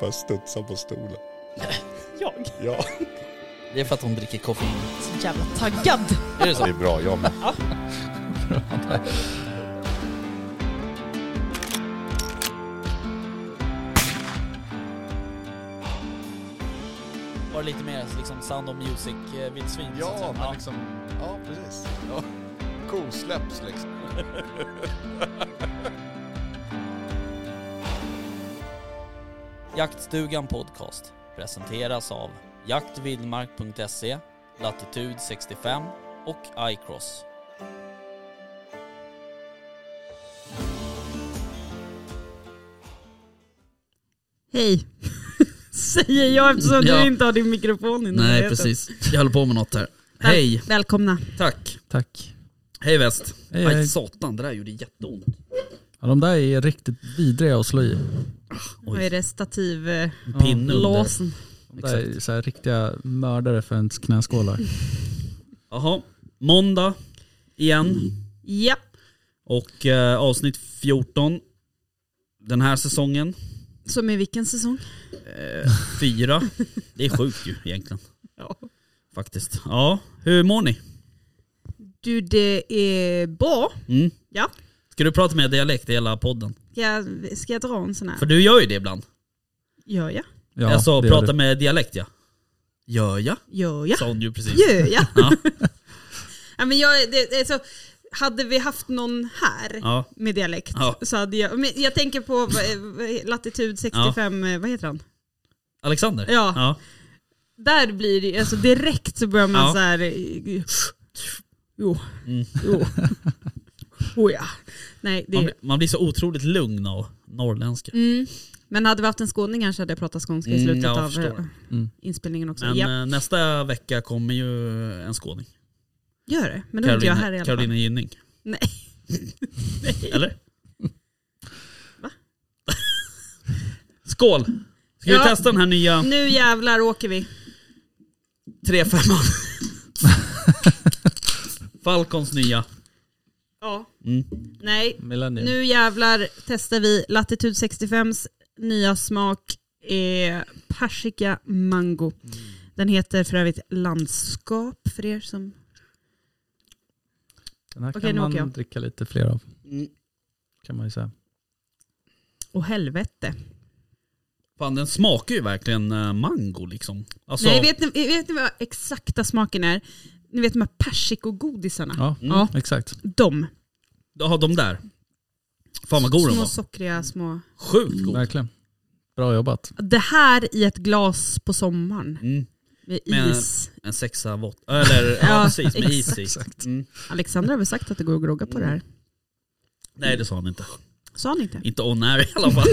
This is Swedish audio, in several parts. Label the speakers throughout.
Speaker 1: Bara studsa på stolen.
Speaker 2: Jag?
Speaker 1: Ja.
Speaker 3: Det är för att hon dricker koffein.
Speaker 2: Så jävla taggad.
Speaker 3: Är det
Speaker 1: Det
Speaker 3: så?
Speaker 1: är bra, jag med.
Speaker 3: Var det lite mer liksom Sound of eh, Music-vildsvin?
Speaker 1: Ja, men liksom... Ja, precis. Ja. Kosläpps liksom.
Speaker 3: Jaktstugan Podcast presenteras av jaktvildmark.se, Latitude 65 och iCross.
Speaker 4: Hej. Säger jag eftersom
Speaker 3: Ja.
Speaker 4: du inte har din mikrofon
Speaker 3: Nej,
Speaker 4: i närheten.
Speaker 3: precis. Jag håller på med något här.
Speaker 4: Väl-
Speaker 3: Hej,
Speaker 4: Välkomna.
Speaker 3: tack.
Speaker 5: Tack.
Speaker 3: Hej väst.
Speaker 5: Hej,
Speaker 3: Aj,
Speaker 5: hej.
Speaker 3: satan, det där gjorde jätteont.
Speaker 5: Ja, de där är riktigt vidriga att slå i.
Speaker 4: Vad är det? Stativlåsen.
Speaker 3: En pinne under.
Speaker 5: De där är så här riktiga mördare för ens knäskålar.
Speaker 3: Jaha, måndag igen
Speaker 4: Ja.
Speaker 3: och eh, avsnitt 14 den här säsongen.
Speaker 4: Som i vilken säsong?
Speaker 3: Fyra. Det är sjukt ju egentligen.
Speaker 4: Ja.
Speaker 3: Faktiskt. Ja, hur mår ni?
Speaker 4: Du, det är bra.
Speaker 3: Mm.
Speaker 4: Ja.
Speaker 3: Ska du prata med dialekt i hela podden?
Speaker 4: Ska jag, ska jag dra en sån här?
Speaker 3: För du gör ju det ibland.
Speaker 4: Gör jag?
Speaker 5: Ja,
Speaker 3: alltså
Speaker 5: det gör
Speaker 3: prata
Speaker 5: du.
Speaker 3: med dialekt ja. Gör jag?
Speaker 4: Gör jag?
Speaker 3: Sa hon ju precis.
Speaker 4: Gör jag?
Speaker 3: Ja.
Speaker 4: ja, men jag det, det, är så, hade vi haft någon här
Speaker 3: Ja.
Speaker 4: med dialekt
Speaker 3: Ja.
Speaker 4: så hade jag... Men jag tänker på eh, Latitud 65, eh, vad heter han?
Speaker 3: Alexander?
Speaker 4: Ja.
Speaker 3: ja.
Speaker 4: Där blir det alltså direkt så börjar man
Speaker 3: Ja. Mm.
Speaker 4: så här... eh, Jo, jo. Oh ja. Nej, det
Speaker 3: Man, blir- man blir så otroligt lugn av norrländska.
Speaker 4: mm. Men hade vi haft en skåning kanske hade jag pratat skånska i
Speaker 3: Mm,
Speaker 4: slutet
Speaker 3: jag
Speaker 4: av
Speaker 3: förstår.
Speaker 4: eh,
Speaker 5: Mm.
Speaker 4: inspelningen också.
Speaker 3: Men
Speaker 4: ja,
Speaker 3: eh, nästa vecka kommer ju en skåning.
Speaker 4: gör det. Men då är inte jag här i
Speaker 3: Carolina,
Speaker 4: alla fall.
Speaker 3: Carolina Gynning.
Speaker 4: Nej.
Speaker 3: Eller?
Speaker 4: Va?
Speaker 3: Skål! Ska
Speaker 4: Ja.
Speaker 3: vi testa den här nya
Speaker 4: Nu jävlar åker vi.
Speaker 3: 3-5? Falcons nya.
Speaker 4: Ja.
Speaker 3: Mm.
Speaker 4: Nej,
Speaker 5: Millennium.
Speaker 4: nu jävlar testar vi Latitud 65s nya smak. Eh, persika mango.
Speaker 3: Mm.
Speaker 4: Den heter för övrigt landskap för er som...
Speaker 5: Den här
Speaker 4: Okej, nu
Speaker 5: kan
Speaker 4: åker jag.
Speaker 5: man dricka lite fler av.
Speaker 3: Mm.
Speaker 5: Kan man ju säga.
Speaker 4: Åh helvete.
Speaker 3: Fan den smakar ju verkligen eh, mango liksom. Alltså,
Speaker 4: Nej, vet ni, vet ni vad exakta smaken är? Ni vet de här persikogodisarna?
Speaker 5: Ja,
Speaker 4: Ja.
Speaker 5: exakt.
Speaker 4: De.
Speaker 3: Ja de där. Fan vad god den
Speaker 4: små
Speaker 3: var.
Speaker 4: sockriga små.
Speaker 3: Sjukt god.
Speaker 5: Verkligen. Bra jobbat.
Speaker 4: Det här i ett glas på sommaren.
Speaker 3: Mm.
Speaker 4: Med
Speaker 3: Men-
Speaker 4: is.
Speaker 3: En sexa vått. Eller ja,
Speaker 4: Ja,
Speaker 3: precis med is i.
Speaker 5: Exakt.
Speaker 3: Mm.
Speaker 4: Alexandra har väl sagt att det går att grogga på det här?
Speaker 3: Nej det sa han inte.
Speaker 4: Sa han inte?
Speaker 3: Inte on air i alla fall.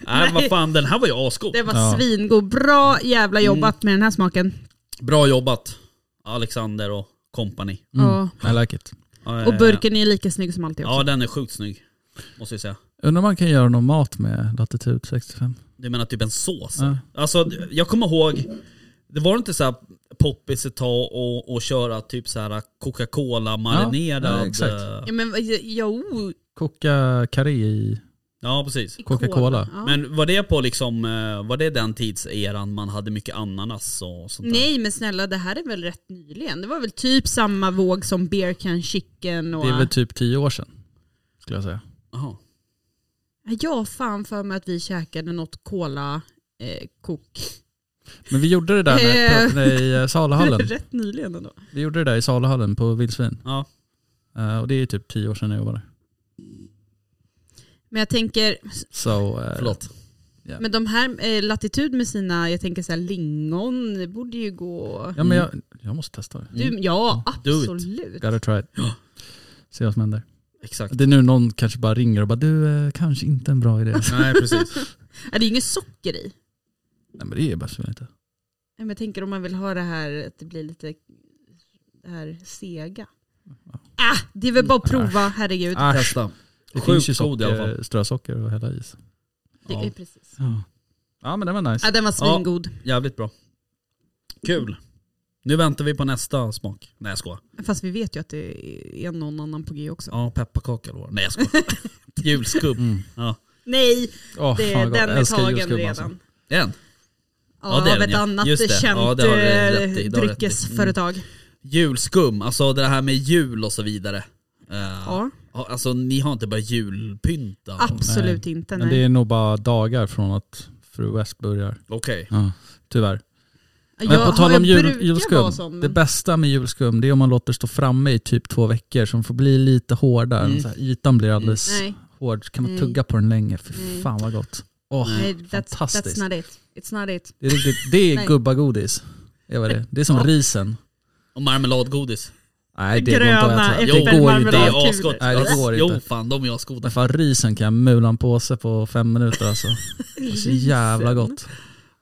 Speaker 3: Nej, vad fan den här var ju asgod.
Speaker 4: Det var
Speaker 5: Ja. Mm.
Speaker 4: svingod. Bra jävla jobbat med den här smaken.
Speaker 3: Bra jobbat Alexander och company.
Speaker 4: Ja.
Speaker 5: Mm. I like it.
Speaker 3: Ja,
Speaker 5: Eh.
Speaker 4: Och burken är ju lika snygg som alltid också.
Speaker 3: Ja den är sjukt snygg. Måste jag säga.
Speaker 5: Undrar om man kan göra någon mat med latitud 65?
Speaker 3: Du menar typ en sås?
Speaker 5: Ja.
Speaker 3: Alltså jag kommer ihåg, det var inte så här poppis ett tag och, och köra typ så här Coca-Cola
Speaker 5: Ja, ja,
Speaker 3: marinerad.
Speaker 5: exakt.
Speaker 3: eh,
Speaker 4: Ja, men jo.
Speaker 5: Koka curry i...
Speaker 3: ja precis.
Speaker 4: i
Speaker 5: Coca-Cola.
Speaker 4: cola. Ja.
Speaker 3: Men var det på liksom, eh, var det den tidseran man hade mycket ananas och sånt där?
Speaker 4: Nej men snälla det här är väl rätt nyligen? Det var väl typ samma våg som beer can chicken och...
Speaker 5: Det är väl typ tio år sedan. Skulle jag säga.
Speaker 3: Jaha.
Speaker 4: Jag har fan för mig att vi käkade något cola eh, kok.
Speaker 5: Men vi gjorde det där när,
Speaker 4: Eh.
Speaker 5: när, i eh, saluhallen.
Speaker 4: Rätt nyligen ändå.
Speaker 5: Vi gjorde det där i saluhallen på vildsvin.
Speaker 3: Ja.
Speaker 5: Eh, och det är typ tio år sedan jag jobbade där.
Speaker 4: Men jag tänker,
Speaker 5: Så, eh,
Speaker 3: Förlåt.
Speaker 4: men de här eh, latitud med sina, jag tänker så här lingon, det borde ju gå.
Speaker 5: Ja, men jag, Mm. jag måste testa det.
Speaker 4: Du, ja
Speaker 3: Do it.
Speaker 4: absolut.
Speaker 5: Gotta try Mm. it. Se vad som händer.
Speaker 3: Exakt.
Speaker 5: Det är nu någon kanske bara ringer och bara du, eh, kanske inte en bra idé.
Speaker 3: Nej precis.
Speaker 4: Ja, det är ju inget socker i.
Speaker 5: Nej men det är bäst väl inte.
Speaker 4: Ja, Men jag tänker om man vill ha det här, att det blir lite det här sega.
Speaker 5: Mm.
Speaker 4: Ah, det är väl bara att prova, herregud.
Speaker 5: Äsch.
Speaker 3: Testa.
Speaker 5: Det
Speaker 3: Sjukt
Speaker 5: finns ju
Speaker 3: god i alla fall.
Speaker 5: socker, strösocker och hela is.
Speaker 4: Det
Speaker 3: Ja.
Speaker 4: är precis. Ah,
Speaker 5: Ja. ja men den var nice.
Speaker 4: Ja, den var svingod.
Speaker 3: Jävligt bra. Kul. Nu väntar vi på nästa smak. Nej jag skojar.
Speaker 4: Fast vi vet ju att det är någon annan på G också.
Speaker 3: Ja, pepparkaka eller vad Nej jag skojar. Julskubb.
Speaker 5: Mm.
Speaker 3: Ja.
Speaker 4: Nej,
Speaker 5: Åh,
Speaker 4: det,
Speaker 5: fan vad gott.
Speaker 4: den är
Speaker 5: Älskar
Speaker 4: tagen
Speaker 5: julskumma,
Speaker 4: redan.
Speaker 5: alltså.
Speaker 3: En. Ja,
Speaker 4: Ja,
Speaker 3: det är
Speaker 4: av
Speaker 3: den,
Speaker 4: ett
Speaker 3: ja.
Speaker 4: annat
Speaker 3: Just det.
Speaker 4: känt
Speaker 3: Ja, det har du
Speaker 4: eh,
Speaker 3: rätt i, Mm. det har du rätt i.
Speaker 4: dryckesföretag.
Speaker 3: Julskum, alltså det här med jul och så vidare. Eh,
Speaker 4: Ja,
Speaker 3: Alltså ni har inte börjat julpynta?
Speaker 4: absolut inte.
Speaker 5: Men
Speaker 4: Nej.
Speaker 5: det är nog bara dagar från att fru West börjar.
Speaker 3: Okej.
Speaker 5: Ja, tyvärr.
Speaker 4: Jag,
Speaker 5: Men på tal
Speaker 4: jag
Speaker 5: om jul,
Speaker 4: brukar vara
Speaker 5: julskum,
Speaker 4: sån,
Speaker 5: det
Speaker 4: men
Speaker 5: bästa med julskum det är om man låter stå framme i typ två veckor så de får bli lite hårdare.
Speaker 3: Mm.
Speaker 5: Så här, ytan blir alldeles
Speaker 4: nej,
Speaker 5: hård, så kan man
Speaker 4: Nej.
Speaker 5: tugga på den länge. Fy
Speaker 4: Nej.
Speaker 5: fan vad gott. Åh,
Speaker 4: Mm. nej that's,
Speaker 5: fantastiskt.
Speaker 4: that's not it. It's not it.
Speaker 5: Det är, riktigt, det
Speaker 4: Nej.
Speaker 5: är gubbagodis. Det, var det. det är som
Speaker 3: Ja.
Speaker 5: risen.
Speaker 3: Och marmeladgodis?
Speaker 5: Nej det
Speaker 4: Gröna
Speaker 5: går inte att äta.
Speaker 3: Jo,
Speaker 5: Det går ju inte.
Speaker 3: det
Speaker 5: att äta.
Speaker 4: äppelmarmelad.
Speaker 3: är
Speaker 4: Marmeladkulor.
Speaker 3: asgott.
Speaker 5: Nej, det går
Speaker 3: jo
Speaker 5: inte.
Speaker 3: fan, de är asgoda.
Speaker 5: Men fan risen kan jag mula en påse på fem minuter alltså. Det är så jävla gott.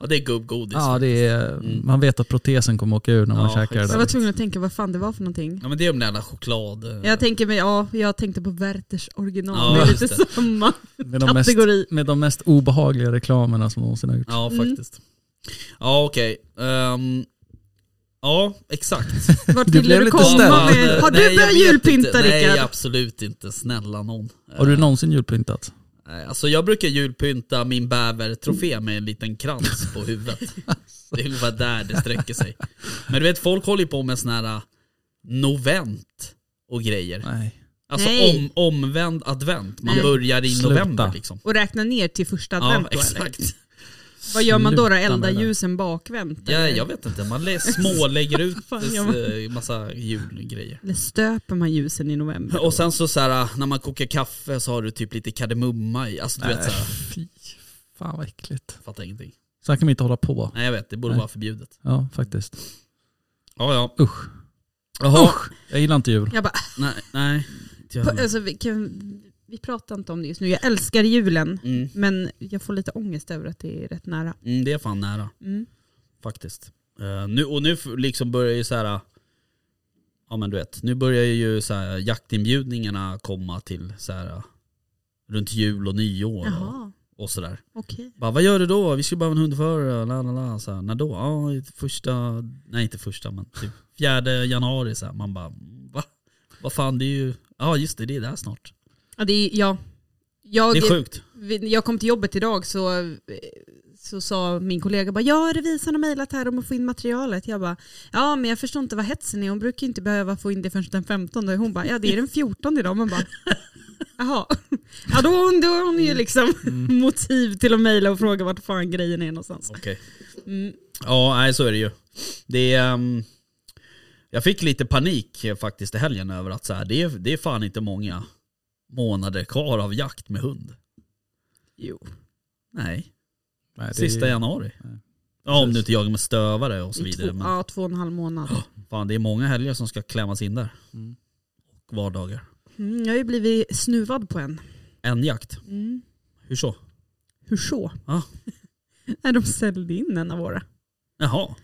Speaker 3: Ja, det är gubbgodis.
Speaker 5: Ja, det är,
Speaker 3: Mm.
Speaker 5: man vet att protesen kommer åka ur när man
Speaker 3: Ja,
Speaker 5: käkar det
Speaker 4: Jag
Speaker 5: där.
Speaker 4: var tvungen att tänka vad fan det var för någonting.
Speaker 3: Ja, men det är de där jävla choklad... eh,
Speaker 4: Jag, tänker, mig- ja, jag tänkte på Werthers original,
Speaker 3: Ja,
Speaker 4: det är
Speaker 3: just
Speaker 4: lite
Speaker 3: det.
Speaker 4: samma
Speaker 5: Med de mest,
Speaker 4: kategori.
Speaker 5: med de mest obehagliga reklamerna som någonsin har gjorts.
Speaker 3: Ja,
Speaker 4: Mm.
Speaker 3: faktiskt. Ja, okej. Ehm, ja, exakt.
Speaker 4: Vart
Speaker 5: Du
Speaker 4: ville
Speaker 5: blev
Speaker 4: du
Speaker 5: lite
Speaker 4: komma
Speaker 5: ställd.
Speaker 4: med? Har
Speaker 3: Nej, jag
Speaker 4: du börjat
Speaker 3: vet
Speaker 4: julpynta
Speaker 3: inte. Nej,
Speaker 4: Rickard?
Speaker 3: absolut inte. Snälla någon.
Speaker 5: Har du någonsin julpyntat?
Speaker 3: Nej, Alltså jag brukar julpynta min bävertrofé med en liten krans på huvudet. Det är ungefär där det sträcker sig. Men du vet, folk håller ju på med sån här äh, novent och grejer.
Speaker 5: Nej.
Speaker 3: Alltså om,
Speaker 4: Nej.
Speaker 3: omvänd advent. Man
Speaker 4: Nej.
Speaker 3: börjar i
Speaker 5: Sluta.
Speaker 3: november liksom.
Speaker 4: Och räkna ner till första advent
Speaker 3: Ja,
Speaker 4: då, eller?
Speaker 3: exakt.
Speaker 4: Vad gör man då? då?
Speaker 5: Sluta med
Speaker 4: Elda
Speaker 5: det där.
Speaker 4: ljusen bakvänt?
Speaker 3: Ja,
Speaker 4: eller?
Speaker 3: jag vet inte, man lä- smålägger ut
Speaker 4: Fan, jag var-
Speaker 3: eh, massa julgrejer.
Speaker 4: Eller stöper man ljusen i november?
Speaker 3: Och sen så, så här, äh, när man kokar kaffe så har du typ lite kardemumma i. Alltså du vet
Speaker 5: Nej,
Speaker 3: såhär,
Speaker 5: Fy fan vad äckligt.
Speaker 3: fattar ingenting.
Speaker 5: Så här kan man inte hålla på.
Speaker 3: Nej jag vet, det borde
Speaker 5: Nej.
Speaker 3: vara förbjudet.
Speaker 5: Ja, faktiskt.
Speaker 3: Ja ja.
Speaker 5: Usch.
Speaker 3: Jaha.
Speaker 5: Jag gillar inte jul.
Speaker 4: Jag bara,
Speaker 3: Nej, nej. inte jag
Speaker 4: på,
Speaker 3: heller.
Speaker 4: alltså, vi, kan, vi pratar inte om det just nu. Jag älskar julen,
Speaker 3: Mm,
Speaker 4: men jag får lite ångest över att det är rätt nära.
Speaker 3: mm, det är fan nära
Speaker 4: Mm.
Speaker 3: faktiskt. Eh, nu, och nu f- liksom börjar ju så här. Ja men du vet, nu börjar ju så här, jaktinbjudningarna komma till så här, eh, runt jul och nyår och,
Speaker 4: Jaha,
Speaker 3: och sådär.
Speaker 4: okej.
Speaker 3: Bara, vad gör du då? Vi skulle behöva en hundförare, la la la. Så här, när då? Ja, i första, nej inte första men typ fjärde januari så här. Man bara, va? Vad fan det är ju, ja just det, det är där snart.
Speaker 4: Ja, det är, ja. Jag,
Speaker 3: Det är sjukt.
Speaker 4: vi- jag kom till jobbet idag så, eh, så sa min kollega bara, ja revisorn har mejlat här om att få in materialet. Jag bara, ja men jag förstår inte vad hetsen är. Hon brukar ju inte behöva få in det förrän den 15. Hon bara, ja det är den 14 idag. Man bara, jaha. Ja då har hon, då har hon ju liksom motiv till att mejla och fråga vart fan grejen är någonstans.
Speaker 3: Okej.
Speaker 4: Mm.
Speaker 3: Ja, nej så är det ju. Det är, ehm, jag fick lite panik eh, faktiskt i helgen över att så här, det, är, det är fan inte många månader kvar av jakt med hund.
Speaker 4: Jo.
Speaker 3: Nej,
Speaker 5: Nej, det är-
Speaker 3: sista januari.
Speaker 5: Nej.
Speaker 3: Ja, om
Speaker 5: Precis.
Speaker 3: du inte jagar med stövare och så vidare.
Speaker 4: två,
Speaker 3: Men
Speaker 4: Ja, två och en halv månad.
Speaker 3: fan, det är många helger som ska klämmas in där.
Speaker 5: Mm.
Speaker 3: Och vardagar.
Speaker 4: Mm, jag har ju blivit snuvad på en.
Speaker 3: En jakt,
Speaker 4: Mm.
Speaker 3: hur så?
Speaker 4: Hur så?
Speaker 3: Ja.
Speaker 4: Nej, de sålde in en av våra.
Speaker 3: Jaha.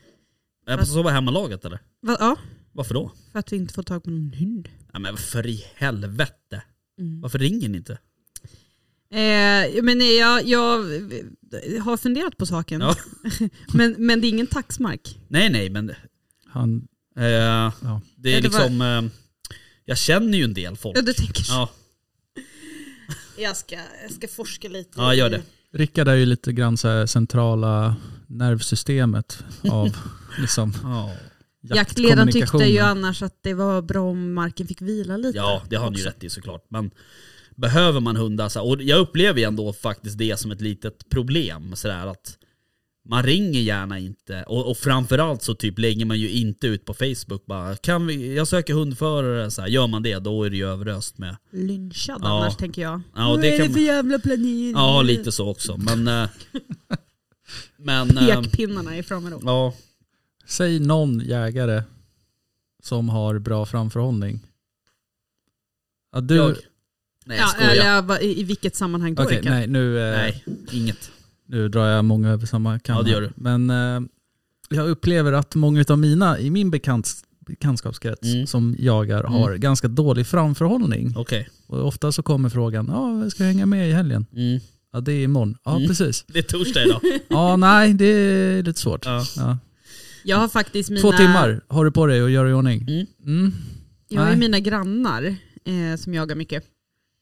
Speaker 3: Är det så var hemmalaget eller?
Speaker 4: Va? Ja,
Speaker 3: Varför då?
Speaker 4: för att vi inte får tag på någon hund.
Speaker 3: Nej men för i helvete.
Speaker 4: Mm.
Speaker 3: Varför ringer ni inte?
Speaker 4: Eh, men eh, jag, jag eh, har funderat på saken.
Speaker 3: Ja.
Speaker 4: men, men det är ingen taxmark.
Speaker 3: Nej nej men
Speaker 5: Han,
Speaker 3: Eh,
Speaker 5: Ja.
Speaker 3: Det är
Speaker 4: Ja, det var-
Speaker 3: liksom, eh, jag känner ju en del folk.
Speaker 4: Ja, du tänker så.
Speaker 3: Ja,
Speaker 4: Jag, ska, jag ska forska lite.
Speaker 3: ja
Speaker 4: i-
Speaker 3: gör det.
Speaker 5: Rickard är ju lite grann så här centrala nervsystemet av liksom
Speaker 3: Ja,
Speaker 4: Jaktledaren tyckte ju
Speaker 5: jaktkommunikationen.
Speaker 4: annars att det var bra om marken fick vila lite.
Speaker 3: ja det har ni ju
Speaker 4: också.
Speaker 3: rätt i såklart. Men behöver man hundar så här, och jag upplever ju ändå faktiskt det som ett litet problem sådär att man ringer gärna inte och, och framförallt så typ lägger man ju inte ut på Facebook bara kan vi, jag söker hundförare så här, gör man det då är det ju överöst med
Speaker 4: Lynchad
Speaker 3: Ja.
Speaker 4: annars tänker jag.
Speaker 3: Ja, och
Speaker 4: Vad
Speaker 3: det kan
Speaker 4: är det
Speaker 3: man-
Speaker 4: för jävla planering?
Speaker 3: Ja lite så också men eh, men eh,
Speaker 4: Pekpinnarna är framme då.
Speaker 3: ja
Speaker 5: Säg någon jägare som har bra framförhållning. Ja, du,
Speaker 3: jag, nej jag
Speaker 4: Ja,
Speaker 3: skojar.
Speaker 4: eller vad- i, i vilket sammanhang då
Speaker 5: Okej,
Speaker 4: Rickard?
Speaker 5: nej, nu, eh,
Speaker 3: Nej, inget.
Speaker 5: nu drar jag många över samma kam.
Speaker 3: Ja, det
Speaker 5: här.
Speaker 3: gör du.
Speaker 5: Men eh, jag upplever att många av mina i min bekants, bekantskapskrets
Speaker 3: Mm.
Speaker 5: som jagar har
Speaker 3: Mm.
Speaker 5: ganska dålig framförhållning.
Speaker 3: Okej.
Speaker 5: Och ofta så kommer frågan, ja, ska jag hänga med i helgen?
Speaker 3: Mm.
Speaker 5: Ja, det är imorgon. Ja,
Speaker 3: Mm.
Speaker 5: precis.
Speaker 3: Det är torsdag idag.
Speaker 5: Ja, nej, det är lite svårt.
Speaker 3: Ja.
Speaker 5: Ja.
Speaker 4: Jag har faktiskt mina...
Speaker 5: Två timmar har du på dig att göra i ordning.
Speaker 3: Mm.
Speaker 5: Mm.
Speaker 4: Jag har
Speaker 5: Nej.
Speaker 4: ju mina grannar eh, som jagar mycket.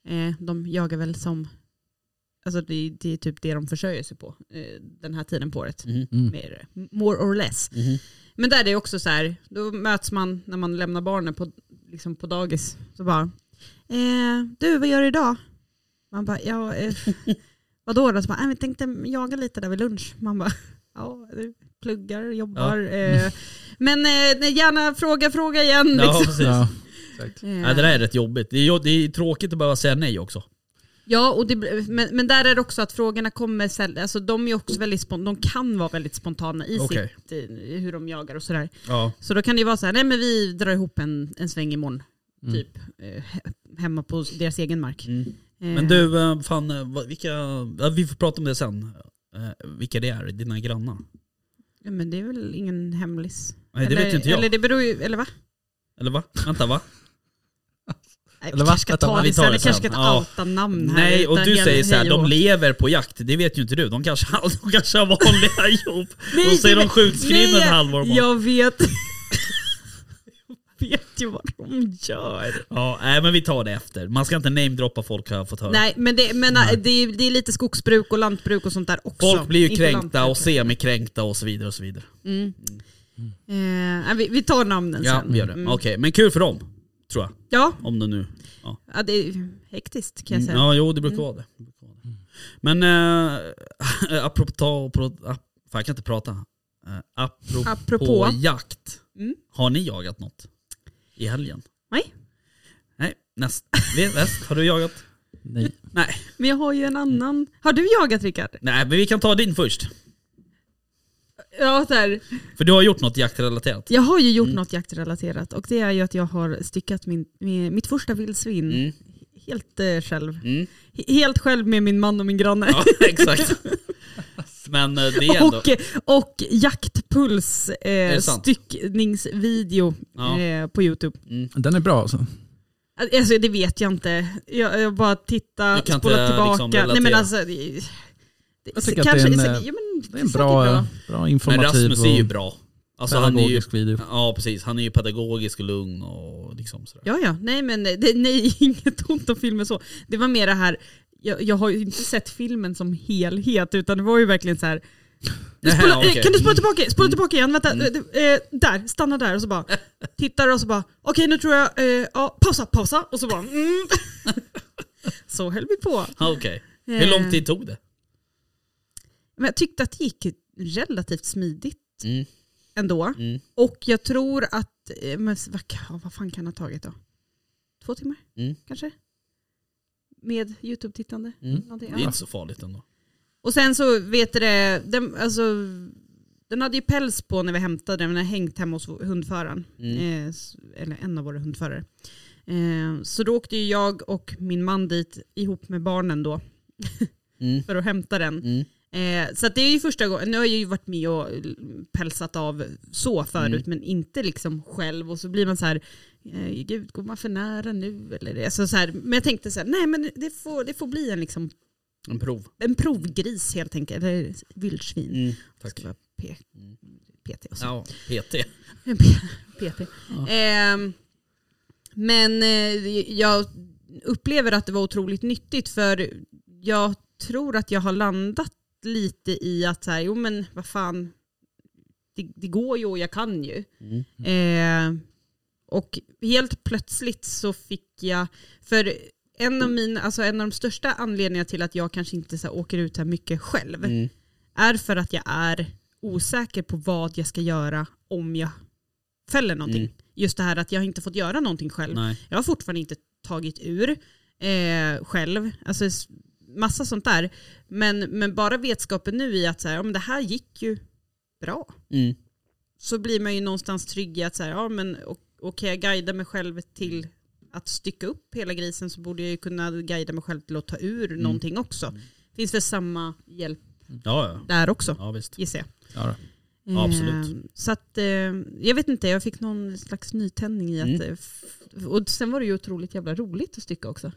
Speaker 4: Eh, de jagar väl som, alltså det, det är typ det de försörjer sig på eh, den här tiden på året.
Speaker 3: Mhm.
Speaker 5: Mm.
Speaker 4: Mer, more or less.
Speaker 3: Mhm.
Speaker 4: Men där är det också så här, då möts man när man lämnar barnen på, liksom på dagis. Så bara, eh, du vad gör du idag? Man bara, ja, eh, vadå då? Så bara, "Nej, vi tänkte jaga lite där vid lunch. Man bara, ja, du pluggar, jobbar. Eh, men eh, nej, gärna fråga, fråga igen.
Speaker 3: Ja,
Speaker 4: Liksom.
Speaker 3: precis.
Speaker 5: Ja.
Speaker 3: Ja, det där är rätt jobbigt. Det är, jo- det är tråkigt att behöva säga nej också.
Speaker 4: Ja, och det, blir- men, men där är det också att frågorna kommer säll- alltså de är också väldigt spon- de kan vara väldigt spontana i
Speaker 3: Okej.
Speaker 4: sitt, i hur de jagar och sådär.
Speaker 3: Ja.
Speaker 4: Så då kan det ju vara så här, nej men vi drar ihop en, en sväng imorgon, typ eh, he- hemma på deras egen mark.
Speaker 3: Mm.
Speaker 4: Eh,
Speaker 3: Men du, eh, fan, eh, vad- vilka, ja, vi får prata om det sen. Eh, Vilka det är, dina grannar.
Speaker 4: ja, men det är väl ingen hemlis?
Speaker 3: Nej, det
Speaker 4: eller,
Speaker 3: vet inte jag.
Speaker 4: Eller
Speaker 3: Eller,
Speaker 4: det beror ju, eller va?
Speaker 3: va? Vänta va?
Speaker 4: Nej,
Speaker 5: Eller va?
Speaker 4: kanske ska
Speaker 5: Vänta,
Speaker 4: ta
Speaker 3: vi
Speaker 4: det
Speaker 3: tar
Speaker 4: sen,
Speaker 3: det
Speaker 4: vi kanske ska
Speaker 3: sen.
Speaker 4: inte
Speaker 3: Ja.
Speaker 4: outa namn här.
Speaker 3: Nej, och
Speaker 4: utan
Speaker 3: du
Speaker 4: hel-
Speaker 3: säger så här,
Speaker 4: hej och
Speaker 3: de
Speaker 4: hå.
Speaker 3: lever på jakt. Det vet ju inte du. De kanske, de kanske har vanliga jobb.
Speaker 4: Nej,
Speaker 3: Och så är de
Speaker 4: nej,
Speaker 3: sjukskrivna
Speaker 4: nej,
Speaker 3: ett halvår bara.
Speaker 4: Jag vet. jag vet ju vad de gör.
Speaker 3: Ja, nej men vi tar det efter. Man ska inte namedroppa folk har jag fått höra.
Speaker 4: Nej, men, det, men äh, det, är, det är lite skogsbruk och lantbruk och sånt där också.
Speaker 3: Folk blir ju
Speaker 4: Inte
Speaker 3: kränkta och
Speaker 4: lantbruk. Mm.
Speaker 3: semikränkta och så vidare och så vidare.
Speaker 4: Eh, nej, vi, vi tar namnen
Speaker 3: Ja,
Speaker 4: sen. Mm.
Speaker 3: vi gör det. Okej, men kul för dem. Tror jag.
Speaker 4: Ja,
Speaker 3: Om de nu... Ja.
Speaker 4: ja, det är hektiskt kan jag säga. Mm.
Speaker 3: Ja, jo det brukar vara det. Det brukar vara det. Men äh, apropå, ta- pro- ap, fan, jag kan inte prata. Eh, apropå,
Speaker 4: Apropå.
Speaker 3: jakt.
Speaker 4: Mm.
Speaker 3: Har ni jagat något i helgen?
Speaker 4: Nej.
Speaker 3: Nej, näst. Vi- Väst, har du jagat?
Speaker 5: Nej.
Speaker 3: Nej.
Speaker 4: Men jag har ju en annan. Har du jagat Rickard?
Speaker 3: Nej, men vi kan ta din först.
Speaker 4: Ja, så här.
Speaker 3: För du har gjort något jaktrelaterat.
Speaker 4: Jag har ju gjort
Speaker 3: Mm.
Speaker 4: något jaktrelaterat och det är ju att jag har styckat min, min, mitt första vildsvin
Speaker 3: Mm.
Speaker 4: helt eh, själv.
Speaker 3: Mm.
Speaker 4: He- Helt själv med min man och min granne.
Speaker 3: Ja, exakt. Men eh, det är ändå...
Speaker 4: Och, och jaktpuls
Speaker 3: det
Speaker 4: eh,
Speaker 3: sant?
Speaker 4: styckningsvideo
Speaker 3: Ja.
Speaker 4: eh, på Youtube.
Speaker 5: Den är bra alltså.
Speaker 4: Alltså det vet jag inte. Jag, jag bara titta,
Speaker 3: Du kan
Speaker 4: spola
Speaker 3: inte,
Speaker 4: tillbaka.
Speaker 3: liksom,
Speaker 4: Nej men
Speaker 3: relatera.
Speaker 4: alltså. Det, det,
Speaker 5: Jag tycker att
Speaker 4: kanske,
Speaker 5: det är en, eh,
Speaker 4: ja, men,
Speaker 5: Det är en
Speaker 4: säkert
Speaker 5: bra, bra
Speaker 3: Men
Speaker 5: informativ
Speaker 3: Rasmus är ju
Speaker 5: och
Speaker 3: bra. Alltså han är ju...
Speaker 5: pedagogisk video.
Speaker 3: Ja, precis. Han är ju pedagogisk och lugn och liksom sådär.
Speaker 4: Ja ja, nej men det, nej, inget ont om filmen så. Det var mer det här, jag, jag har ju inte sett filmen som helhet utan det var ju verkligen så här.
Speaker 3: Nähä,
Speaker 4: spola, eh,
Speaker 3: okej. Mm.
Speaker 4: Kan du spola tillbaka, spola tillbaka igen, vänta, eh, eh, där, stanna där och så bara tittar och så bara okej nu tror jag, eh, ja, pausa, pausa och så bara mm. Så höll vi på. Eh.
Speaker 3: Ja, Ah, Okej. Hur lång tid tog det?
Speaker 4: Men jag tyckte att det gick relativt smidigt
Speaker 3: Mm.
Speaker 4: ändå.
Speaker 3: Mm.
Speaker 4: Och jag tror att, eh, men s- vad, kan- vad fan kan det ha tagit då? Två timmar
Speaker 3: Mm.
Speaker 4: kanske? Med YouTube-tittande?
Speaker 3: Mm.
Speaker 4: någonting,
Speaker 3: Det
Speaker 4: ja.
Speaker 3: är inte så farligt ändå.
Speaker 4: Och sen så vet du det, den, alltså, den hade ju päls på när vi hämtade den, den hade hängt hemma hos hundföraren.
Speaker 3: Mm,
Speaker 4: Eh, s- eller en av våra hundförare. Eh, så då åkte ju jag och min man dit ihop med barnen då
Speaker 3: Mm.
Speaker 4: för att hämta den.
Speaker 3: Mm.
Speaker 4: Eh, så att det är ju första gången, nu har jag ju varit med och l- pälsat av så förut
Speaker 3: Mm.
Speaker 4: men inte liksom själv och så blir man så här, eh, gud går man för nära nu eller det? Alltså så här, men jag tänkte så här, nej men det får, det får bli en, liksom,
Speaker 3: En prov.
Speaker 4: en provgris helt enkelt, eller vildsvin.
Speaker 3: Mm. Tack. Mm.
Speaker 4: Ska vara P- PT och så.
Speaker 3: Ja, PT.
Speaker 4: PT. Ehm, men eh, jag upplever att det var otroligt nyttigt för jag tror att jag har landat lite i att så här, jo men vad fan, det, det går ju och jag kan ju.
Speaker 3: Mm.
Speaker 4: Ehm, och helt plötsligt så fick jag, för en av, mina, alltså en av de största anledningarna till att jag kanske inte så här, åker ut så här mycket själv
Speaker 3: Mm.
Speaker 4: är för att jag är osäker på vad jag ska göra om jag fäller någonting.
Speaker 3: Mm.
Speaker 4: Just det här att jag har inte fått göra någonting själv.
Speaker 3: Nej.
Speaker 4: Jag har fortfarande inte tagit ur eh, själv. Alltså s- massa sånt där. Men, men bara vetskapen nu i att så här, ja, men det här gick ju bra
Speaker 3: Mm.
Speaker 4: så blir man ju någonstans trygg i att så här, ja, men, och, och kan jag guida mig själv till
Speaker 3: Mm.
Speaker 4: att stycka upp hela grisen så borde jag ju kunna guida mig själv till att ta ur
Speaker 3: Mm.
Speaker 4: någonting också. Finns väl samma hjälp
Speaker 3: Ja, ja.
Speaker 4: där också
Speaker 3: Ja, visst.
Speaker 4: gissar jag.
Speaker 5: Ja, då.
Speaker 3: Ja, absolut.
Speaker 4: Eh, Så att, eh, jag vet inte, jag fick någon slags nytändning i att...
Speaker 3: Mm.
Speaker 4: eh, f- Och sen var det ju otroligt jävla roligt att stycka också.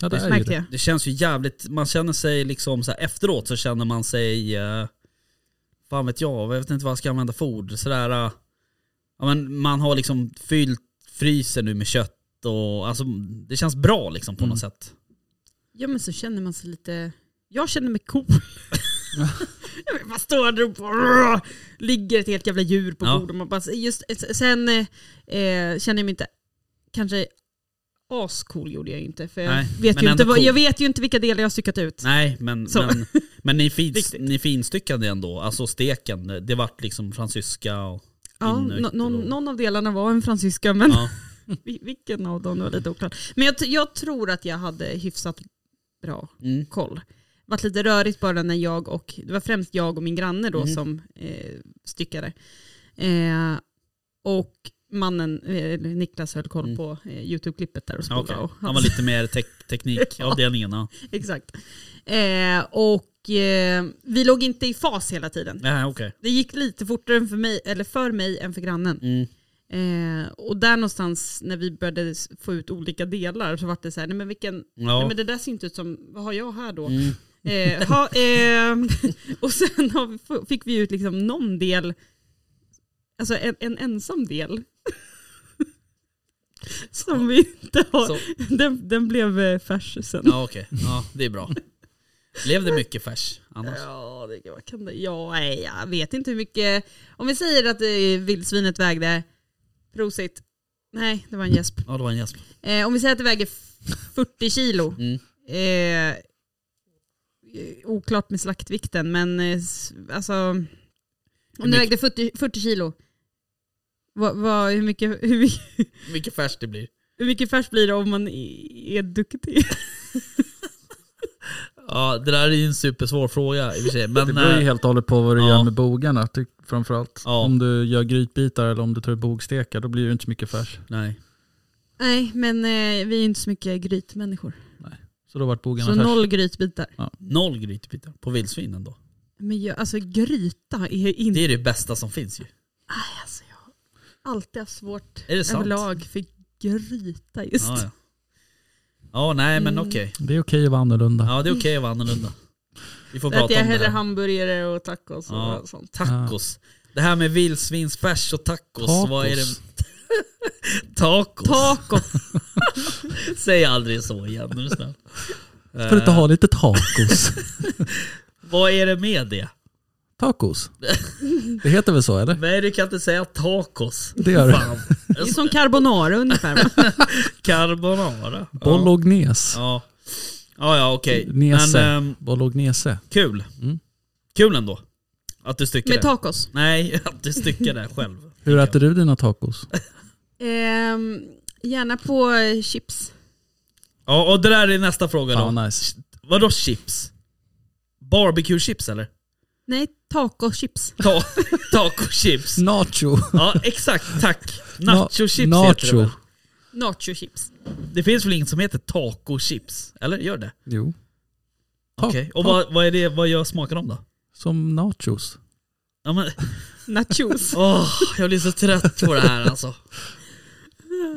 Speaker 5: ja, det
Speaker 4: Det
Speaker 5: är ju
Speaker 4: märkte
Speaker 5: det.
Speaker 4: jag.
Speaker 3: Det känns ju jävligt, man känner sig liksom så här, efteråt så känner man sig eh, fan vet jag, jag vet inte vad jag ska använda för ord. Sådär, äh, ja, men man har liksom fyllt frysen nu med kött och alltså, det känns bra liksom på något sätt.
Speaker 4: Ja men så känner man sig lite, jag känner mig cool. jag vet, man står där och bara, ligger ett helt jävla djur på
Speaker 3: Ja.
Speaker 4: bordet. Man bara, just, sen eh, eh, känner jag mig inte, kanske ascool gjorde jag inte. För jag,
Speaker 3: Nej,
Speaker 4: vet
Speaker 3: men
Speaker 4: ju inte,
Speaker 3: ändå
Speaker 4: vad- jag
Speaker 3: cool.
Speaker 4: vet ju inte vilka delar jag har styckat ut.
Speaker 3: Nej, men,
Speaker 4: Så.
Speaker 3: men, men ni, är fin,
Speaker 4: Riktigt.
Speaker 3: ni är finstyckade ändå. Alltså steken, det vart liksom fransyska och...
Speaker 4: ja,
Speaker 3: inne och
Speaker 4: nå-
Speaker 3: ute
Speaker 4: någon,
Speaker 3: och-
Speaker 4: någon av delarna var en fransyska men
Speaker 3: Ja.
Speaker 4: vil- vilken av dem det var lite oklart. Men jag, t- jag tror att jag hade hyfsat bra
Speaker 3: Mm.
Speaker 4: koll. Det var lite rörigt bara när jag och, det var främst jag och min granne då
Speaker 3: Mm.
Speaker 4: som eh, styckade. Eh, och mannen, eh, eller Niklas höll koll
Speaker 3: Mm.
Speaker 4: på eh, YouTube-klippet där och
Speaker 3: Ja,
Speaker 4: spolade.
Speaker 3: okej.
Speaker 4: Och
Speaker 3: Han var lite mer tek- teknikavdelningen. Ja.
Speaker 4: Exakt. Eh, och eh, vi låg inte i fas hela tiden.
Speaker 3: Nej, okej.
Speaker 4: Det gick lite fortare än för mig, eller för mig än för grannen.
Speaker 3: Mm.
Speaker 4: Eh, och där någonstans när vi började s- få ut olika delar så var det så här, nej men vilken, nej
Speaker 3: Ja.
Speaker 4: men det där ser inte ut som, vad har jag här då?
Speaker 3: Mm.
Speaker 4: Eh, ha, eh, och sen har vi, f- fick vi ut liksom någon del, alltså en, en ensam del. Som vi inte har.
Speaker 3: Så,
Speaker 4: Den, den blev eh, färs sen.
Speaker 3: ja, okej. Ja, det är bra. Blev det mycket färs annars?
Speaker 4: Ja, det, vad kan det, ja, nej, jag vet inte hur mycket. Om vi säger att eh, vildsvinet vägde, prosit, nej det var en gäsp.
Speaker 3: Ja, det var en gäsp.
Speaker 4: Eh, om vi säger att det väger f- 40 kilo.
Speaker 3: Mm.
Speaker 4: Eh, eh, oklart med slaktvikten men eh, s- alltså om det
Speaker 3: mycket-
Speaker 4: vägde 40, 40 kilo. Vad, vad, hur, mycket, hur, mycket,
Speaker 3: Mycket färs det blir.
Speaker 4: hur mycket färs blir det om man i- är duktig?
Speaker 3: Ja, det där är ju en supersvår fråga i och för sig. Men, eh,
Speaker 5: Det beror ju helt och hållet på vad du
Speaker 3: Ja.
Speaker 5: gör med bogarna. Ty- Framförallt
Speaker 3: Ja.
Speaker 5: om du gör grytbitar eller om du tar bogstekar, då blir det inte så mycket färs.
Speaker 3: eh, nej.
Speaker 4: Nej men eh, vi är inte så mycket grytmänniskor.
Speaker 5: Så då vart bogarna
Speaker 4: Så
Speaker 5: färs.
Speaker 4: noll grytbitar.
Speaker 3: Noll grytbitar på vildsvin ändå.
Speaker 4: Men jag, alltså gryta är inte...
Speaker 3: Det är det bästa som finns ju.
Speaker 4: Alltså, jag har alltid haft svårt
Speaker 3: Är det sant?
Speaker 4: överlag för gryta just.
Speaker 3: Ja, ja. ja nej men
Speaker 4: Mm.
Speaker 3: okej.
Speaker 5: Det är okej att vara annorlunda.
Speaker 3: Ja, det är okej att vara annorlunda. Vi får
Speaker 4: Där äter
Speaker 3: prata
Speaker 4: jag
Speaker 3: om det
Speaker 4: hellre
Speaker 3: här.
Speaker 4: hamburgare och tacos och
Speaker 3: Ja.
Speaker 4: sånt.
Speaker 3: Tacos. Det här med vildsvinsfärs och tacos.
Speaker 5: Tacos.
Speaker 3: Vad är det? Tacos.
Speaker 4: Taco.
Speaker 3: Säg aldrig så igen. Är du snäll.
Speaker 5: Ska du inte
Speaker 3: Eh,
Speaker 5: ha lite tacos?
Speaker 3: Vad är det med det?
Speaker 5: tacos? Det heter väl så eller?
Speaker 3: Nej, du kan inte säga tacos.
Speaker 5: Det gör det.
Speaker 3: Fan.
Speaker 4: Det är som carbonara ungefär. Va?
Speaker 3: Carbonara. Ja,
Speaker 5: Bolognese.
Speaker 3: ja, ja, ja okej.
Speaker 5: Nese.
Speaker 3: Men ehm,
Speaker 5: Bolognese.
Speaker 3: kul.
Speaker 5: Mm.
Speaker 3: Kul ändå. Att du styckar
Speaker 4: Med
Speaker 3: det.
Speaker 4: tacos.
Speaker 3: Nej, att du styckar det själv.
Speaker 5: Hur äter du dina tacos?
Speaker 4: Ehm, gärna på eh, chips.
Speaker 3: Ja, och det där är nästa fråga då.
Speaker 5: Fan vad nice.
Speaker 3: Vadå chips? Barbecue-chips eller?
Speaker 4: Nej, tacochips.
Speaker 3: Ta Taco-chips.
Speaker 5: Nacho.
Speaker 3: Ja, exakt. Tack. Nacho-chips heter det
Speaker 5: Nacho.
Speaker 3: väl?
Speaker 4: Nachochips.
Speaker 3: Det finns väl inget som heter taco-chips? Eller gör det?
Speaker 5: Jo. Ta-
Speaker 3: Okej. Och
Speaker 5: ta-
Speaker 3: vad, vad, är det, vad gör smaken om då?
Speaker 5: Som nachos.
Speaker 3: Ja, men,
Speaker 4: Nachos.
Speaker 3: åh, jag blir så trött på det här alltså.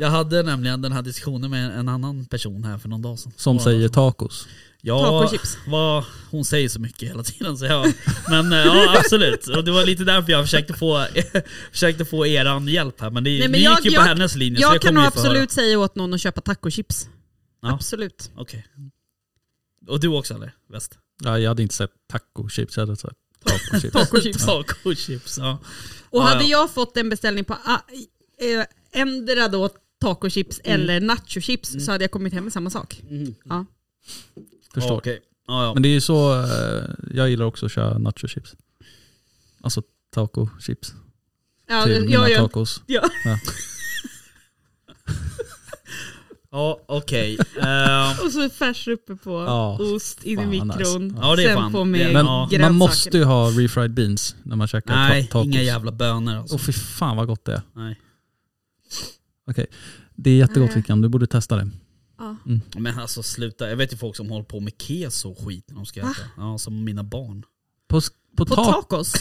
Speaker 3: Jag hade nämligen den här diskussionen med en annan person här för någon dag sedan.
Speaker 5: Som
Speaker 3: Vad-
Speaker 5: säger tacos.
Speaker 3: Ja,
Speaker 4: Tacochips.
Speaker 3: vad, hon säger så mycket hela tiden så jag, Men eh, ja, absolut. Och det var lite därför jag försökte få, försökte få eran hjälp här. Men det,
Speaker 4: Nej, men
Speaker 3: ni
Speaker 4: jag-
Speaker 3: gick ju
Speaker 4: jag-
Speaker 3: på hennes linje så
Speaker 4: Jag
Speaker 3: jag
Speaker 4: kan
Speaker 3: kommer
Speaker 4: nog
Speaker 3: ju få höra.
Speaker 4: absolut säga åt någon att köpa tacochips.
Speaker 3: Ja.
Speaker 4: Absolut.
Speaker 3: Okej. Och du också eller? Väst?
Speaker 5: Ja, jag hade inte sett tacochips, jag hade sett tacochips.
Speaker 4: Tacochips.
Speaker 3: Tacochips, ja.
Speaker 4: Och
Speaker 3: Ja,
Speaker 4: hade
Speaker 3: ja.
Speaker 4: jag fått en beställning på ah, eh, ändra då tacochips
Speaker 3: Mm.
Speaker 4: eller nachochips så hade jag kommit hem med samma sak. Ja.
Speaker 5: Förstår.
Speaker 3: Okej. Ja, ja.
Speaker 5: Men det är ju så, eh, jag gillar också att köra nachochips. Alltså tacochips
Speaker 4: Ja,
Speaker 5: till mina
Speaker 4: jag, jag,
Speaker 5: tacos.
Speaker 4: ja.
Speaker 3: ja okej. Ehm,
Speaker 4: Och så färs uppe på
Speaker 5: Ja,
Speaker 4: ost in i
Speaker 5: fan, nice.
Speaker 4: mikron.
Speaker 3: Ja, det är
Speaker 4: Sen
Speaker 3: fan-
Speaker 4: på
Speaker 3: det är-
Speaker 4: med
Speaker 5: Men
Speaker 3: Ja.
Speaker 4: grönsaker.
Speaker 5: man måste ju ha refried beans när man käkar ta-
Speaker 3: nej,
Speaker 5: tacos.
Speaker 3: inga jävla bönor alltså.
Speaker 5: Åh fy fan vad gott det är.
Speaker 3: Nej.
Speaker 5: Okej, det är jättegott
Speaker 4: Nej.
Speaker 5: Vickan, du borde testa det.
Speaker 4: Ja.
Speaker 3: Men alltså sluta. Jag vet ju folk som håller på med keso och skit när de ska
Speaker 4: Va?
Speaker 3: äta. Ja, som mina barn.
Speaker 5: På, s- på,
Speaker 4: På
Speaker 5: ta-
Speaker 4: tacos.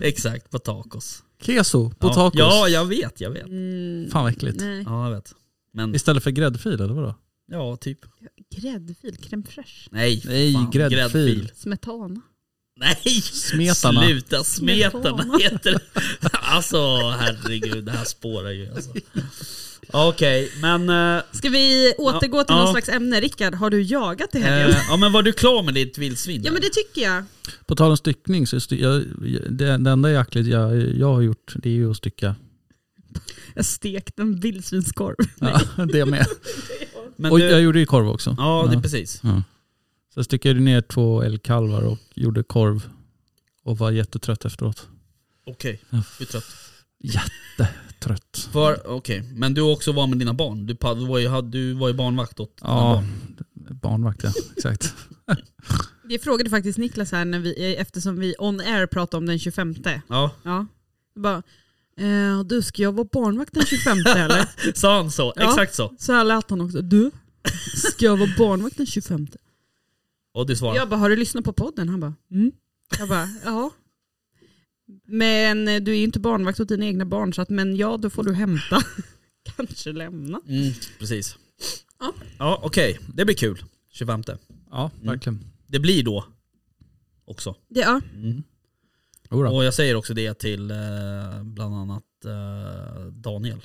Speaker 3: Exakt, på tacos.
Speaker 5: keso, på
Speaker 3: ja.
Speaker 5: tacos.
Speaker 3: Ja, jag vet, jag vet.
Speaker 4: Mm,
Speaker 5: Fan vad äckligt.
Speaker 4: nej.
Speaker 3: Ja, jag vet. Men,
Speaker 5: Istället för gräddfil eller vadå?
Speaker 3: ja typ.
Speaker 4: Gräddfil, crème fraîche,
Speaker 3: Nej,
Speaker 5: Nej,
Speaker 3: fan,
Speaker 5: gräddfil.
Speaker 4: smetana.
Speaker 3: Nej!
Speaker 5: Smetarna.
Speaker 3: Sluta, smetarna
Speaker 4: Smetana.
Speaker 3: heter det. Alltså herregud, det här spårar ju. Alltså. Okej, men... eh,
Speaker 4: Ska vi återgå till
Speaker 3: Ja.
Speaker 4: någon slags ämne? Rickard, har du jagat i helgen?
Speaker 3: eh, ja, men var du klar med ditt vildsvin?
Speaker 4: Ja
Speaker 3: där?
Speaker 4: men det tycker jag.
Speaker 5: På tal om styckning, så sty- jag, det, det enda jaktligt jag, jag har gjort det är ju att stycka.
Speaker 4: Jag stekte en vildsvinskorv.
Speaker 5: Ja, det med.
Speaker 3: men
Speaker 5: och
Speaker 3: du,
Speaker 5: jag gjorde ju korv också.
Speaker 3: Ja, det är precis.
Speaker 5: Så jag styckade ner två älgkalvar och gjorde korv. Och var jättetrött efteråt.
Speaker 3: Okej, du är trött.
Speaker 5: Trött.
Speaker 3: För, okej, Men du också var med dina barn? Du, pa- du, var, ju, hade- du var ju barnvakt åt dina
Speaker 5: Ja,
Speaker 3: barn.
Speaker 5: barnvakt ja. Exakt.
Speaker 4: Det frågade faktiskt Niklas här när vi, eftersom vi on air pratade om den 25.
Speaker 3: Ja.
Speaker 4: Ja. Bara, eh, du ska jag vara barnvakt den 25 eller?
Speaker 3: Sa han så?
Speaker 4: Ja.
Speaker 3: Exakt så.
Speaker 4: Så här lät han också. Du, ska jag vara barnvakt den 25?
Speaker 3: Och du svarade?
Speaker 4: Jag bara, har du lyssnat på podden? Han bara, mm. Jag bara, ja. Men eh, du är ju inte barnvakt åt dina egna barn så att, men ja, då får du hämta. Kanske lämna.
Speaker 3: Mm, precis.
Speaker 4: Ja.
Speaker 3: Ja, okej. Det blir kul. 25.
Speaker 5: Ja,
Speaker 3: Mm.
Speaker 5: verkligen.
Speaker 3: Det blir då också. Mm.
Speaker 4: Det, ja.
Speaker 5: Jodå.
Speaker 3: Och jag säger också det till eh, bland annat eh, Daniel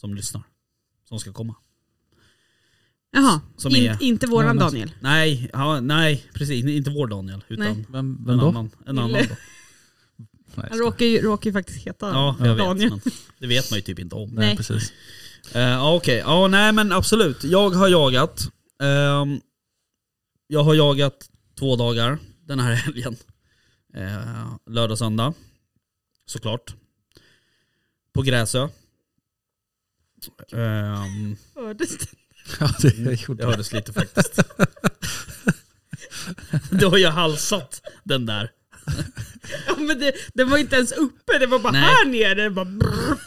Speaker 3: som lyssnar. Som ska komma.
Speaker 4: Jaha,
Speaker 3: Som
Speaker 4: In,
Speaker 3: är-
Speaker 4: inte våran
Speaker 5: Ja,
Speaker 4: Daniel.
Speaker 3: Nej, ja, nej precis. Inte vår Daniel. Utan
Speaker 4: Nej.
Speaker 5: Vem,
Speaker 3: en
Speaker 5: vem då?
Speaker 3: annan. En annan då.
Speaker 5: Nej,
Speaker 4: Han råkar ju, råkar ju faktiskt heta
Speaker 3: Ja, jag vet.
Speaker 4: Daniel.
Speaker 3: Men det vet man ju typ inte om.
Speaker 5: Nej,
Speaker 4: Nej.
Speaker 5: precis.
Speaker 3: Eh, Ja Okej, ja nej men absolut. Jag har jagat. Ehm, jag har jagat två dagar den här helgen. Eh, lördag och söndag. Såklart. På Gräsö. Ehm,
Speaker 4: Hördes det?
Speaker 5: Ja, det
Speaker 3: det
Speaker 5: gjorde jag.
Speaker 3: hördes lite faktiskt. du har ju halsat den där.
Speaker 4: Ja, men det, den var inte ens uppe, det var bara
Speaker 3: Nej.
Speaker 4: här nere. Det bara brrr.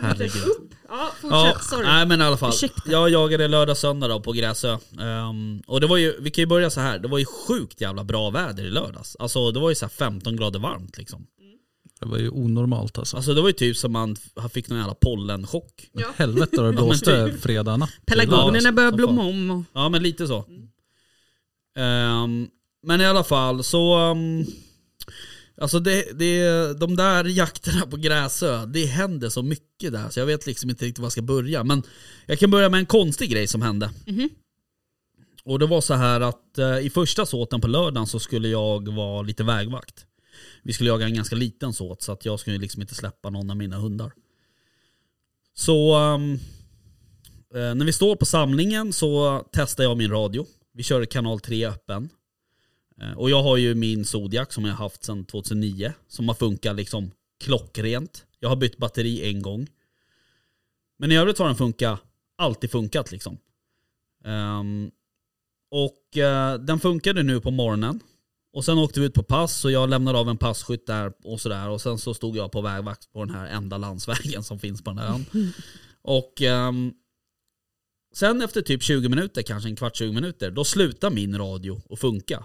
Speaker 3: Herregud.
Speaker 4: fortsätter upp. Ja,
Speaker 3: Ja,
Speaker 4: fortsätt. sorry.
Speaker 3: nej men i alla fall.
Speaker 4: Ursäkta.
Speaker 3: Jag jagade lördag söndag då på Gräsö. Ehm, och det var ju, vi kan ju börja så här. det var ju sjukt jävla bra väder i lördags. Alltså det var ju så här 15 grader varmt liksom.
Speaker 5: Det var ju onormalt alltså.
Speaker 3: Alltså det var ju typ som man f- fick någon jävla pollenchock.
Speaker 4: Ja.
Speaker 5: Helvete vad det blåste fredag natt.
Speaker 4: Pelargonerna börjar
Speaker 3: som
Speaker 4: blomma
Speaker 3: fan.
Speaker 4: om. Och,
Speaker 3: Ja men lite så. Ehm, men i alla fall så... ehm, alltså det, det, de där jakterna på Gräsö, det händer så mycket där så jag vet liksom inte riktigt var jag ska börja. Men jag kan börja med en konstig grej som hände. Och det var så här att eh, i första såten på lördagen så skulle jag vara lite vägvakt. Vi skulle jaga en ganska liten såt så att jag skulle liksom inte släppa någon av mina hundar. Så ehm, eh, när vi står på samlingen så testar jag min radio. Vi kör kanal 3 öppen. Eh, och jag har ju min Zodiac som jag har haft sedan 2009. Som har funkat liksom klockrent. Jag har bytt batteri en gång. Men i övrigt har den funkat, alltid funkat liksom. Ehm, och eh, den funkade nu på morgonen. Och sen åkte vi ut på pass och jag lämnade av en passkytt där och sådär. Och sen så stod jag på vägvakt på den här enda landsvägen som finns på den här ön. Och ehm, sen efter typ 20 minuter, kanske en kvart 20 minuter, då slutar min radio att funka.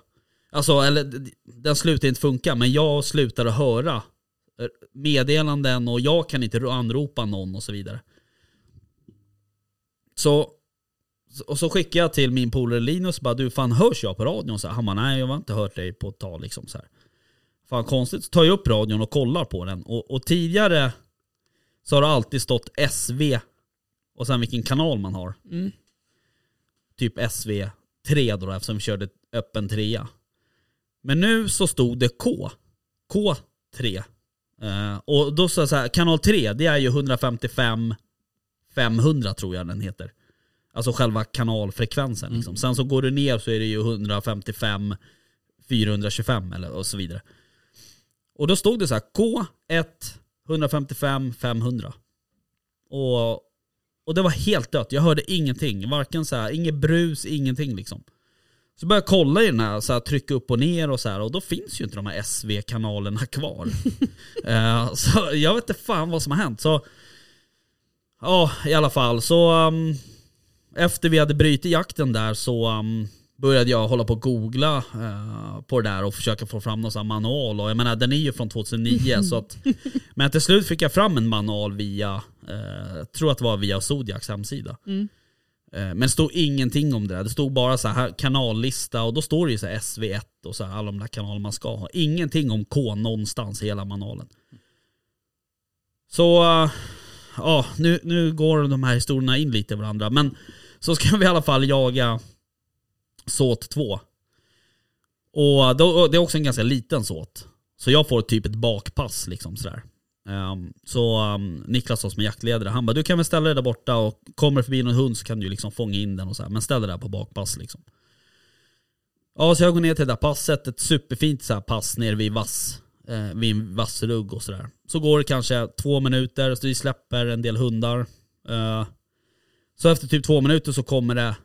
Speaker 3: Alltså, eller d- d- den slutar inte funka, men jag slutar att höra eh, meddelanden och jag kan inte ro- anropa någon och så vidare. Så och så skickade jag till min polare Linus bara du fan hörs jag på radion? Så här, han bara nej jag har inte hört dig på ett tag liksom så här. Fan konstigt. Så tar jag upp radion och kollar på den och, och tidigare så har det alltid stått SV och sen vilken kanal man har. Typ SV3 då eftersom vi körde öppen trea. Men nu så stod det K. K3. Eh, och då sa jag så här, kanal 3 det är ju 155 500 tror jag den heter. Alltså själva kanalfrekvensen. Liksom. Sen så går du ner så är det ju 155, 425 eller, och så vidare. Och då stod det så här K1, 155, 500. Och, och det var helt dött. Jag hörde ingenting. Varken så här, inget brus, ingenting liksom. Så började jag kolla i den här, så här, trycka upp och ner och så här. Och då finns ju inte de här SV-kanalerna kvar. Eh, så jag vet inte fan vad som har hänt. Så ja, i alla fall. Så ehm, efter vi hade brutit jakten där så ehm, började jag hålla på och googla eh, på det där och försöka få fram någon sån här manual. Och jag menar den är ju från 2009 så att, men till slut fick jag fram en manual via, eh, jag tror att det var via Zodiacs hemsida. Eh, Men det stod ingenting om det där. Det stod bara så här kanallista och då står det ju så här SV1 och så här alla de där kanaler man ska ha. Ingenting om K någonstans i hela manualen. Så eh, ja, nu, nu går de här historierna in lite i varandra. Men så ska vi i alla fall jaga såt 2. Och då, och det är också en ganska liten såt. Så jag får typ ett bakpass liksom sådär. Ehm, så um, Niklas då, som är jaktledare, han bara du kan väl ställa dig där borta och kommer förbi någon hund så kan du liksom fånga in den och så här, men ställ dig där på bakpass liksom. Ja, så jag går ner till det där passet, ett superfint så här pass nere vid vass, eh, vid en vassrugg och sådär. Så går det kanske två minuter, så vi släpper en del hundar. Eh, så efter typ två minuter så kommer det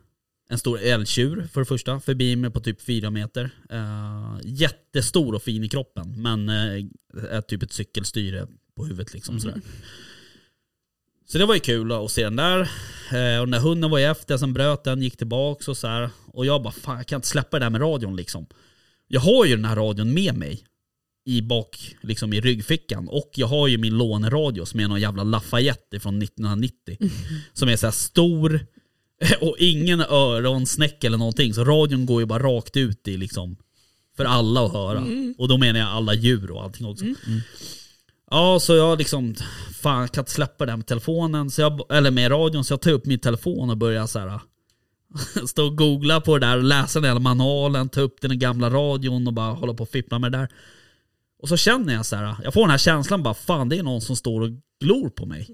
Speaker 3: en stor älgtjur för det första, förbi mig på typ fyra meter. Eh, jättestor och fin i kroppen, men eh, är typ ett cykelstyre på huvudet liksom sådär. Så det var ju kul att se den där. Eh, och den där hunden var ju efter, sen bröt den, gick tillbaks och så här. Och jag bara, fan jag kan inte släppa det där med radion liksom. Jag har ju den här radion med mig i bak, liksom i ryggfickan. Och jag har ju min låneradio som är någon jävla Lafayette från 1990. Som är så här stor och ingen öronsnäck eller någonting. Så radion går ju bara rakt ut i liksom, för alla att höra. Och då menar jag alla djur och allting också. Mm. Ja, så jag liksom, fan jag kan inte släppa den med telefonen, så jag, eller med radion, så jag tar upp min telefon och börjar så här. Stå och googla på det där, läsa den hela manualen, ta upp den gamla radion och bara hålla på och fippla med det där. Och så känner jag så här, jag får den här känslan bara, fan det är någon som står och glor på mig.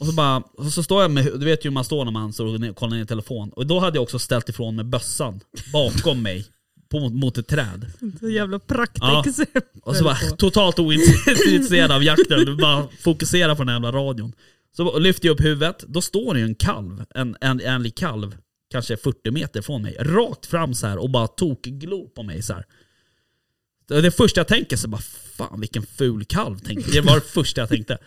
Speaker 3: Och så bara, och så står jag med, du vet ju hur man står när man står och kollar ner i telefon. Och då hade jag också ställt ifrån mig bössan bakom mig, på, mot ett träd.
Speaker 4: Så jävla praktexempel.
Speaker 3: Och så bara
Speaker 4: på.
Speaker 3: totalt ointresserad av jakten. Du bara fokuserar på den jävla radion. Så lyfter jag upp huvudet, då står det ju en kalv, en, en ärlig kalv, kanske 40 meter från mig, rakt fram så här och bara tokglor på mig så här. Det det första jag tänker så bara fan vilken ful kalv tänkte jag. Det var det första jag tänkte.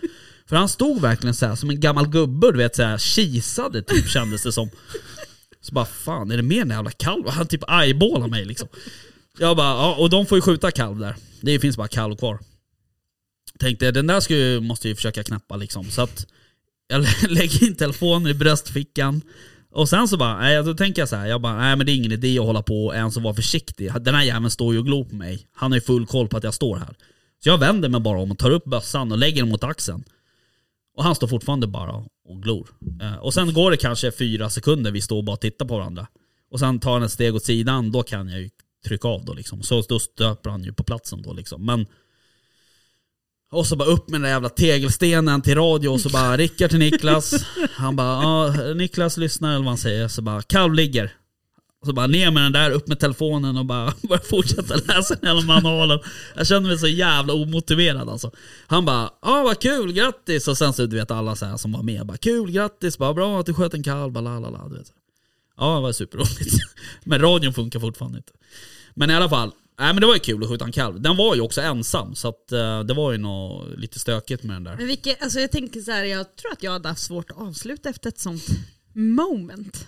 Speaker 3: För han stod verkligen så här som en gammal gubbe, du vet så här kisade typ kändes det som. Så bara fan är det mer än en jävla kalv? Och Han typ eyeballar mig liksom. Jag bara, ja, och de får ju skjuta kalv där. Det finns bara kalv kvar. Tänkte den där ska ju, måste jag ju försöka knappa liksom. Så att jag lä- lägger in telefonen i bröstfickan. Och sen så bara, nej, då tänker jag så här, jag bara, nej men det är ingen idé att hålla på och ens att vara försiktig. Den här jäveln står ju och glor på mig. Han har ju full koll på att jag står här. Så jag vänder mig bara om och tar upp bössan och lägger den mot axeln. Och han står fortfarande bara och glor. Eh, Och sen går det kanske fyra sekunder vi står och bara tittar på varandra. Och sen tar han ett steg åt sidan, då kan jag ju trycka av då liksom. Så då stöper han ju på platsen då liksom. Men... Och så bara upp med den där jävla tegelstenen till radio och så bara Rickard till Niklas. Han bara, ja Niklas lyssnar eller vad han säger. Så bara, kalv ligger. Så bara ner med den där, upp med telefonen och bara börja fortsätta läsa den hela manualen. Jag kände mig så jävla omotiverad alltså. Han bara, ja vad kul, grattis! Och sen så du vet alla så här som var med, bara kul, grattis, bara bra att du sköt en kalv, bara, la la la. Du vet. Ja det var superroligt. Men radion funkar fortfarande inte. Men i alla fall, nej men det var ju kul att skjuta en kalv. Den var ju också ensam så att eh, det var ju något lite stökigt med den där.
Speaker 4: Men vilket, alltså jag tänker så här, jag tror att jag hade haft svårt att avsluta efter ett sånt moment.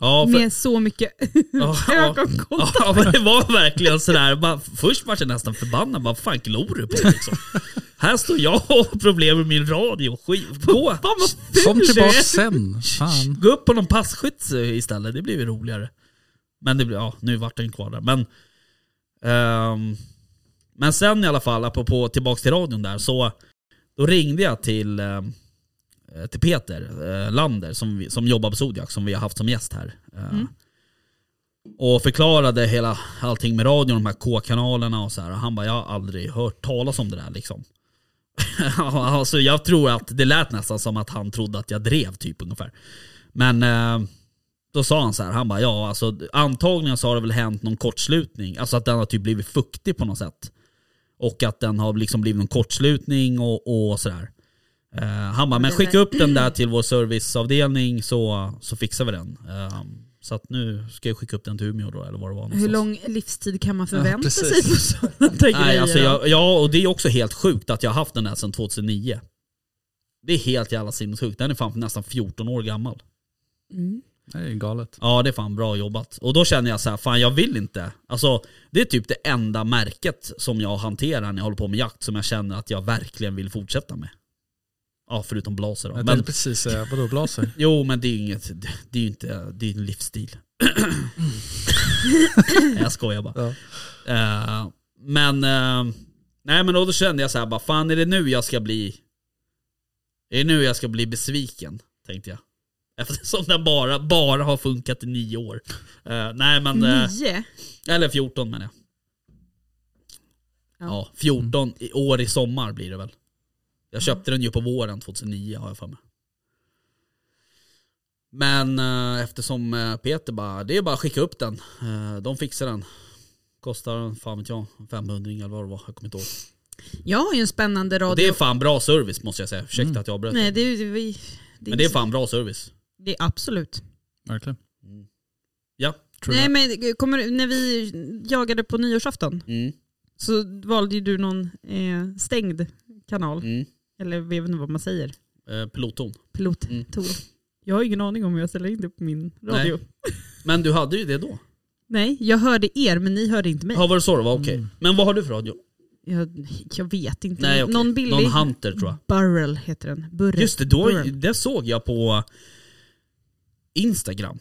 Speaker 3: Ja, för-
Speaker 4: Med så mycket
Speaker 3: Ja, ja.
Speaker 4: ögonkontakt.
Speaker 3: Ja men det var verkligen sådär, bara, först var jag nästan förbannad, vad fan glor du på liksom? Här står jag och har problem med min radio, skit, gå!
Speaker 5: Kom tillbaka sen. Fan.
Speaker 3: Gå upp på någon passkytt istället, det blir ju roligare. Men det blir, ja, nu vart den kvar där. Men, ehm, men sen i alla fall, apropå tillbaks till radion där, så då ringde jag till, ehm, eh, till Peter eh, Lander som, vi, som jobbar på Zodiac, som vi har haft som gäst här. Eh, Och förklarade hela, allting med radion, de här K-kanalerna och så här. Och han bara, jag har aldrig hört talas om det där liksom. alltså jag tror att det lät nästan som att han trodde att jag drev typ ungefär. Men eh, då sa han så här, han bara ja alltså antagligen så har det väl hänt någon kortslutning, alltså att den har typ blivit fuktig på något sätt. Och att den har liksom blivit någon kortslutning och, och sådär. Eh, han bara men skicka upp den där till vår serviceavdelning så, så fixar vi den. Eh, så att nu ska jag skicka upp den till Umeå då eller vad det var
Speaker 4: Hur
Speaker 3: någonstans.
Speaker 4: lång livstid kan man förvänta
Speaker 1: precis.
Speaker 4: sig på sådana
Speaker 3: Nej,
Speaker 4: grejer?
Speaker 3: alltså jag, ja, och det är också helt sjukt att jag har haft den här sedan 2009. Det är helt jävla sinnessjukt. Den är fan nästan 14 år gammal.
Speaker 4: mm.
Speaker 5: Det är galet.
Speaker 3: Ja, det är fan bra jobbat. Och då känner jag så här, fan jag vill inte. Alltså, det är typ det enda märket som jag hanterar när jag håller på med jakt som jag känner att jag verkligen vill fortsätta med. Ja, förutom blaser då.
Speaker 5: Jag
Speaker 3: Men,
Speaker 5: tänkte precis säga, vadå blaser?
Speaker 3: jo, men det är ju inget, det är ju inte, det är ju en livsstil. jag skojar bara.
Speaker 5: Ja.
Speaker 3: Eh, men, eh, nej men då kände jag så här bara, fan är det nu jag ska bli, är det nu jag ska bli besviken? Tänkte jag. Eftersom den bara, bara har funkat i nio år. Eh, nej
Speaker 4: Mm.
Speaker 3: men, eh,
Speaker 4: Nio?
Speaker 3: eller 14 menar jag.
Speaker 4: Ja.
Speaker 3: Ja, 14 i år i sommar blir det väl. Jag köpte den ju på våren 2009 har jag för mig. Men eh, eftersom eh, Peter bara, det är bara att skicka upp den. Eh, de fixar den. Kostar, fan vet jag, 500 eller vad det var. Jag kommer inte ihåg.
Speaker 4: Jag har ju en spännande
Speaker 3: Och det
Speaker 4: radio.
Speaker 3: är fan bra service måste jag säga. Ursäkta att jag avbröt.
Speaker 4: Nej, det, är ju- vi- det,
Speaker 3: Men det är fan bra service.
Speaker 4: det är absolut.
Speaker 5: Verkligen.
Speaker 3: Ja.
Speaker 5: Tror
Speaker 4: Nej
Speaker 5: jag.
Speaker 4: men kommer, du- när vi jagade på nyårsafton
Speaker 3: Mm,
Speaker 4: så valde ju du någon eh, stängd kanal.
Speaker 3: mm.
Speaker 4: Eller jag vet inte vad man säger.
Speaker 3: Eh, pilotton.
Speaker 4: Pilottor.
Speaker 3: Mm.
Speaker 4: Jag har ingen aning om hur jag ställer in det på min radio. Nej,
Speaker 3: Men du hade ju det då.
Speaker 4: jag hörde er men ni hörde inte mig.
Speaker 3: Ja var det så det var? Okej.
Speaker 5: Mm.
Speaker 3: Men vad har du för radio?
Speaker 4: Jag, jag vet inte.
Speaker 3: Nej, okej.
Speaker 4: Någon billig.
Speaker 3: Någon Hunter tror jag.
Speaker 4: Burrel heter den. Burrel.
Speaker 3: Just det, då,
Speaker 4: Burrel.
Speaker 3: det såg jag på Instagram.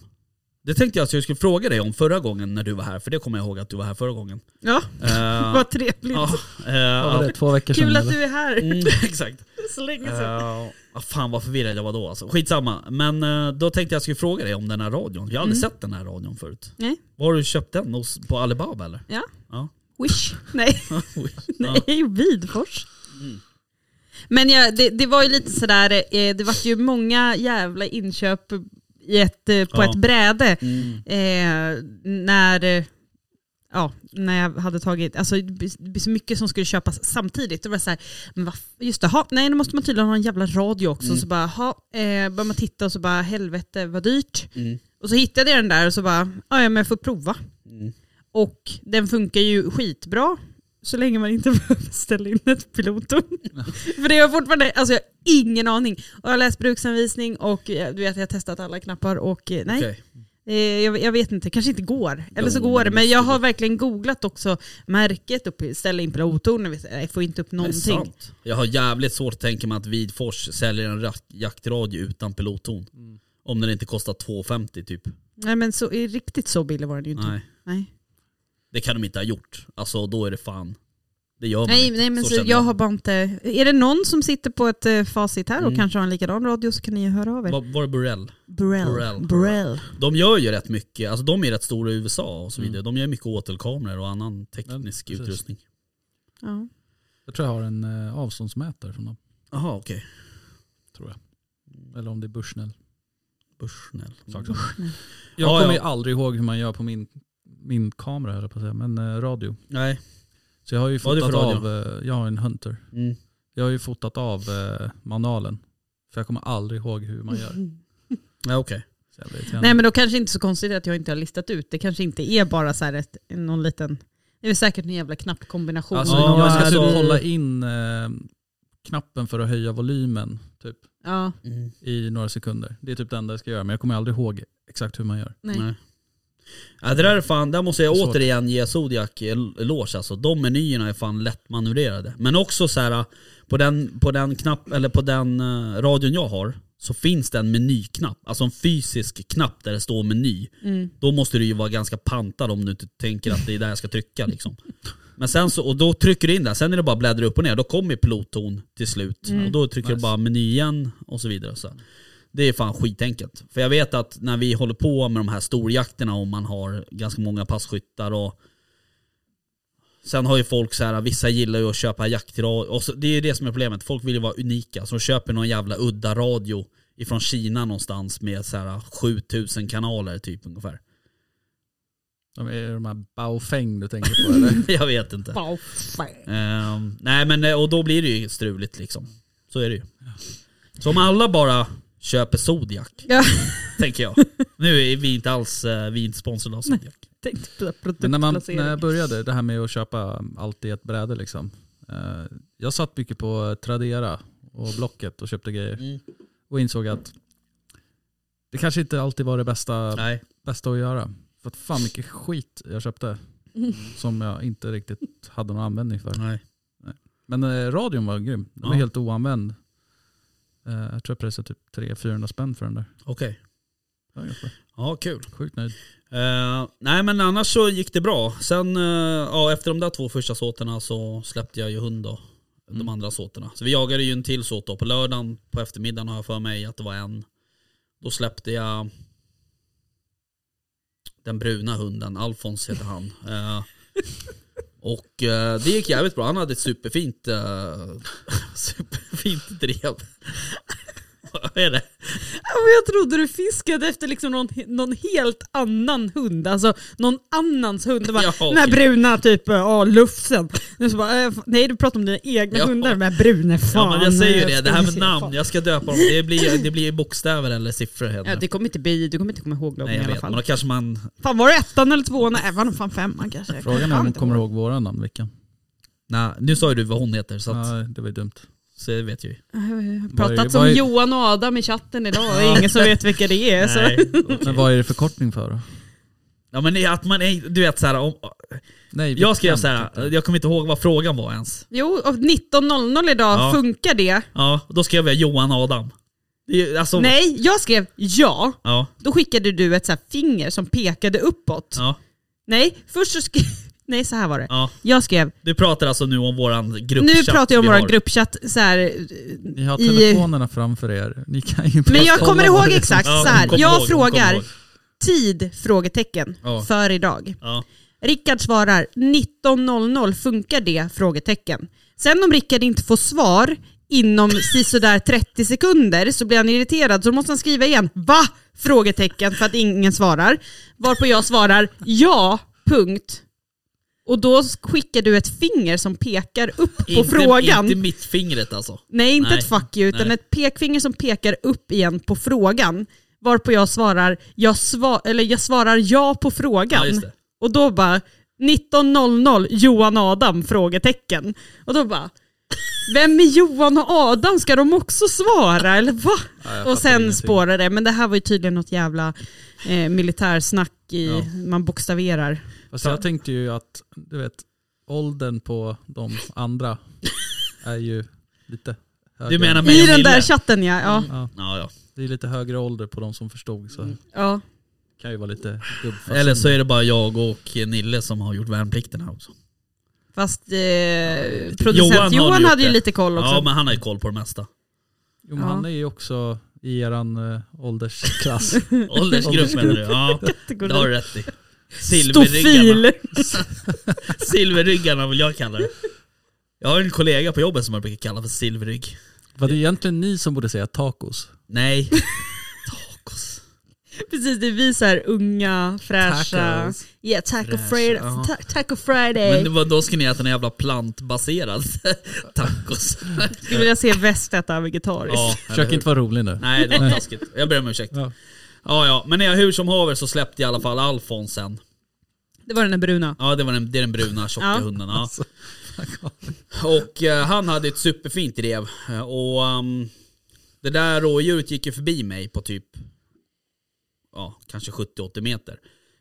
Speaker 3: Det tänkte jag att jag skulle fråga dig om förra gången när du var här, för det kommer jag ihåg att du var här förra gången.
Speaker 4: Ja,
Speaker 3: Eh,
Speaker 4: vad trevligt.
Speaker 3: ja, eh,
Speaker 5: Vad var det, två veckor
Speaker 4: Kul
Speaker 5: sedan
Speaker 4: att
Speaker 5: eller?
Speaker 4: du är här.
Speaker 3: mm, exakt.
Speaker 4: Så länge sedan.
Speaker 3: Uh, fan vad förvirrad jag var då alltså. Skitsamma. Men eh, då tänkte jag att jag skulle fråga dig om den här radion. Jag har
Speaker 4: Mm.
Speaker 3: aldrig sett den här radion förut.
Speaker 4: Nej.
Speaker 3: Var har du köpt den? Hos- På Alibaba eller?
Speaker 4: Ja.
Speaker 3: Ja.
Speaker 4: Wish. Nej,
Speaker 3: Ja. Mm.
Speaker 4: nej Vidfors. Men ja, det, det var ju lite sådär, eh, det var ju många jävla inköp i ett, eh, på
Speaker 3: Ja.
Speaker 4: ett bräde.
Speaker 3: Mm.
Speaker 4: Eh, när, eh, ja, när jag hade tagit, alltså det blir- det blir så mycket som skulle köpas samtidigt. Det var så här, men vad, f- just det, ha, nej nu måste man tydligen ha en jävla radio också.
Speaker 3: Mm.
Speaker 4: Så bara, ha, eh, började man titta och så bara, helvete vad dyrt.
Speaker 3: Mm.
Speaker 4: Och så hittade jag den där och så bara, ja ja, men jag får prova.
Speaker 3: Mm.
Speaker 4: Och den funkar ju skitbra. Så länge man inte behöver ställa in ett pilottorn. För det har jag fortfarande, alltså jag har ingen aning. Och jag har läst bruksanvisning och eh, du vet jag har testat alla knappar och eh, nej.
Speaker 3: Okej.
Speaker 4: Eh, Jag, jag vet inte, kanske inte går. Eller så
Speaker 3: Jo,
Speaker 4: går det.
Speaker 3: men
Speaker 4: Men
Speaker 3: måste
Speaker 4: jag
Speaker 3: gå.
Speaker 4: har verkligen googlat också märket och ställa in pilottorn. och Jag får inte upp
Speaker 3: Det är
Speaker 4: någonting.
Speaker 3: sant. Jag har jävligt svårt att tänka mig att Vidfors säljer en rak- jaktradio utan pilotton.
Speaker 4: Mm.
Speaker 3: Om den inte kostar 2,50 typ.
Speaker 4: Nej men så, eh, riktigt så billig var den ju inte.
Speaker 3: Nej,
Speaker 4: Nej,
Speaker 3: det kan de inte ha gjort. Alltså då är det fan. Det gör man
Speaker 4: nej,
Speaker 3: inte.
Speaker 4: nej men så
Speaker 3: känner
Speaker 4: jag har bara inte... Är det någon som sitter på ett eh, facit här och
Speaker 3: Mm.
Speaker 4: kanske har en likadan radio så kan ni höra av er.
Speaker 3: Va- Var det Burrell? Burrell.
Speaker 4: Burrell. Burrell.
Speaker 3: De gör ju rätt mycket, alltså de är rätt stora i USA och så
Speaker 4: Mm.
Speaker 3: vidare. De gör mycket åtelkameror och annan teknisk
Speaker 5: precis.
Speaker 3: utrustning.
Speaker 4: Ja.
Speaker 5: Jag tror jag har en eh, avståndsmätare från dem.
Speaker 3: Jaha okej.
Speaker 5: Tror jag. Eller om det är Bushnell.
Speaker 3: Bushnell.
Speaker 5: Sak
Speaker 3: Mm.
Speaker 5: samma.
Speaker 3: Ja,
Speaker 5: Jag kommer
Speaker 3: ja.
Speaker 5: ju aldrig ihåg hur man gör på min, min kamera, höll jag på att säga, men eh, radio.
Speaker 3: Nej.
Speaker 5: Så jag har ju
Speaker 3: Vad har du
Speaker 5: fotat
Speaker 3: för radio?
Speaker 5: av, eh, jag har en Hunter.
Speaker 3: Mm.
Speaker 5: Jag har ju fotat av eh, manualen. För jag kommer aldrig ihåg hur man gör.
Speaker 3: Ja, okej.
Speaker 5: Så jag vet inte.
Speaker 4: Nej men då kanske inte så konstigt att jag inte har listat ut. Det kanske inte är bara så här ett, någon liten... Det är väl säkert en jävla knappkombination.
Speaker 5: Alltså,
Speaker 3: Ja,
Speaker 5: jag ska
Speaker 3: alltså-
Speaker 5: typ hålla in eh, knappen för att höja volymen typ,
Speaker 4: ja,
Speaker 3: Mm.
Speaker 5: i några sekunder. Det är typ det enda jag ska göra, men jag kommer aldrig ihåg exakt hur man gör.
Speaker 4: nej.
Speaker 3: Nej. Ja, det där är fan, där måste jag
Speaker 5: Det är svårt.
Speaker 3: återigen ge Zodiac el- eloge alltså. De menyerna är fan lättmanövrerade. Men också så här på den, på den knapp, eller på den eh, radion jag har så finns det en menyknapp, alltså en fysisk knapp där det står meny.
Speaker 4: Mm.
Speaker 3: Då måste du ju vara ganska pantad om du inte tänker att det är där jag ska trycka liksom. Men sen så, och då trycker du in där, sen är det bara att bläddra upp och ner, då kommer pilotton till slut. Och då trycker du
Speaker 5: Nice.
Speaker 3: bara meny igen och så vidare. Så. Det är fan skitenkelt. För jag vet att när vi håller på med de här storjakterna och man har ganska många passkyttar och Sen har ju folk så här, vissa gillar ju att köpa jaktradio, och så, det är ju det som är problemet, folk vill ju vara unika. Så de köper någon jävla udda radio ifrån Kina någonstans med så här 7000 kanaler typ ungefär.
Speaker 5: De är de här baofeng du tänker på eller?
Speaker 3: Jag vet inte.
Speaker 4: Wow.
Speaker 3: Ehm, nej men eh, och då blir det ju struligt liksom. Så är det ju. Så om alla bara köper Zodiac,
Speaker 4: Ja.
Speaker 3: tänker jag. Nu är vi inte alls eh, vi är inte sponsrade av Zodiac.
Speaker 4: Tänkte på det,
Speaker 5: Men när, man,
Speaker 4: produktplacering.
Speaker 5: när jag började, det här med att köpa allt i ett bräde liksom. Eh, jag satt mycket på Tradera och Blocket och köpte grejer.
Speaker 3: Mm.
Speaker 5: Och insåg att det kanske inte alltid var det bästa,
Speaker 3: Nej.
Speaker 5: bästa att göra. För att fan mycket skit jag köpte. Som jag inte riktigt hade någon användning för.
Speaker 3: nej.
Speaker 5: Men eh, radion var grym. Den var
Speaker 3: Ja.
Speaker 5: helt oanvänd. Eh, jag tror jag pressade typ 300-400 spänn för den där.
Speaker 3: Okej.
Speaker 5: Det var ganska
Speaker 3: Ja, kul.
Speaker 5: sjukt nöjd.
Speaker 3: Eh, nej men annars så gick det bra. Sen eh, ja, efter de där två första såterna så släppte jag ju hund då. De
Speaker 5: Mm.
Speaker 3: andra såterna. Så vi jagade ju en till såt då. På lördagen på eftermiddagen har jag för mig att det var en. Då släppte jag den bruna hunden. Alfons heter han. Eh, och eh, det gick jävligt bra. Han hade ett superfint, eh, superfint drev. Vad är det?
Speaker 4: Ja, men Jag trodde du fiskade efter liksom någon, någon helt annan hund, alltså någon annans hund. Du Bara,
Speaker 3: Ja,
Speaker 4: Den här
Speaker 3: okej.
Speaker 4: bruna typ, ja lufsen. Nu så bara, eh, f- nej du pratar om dina egna
Speaker 3: Ja.
Speaker 4: hundar, de här brune fan.
Speaker 3: Ja men jag säger ju det, det här med
Speaker 4: ska
Speaker 3: namn,
Speaker 4: se,
Speaker 3: jag ska döpa dem. Det blir, det blir bokstäver eller siffror
Speaker 4: fan. Ja,
Speaker 3: heter
Speaker 4: det
Speaker 3: det.
Speaker 4: kommer inte bli, du kommer inte komma ihåg dem
Speaker 3: Nej
Speaker 4: i
Speaker 3: jag
Speaker 4: alla
Speaker 3: vet, men då
Speaker 4: fall.
Speaker 3: kanske man...
Speaker 4: Fan var det ettan eller tvåan? Nej, var det fan femman kanske? Jag
Speaker 5: Frågan är
Speaker 4: fan
Speaker 5: om hon
Speaker 4: inte
Speaker 5: kommer ihåg våra namn vilka.
Speaker 3: Nej, nu sa ju du vad hon heter så, att,
Speaker 5: Nej, det var ju dumt.
Speaker 3: så det vet jag ju.
Speaker 4: Jag har
Speaker 5: Vad är-
Speaker 4: pratat
Speaker 5: vad
Speaker 4: om
Speaker 5: är-
Speaker 4: Johan och Adam i chatten idag och det är ingen som vet vilka det är. Så.
Speaker 3: Nej, okej.
Speaker 5: Men vad är det förkortning för då?
Speaker 3: Ja men det är att man är, du vet såhär, om,
Speaker 5: Nej, vilken,
Speaker 3: jag skrev
Speaker 5: typ.
Speaker 3: såhär, jag kommer inte ihåg vad frågan var ens.
Speaker 4: Jo, och 19.00 idag,
Speaker 3: Ja.
Speaker 4: funkar det?
Speaker 3: Ja, då skrev jag Johan Adam. Det är, ju- alltså,
Speaker 4: Nej, jag skrev ja.
Speaker 3: Ja,
Speaker 4: Då skickade du ett så här finger som pekade uppåt.
Speaker 3: ja,
Speaker 4: Nej, först så skrev... Nej, så här var det.
Speaker 3: ja.
Speaker 4: Jag skrev...
Speaker 3: Du pratar alltså nu om våran gruppchatt
Speaker 4: Nu pratar jag om
Speaker 3: vi
Speaker 4: våra
Speaker 3: har.
Speaker 4: gruppchatt så här... eh,
Speaker 5: Ni har
Speaker 4: i-
Speaker 5: telefonerna framför er. Ni kan ju
Speaker 4: Men jag
Speaker 5: kolla
Speaker 4: kommer
Speaker 5: vad
Speaker 4: ihåg
Speaker 5: det är som-
Speaker 4: exakt
Speaker 3: Ja,
Speaker 4: så här.
Speaker 3: kom ihåg,
Speaker 4: Jag
Speaker 3: kom
Speaker 4: frågar
Speaker 3: ihåg.
Speaker 4: tid? Frågetecken.
Speaker 3: Ja.
Speaker 4: För idag.
Speaker 3: Ja.
Speaker 4: Rickard svarar 19.00 funkar det? Frågetecken. Sen om Rickard inte får svar inom sisådär 30 sekunder så blir han irriterad så då måste han skriva igen VA? Frågetecken för att ingen svarar. Varpå jag svarar ja, punkt. Och då skickar du ett finger som pekar upp på
Speaker 3: Inte,
Speaker 4: frågan.
Speaker 3: inte mittfingret alltså.
Speaker 4: Nej, inte
Speaker 3: Nej,
Speaker 4: ett fuck you, utan
Speaker 3: nej.
Speaker 4: ett pekfinger som pekar upp igen på frågan. Varpå jag svarar, jag, sva eller jag svarar ja på
Speaker 3: Ja,
Speaker 4: frågan.
Speaker 3: just det.
Speaker 4: och då bara 19.00 Johan Adam? frågetecken. Och då bara, vem är Johan och Adam? Ska de också svara eller va?
Speaker 5: Ja, jag
Speaker 4: och
Speaker 5: fattar
Speaker 4: sen
Speaker 5: ingenting.
Speaker 4: spårar det, men det här var ju tydligen något jävla eh, militärsnack i,
Speaker 3: Ja.
Speaker 4: man bokstaverar.
Speaker 5: Fast Alltså, jag tänkte ju att, du vet, åldern på de andra är ju lite högre.
Speaker 3: Du menar mig
Speaker 4: I
Speaker 3: och
Speaker 4: den
Speaker 3: Mille?
Speaker 4: där chatten ja. Ja,
Speaker 5: Ja,
Speaker 3: Ja, ja.
Speaker 5: det är lite högre ålder på de som förstod så
Speaker 4: ja.
Speaker 5: kan ju vara lite gubbfasen.
Speaker 3: Mm. Eller så är det bara jag och Nille som har gjort värnplikten här också.
Speaker 4: Fast eh, producent
Speaker 3: Johan har
Speaker 4: Johan,
Speaker 3: gjort
Speaker 4: hade ju
Speaker 3: det.
Speaker 4: lite koll också.
Speaker 3: Ja men han har ju koll på det mesta.
Speaker 5: Jo, men
Speaker 4: Ja.
Speaker 5: han är ju också i eran eh, åldersklass.
Speaker 4: Mm.
Speaker 3: Åldersgrupp menar du? Ja, det har du rätt i. Silverryggarna.
Speaker 4: Stofil.
Speaker 3: Silverryggarna vill jag kalla det. Jag har en kollega på jobbet som jag brukar kalla för silverrygg.
Speaker 5: Var det egentligen ni som borde säga tacos?
Speaker 3: Nej. Tacos.
Speaker 4: Precis, det är vi så här unga, fräscha.
Speaker 5: Tacos.
Speaker 4: Yeah, taco
Speaker 3: Fräscha,
Speaker 4: friday.
Speaker 3: ja.
Speaker 4: Ta- taco friday.
Speaker 3: Men det var, då ska ni äta någon jävla plantbaserad tacos.
Speaker 4: Skulle vilja se väst äta vegetariskt.
Speaker 3: Ja, eller
Speaker 5: Försök
Speaker 3: hur?
Speaker 5: inte vara rolig nu.
Speaker 3: Nej det var taskigt. Jag ber om ursäkt. Ja
Speaker 5: Ja.
Speaker 3: ja, men när jag hur som haver så släppte jag i alla fall Alfons sen.
Speaker 4: Det var den där bruna.
Speaker 3: Ja det var den, det är den bruna tjocka
Speaker 4: Ja.
Speaker 3: hunden. Ja. Och eh, han hade ett superfint rev. Eh, Och ehm, det där rådjuret gick ju förbi mig på typ, ja kanske 70-80 meter.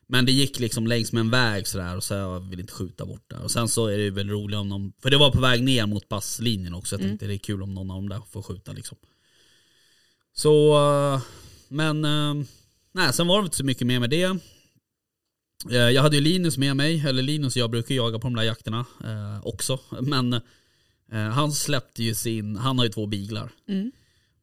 Speaker 3: Men det gick liksom längs med en väg sådär och så jag vill inte skjuta bort där. Och sen så är det ju väl roligt om de, för det var på väg ner mot passlinjen också. Jag tänkte det är kul om någon av dem där får skjuta liksom. Så, eh, men eh, nej sen var det inte så mycket mer med det. Eh, Jag hade ju Linus med mig, eller Linus och jag brukar ju jaga på de där jakterna eh, också. Men eh, han släppte ju sin, han har ju två biglar.
Speaker 4: Mm.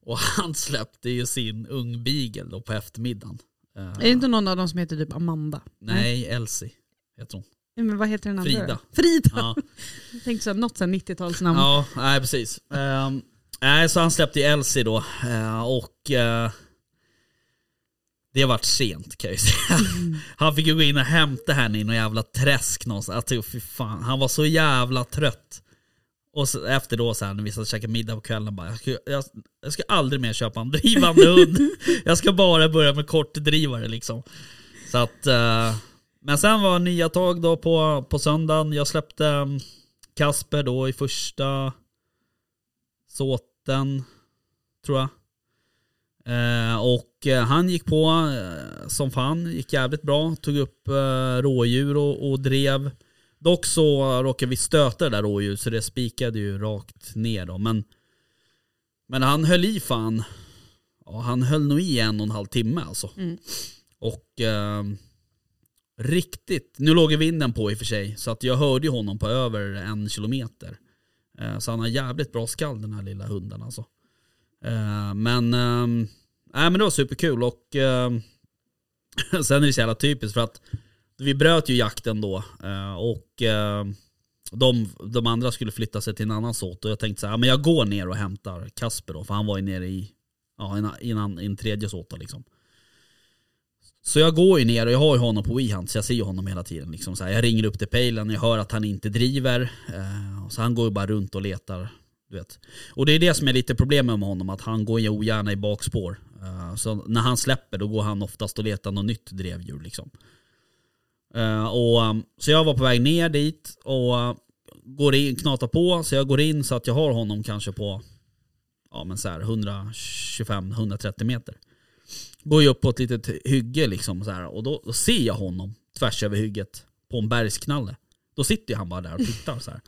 Speaker 3: Och han släppte ju sin ung beagle då på eftermiddagen. Eh,
Speaker 4: Är det inte någon av dem som heter typ Amanda?
Speaker 3: Nej, Elsie heter hon.
Speaker 4: Nej, Men vad heter den andra?
Speaker 3: Frida.
Speaker 4: Frida.
Speaker 3: Ja,
Speaker 4: Jag tänkte så här, något så här 90-talsnamn.
Speaker 3: ja nej precis. Ehm, Nej, så han släppte ju Elsie då. eh, Och eh, det vart sent kan jag ju säga. Han fick ju gå in och hämta henne i någon jävla träsk någonstans. Alltså, fy fan. Han var så jävla trött. Och så, efter då så här, när vi satt och käkade middag på kvällen bara, jag ska, jag, jag ska aldrig mer köpa en drivande hund. Jag ska bara börja med kortdrivare liksom. Så att, eh, men sen var nya tag då på, på söndagen. Jag släppte mm, Kasper då i första såten, tror jag. Eh, och eh, han gick på eh, som fan, gick jävligt bra. Tog upp eh, rådjur och, och drev. Dock så råkade vi stöta det där rådjuret så det spikade ju rakt ner då. Men, Men han höll i fan, ja, han höll nog i en och en halv timme alltså. Och ehm, riktigt, nu låg ju vinden på i och för sig, så att jag hörde ju honom på över en kilometer. Eh, så han har jävligt bra skall den här lilla hunden alltså. Eh, men, ehm, nej, men det var superkul och ehm, sen är det så jävla typiskt för att vi bröt ju jakten då eh, och eh, de, de andra skulle flytta sig till en annan såt och jag tänkte så här, ja, men jag går ner och hämtar Kasper då, för han var ju nere i ja, en, i en, ann- i en tredje såta liksom. Så jag går ju ner och jag har ju honom på wehand så jag ser ju honom hela tiden. Liksom så här, jag ringer upp till pejlen, jag hör att han inte driver. Eh, så han går ju bara runt och letar. Du vet. Och det är det som är lite problemet med honom, att han går ju ogärna i bakspår. Eh, så när han släpper då går han oftast och letar något nytt drevdjur liksom. Eh, och, um, så jag var på väg ner dit och uh, går in, knatar på. Så jag går in så att jag har honom kanske på ja, men så här, 125-130 meter. Går ju upp på ett litet hygge liksom så här, och då, då ser jag honom tvärs över hygget på en bergsknalle. Då sitter ju han bara där och tittar så här.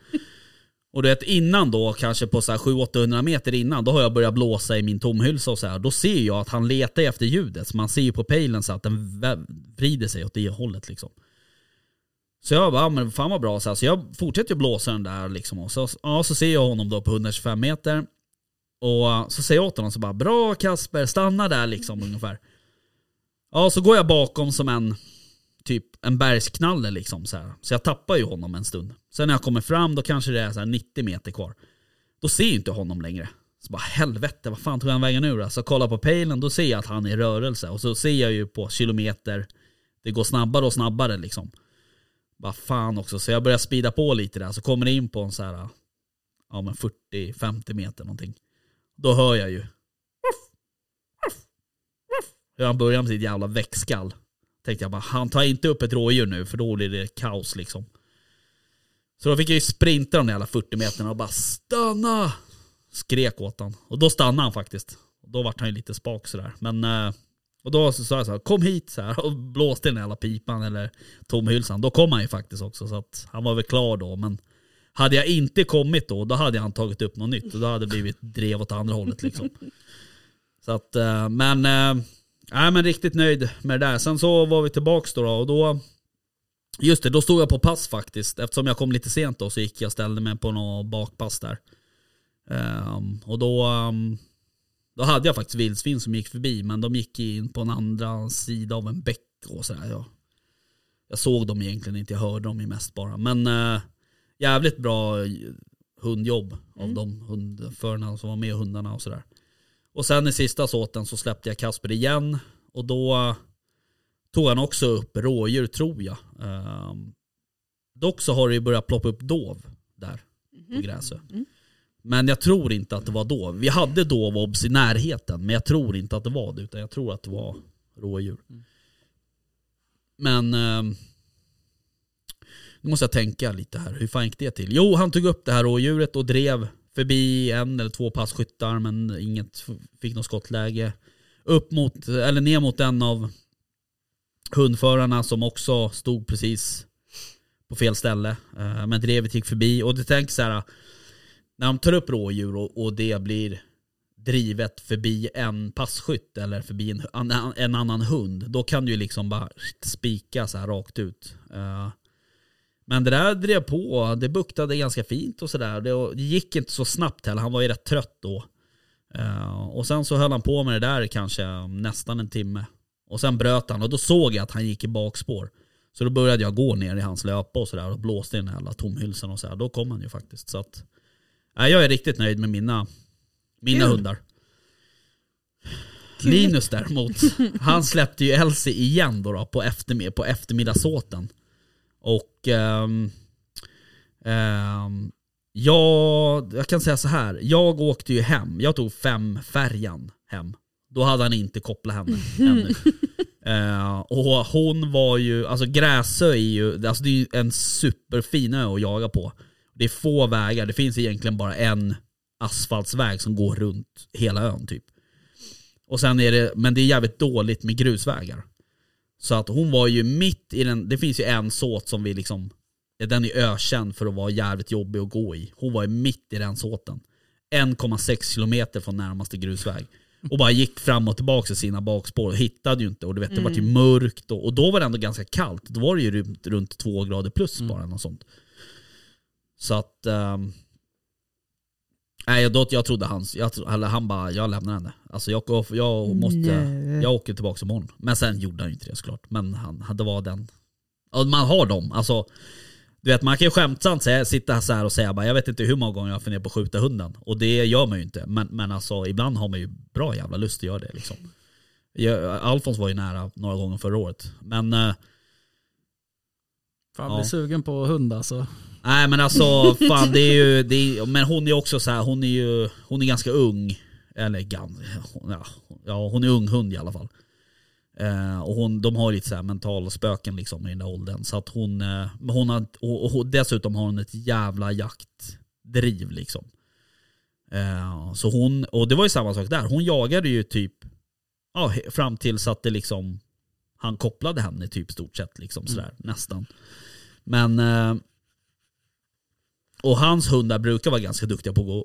Speaker 3: Och du vet innan då, kanske på så här 700-800 meter innan, då har jag börjat blåsa i min tomhylsa och så här. Då ser jag att han letar efter ljudet. Så man ser ju på pejlen så att den vä- vrider sig åt det hållet liksom. Så jag bara, ja, men fan vad bra. Så, här, så jag fortsätter ju blåsa den där liksom. Och så, ja, så ser jag honom då på 125 meter. Och eh, så säger jag åt honom så bara, bra Kasper, stanna där liksom ungefär. Ja, så går jag bakom som en typ en bergsknalle liksom så här. Så jag tappar ju honom en stund. Sen när jag kommer fram då kanske det är så här 90 meter kvar. Då ser jag ju inte honom längre. Så bara helvete, vad fan tog han vägen nu då? Så kollar på pejlen, då ser jag att han är i rörelse. Och så ser jag ju på kilometer, det går snabbare och snabbare liksom. Bara fan också, så jag börjar speeda på lite där. Så kommer det in på en så här, ja men 40-50 meter någonting. Då hör jag ju. Hur han börjar med sitt jävla väckskall. Tänkte jag bara, han tar inte upp ett rådjur nu för då blir det kaos liksom. Så då fick jag ju sprinta de där jävla 40 meterna och bara stanna! Skrek åt han. Och då stannade han faktiskt. Och då vart han ju lite spak sådär. Men, eh, och då så sa jag så här, kom hit så här och blåste i den där jävla pipan eller tomhylsan. Då kom han ju faktiskt också så att han var väl klar då. Men hade jag inte kommit då, då hade han tagit upp något nytt och då hade det blivit drev åt andra hållet liksom. Så att, eh, men, eh, nej men riktigt nöjd med det där. Sen så var vi tillbaks då, då och då, just det, då stod jag på pass faktiskt. Eftersom jag kom lite sent då så gick jag och ställde mig på något bakpass där. Ehm, och då, ehm, då hade jag faktiskt vildsvin som gick förbi, men de gick in på en andra sida av en bäck och sådär. Jag, jag såg dem egentligen inte, jag hörde dem ju mest bara. Men eh, jävligt bra eh, hundjobb av de hundförarna som var med hundarna och sådär. Och sen i sista såten så släppte jag Kasper igen och då eh, tog han också upp rådjur tror jag. Ehm, dock så har det ju börjat ploppa upp dov där på Gräsö. Men jag tror inte att det var dov. Vi hade dov och obs i närheten men jag tror inte att det var det utan jag tror att det var rådjur. Men ehm, nu måste jag tänka lite här, hur fan gick det till? Jo, han tog upp det här rådjuret och drev förbi en eller två passkyttar men inget fick något skottläge. Upp mot, eller ner mot en av hundförarna som också stod precis på fel ställe. Eh, Men drevet gick förbi och det tänker så här, när de tar upp rådjur och, och det blir drivet förbi en passkytt eller förbi en, an- en annan hund, då kan du ju liksom bara spika så här rakt ut. Eh, men det där drev på, det buktade ganska fint och sådär. Det det gick inte så snabbt heller, han var ju rätt trött då. Eh, och sen så höll han på med det där kanske nästan en timme. Och sen bröt han och då såg jag att han gick i bakspår. Så då började jag gå ner i hans löpa och sådär och blåste i den här jävla tomhylsan och sådär. Då kom han ju faktiskt. Så att, nej, jag är riktigt nöjd med mina, mina
Speaker 2: Kul.
Speaker 3: hundar. Linus däremot, han släppte ju Elsie igen då, då på, eftermid- på eftermiddagsåten. Och ehm, ehm, jag, jag kan säga så här. Jag åkte ju hem. Jag tog fem färjan hem. Då hade han inte kopplat henne ännu. Eh, och hon var ju, alltså Gräsö är ju, alltså det är ju en superfin ö att jaga på. Det är få vägar, det finns egentligen bara en asfaltsväg som går runt hela ön typ. Och sen är det, men det är jävligt dåligt med grusvägar. Så att hon var ju mitt i den, det finns ju en såt som vi liksom, den är ökänd för att vara jävligt jobbig att gå i. Hon var ju mitt i den såten. 1,6 kilometer från närmaste grusväg. Och bara gick fram och tillbaka i sina bakspår och hittade ju inte. Och du vet, det var ju mörkt och, och då var det ändå ganska kallt. Då var det ju runt, runt två grader plus bara. Något sånt. Så att... ehm, nej, då, jag trodde han, jag, tro- eller han bara, jag lämnar henne. Alltså jag, går- jag måste...
Speaker 4: Nej.
Speaker 3: Jag åker tillbaka imorgon. Men sen gjorde han ju inte det såklart. Men han, han- det var den. Ja, Man har dem. Alltså, du vet, man kan ju skämtsamt säga, sitta så här och säga bara, jag vet inte hur många gånger jag har funderat på att skjuta hunden. Och det gör man ju inte. Men, men alltså, ibland har man ju bra jävla lust att göra det. Liksom. Jag, Alfons var ju nära några gånger förra året. Men, eh,
Speaker 5: Fan,
Speaker 3: Ja.
Speaker 5: blir sugen på hund alltså.
Speaker 3: nej men alltså, fan det är ju, det är, men hon är också så här, hon är ju, hon är ganska ung. Eller gammal, ja, ja hon är ung hund i alla fall. Eh, och hon, de har ju lite så här mentala spöken liksom i den där åldern. Så att hon, eh, men hon har, och, och, och dessutom har hon ett jävla jaktdriv liksom. Eh, så hon, och det var ju samma sak där. Hon jagade ju typ, ja, he- fram tills att det liksom, han kopplade henne typ stort sett liksom sådär nästan. Men, eh, och hans hundar brukar vara ganska duktiga på att gå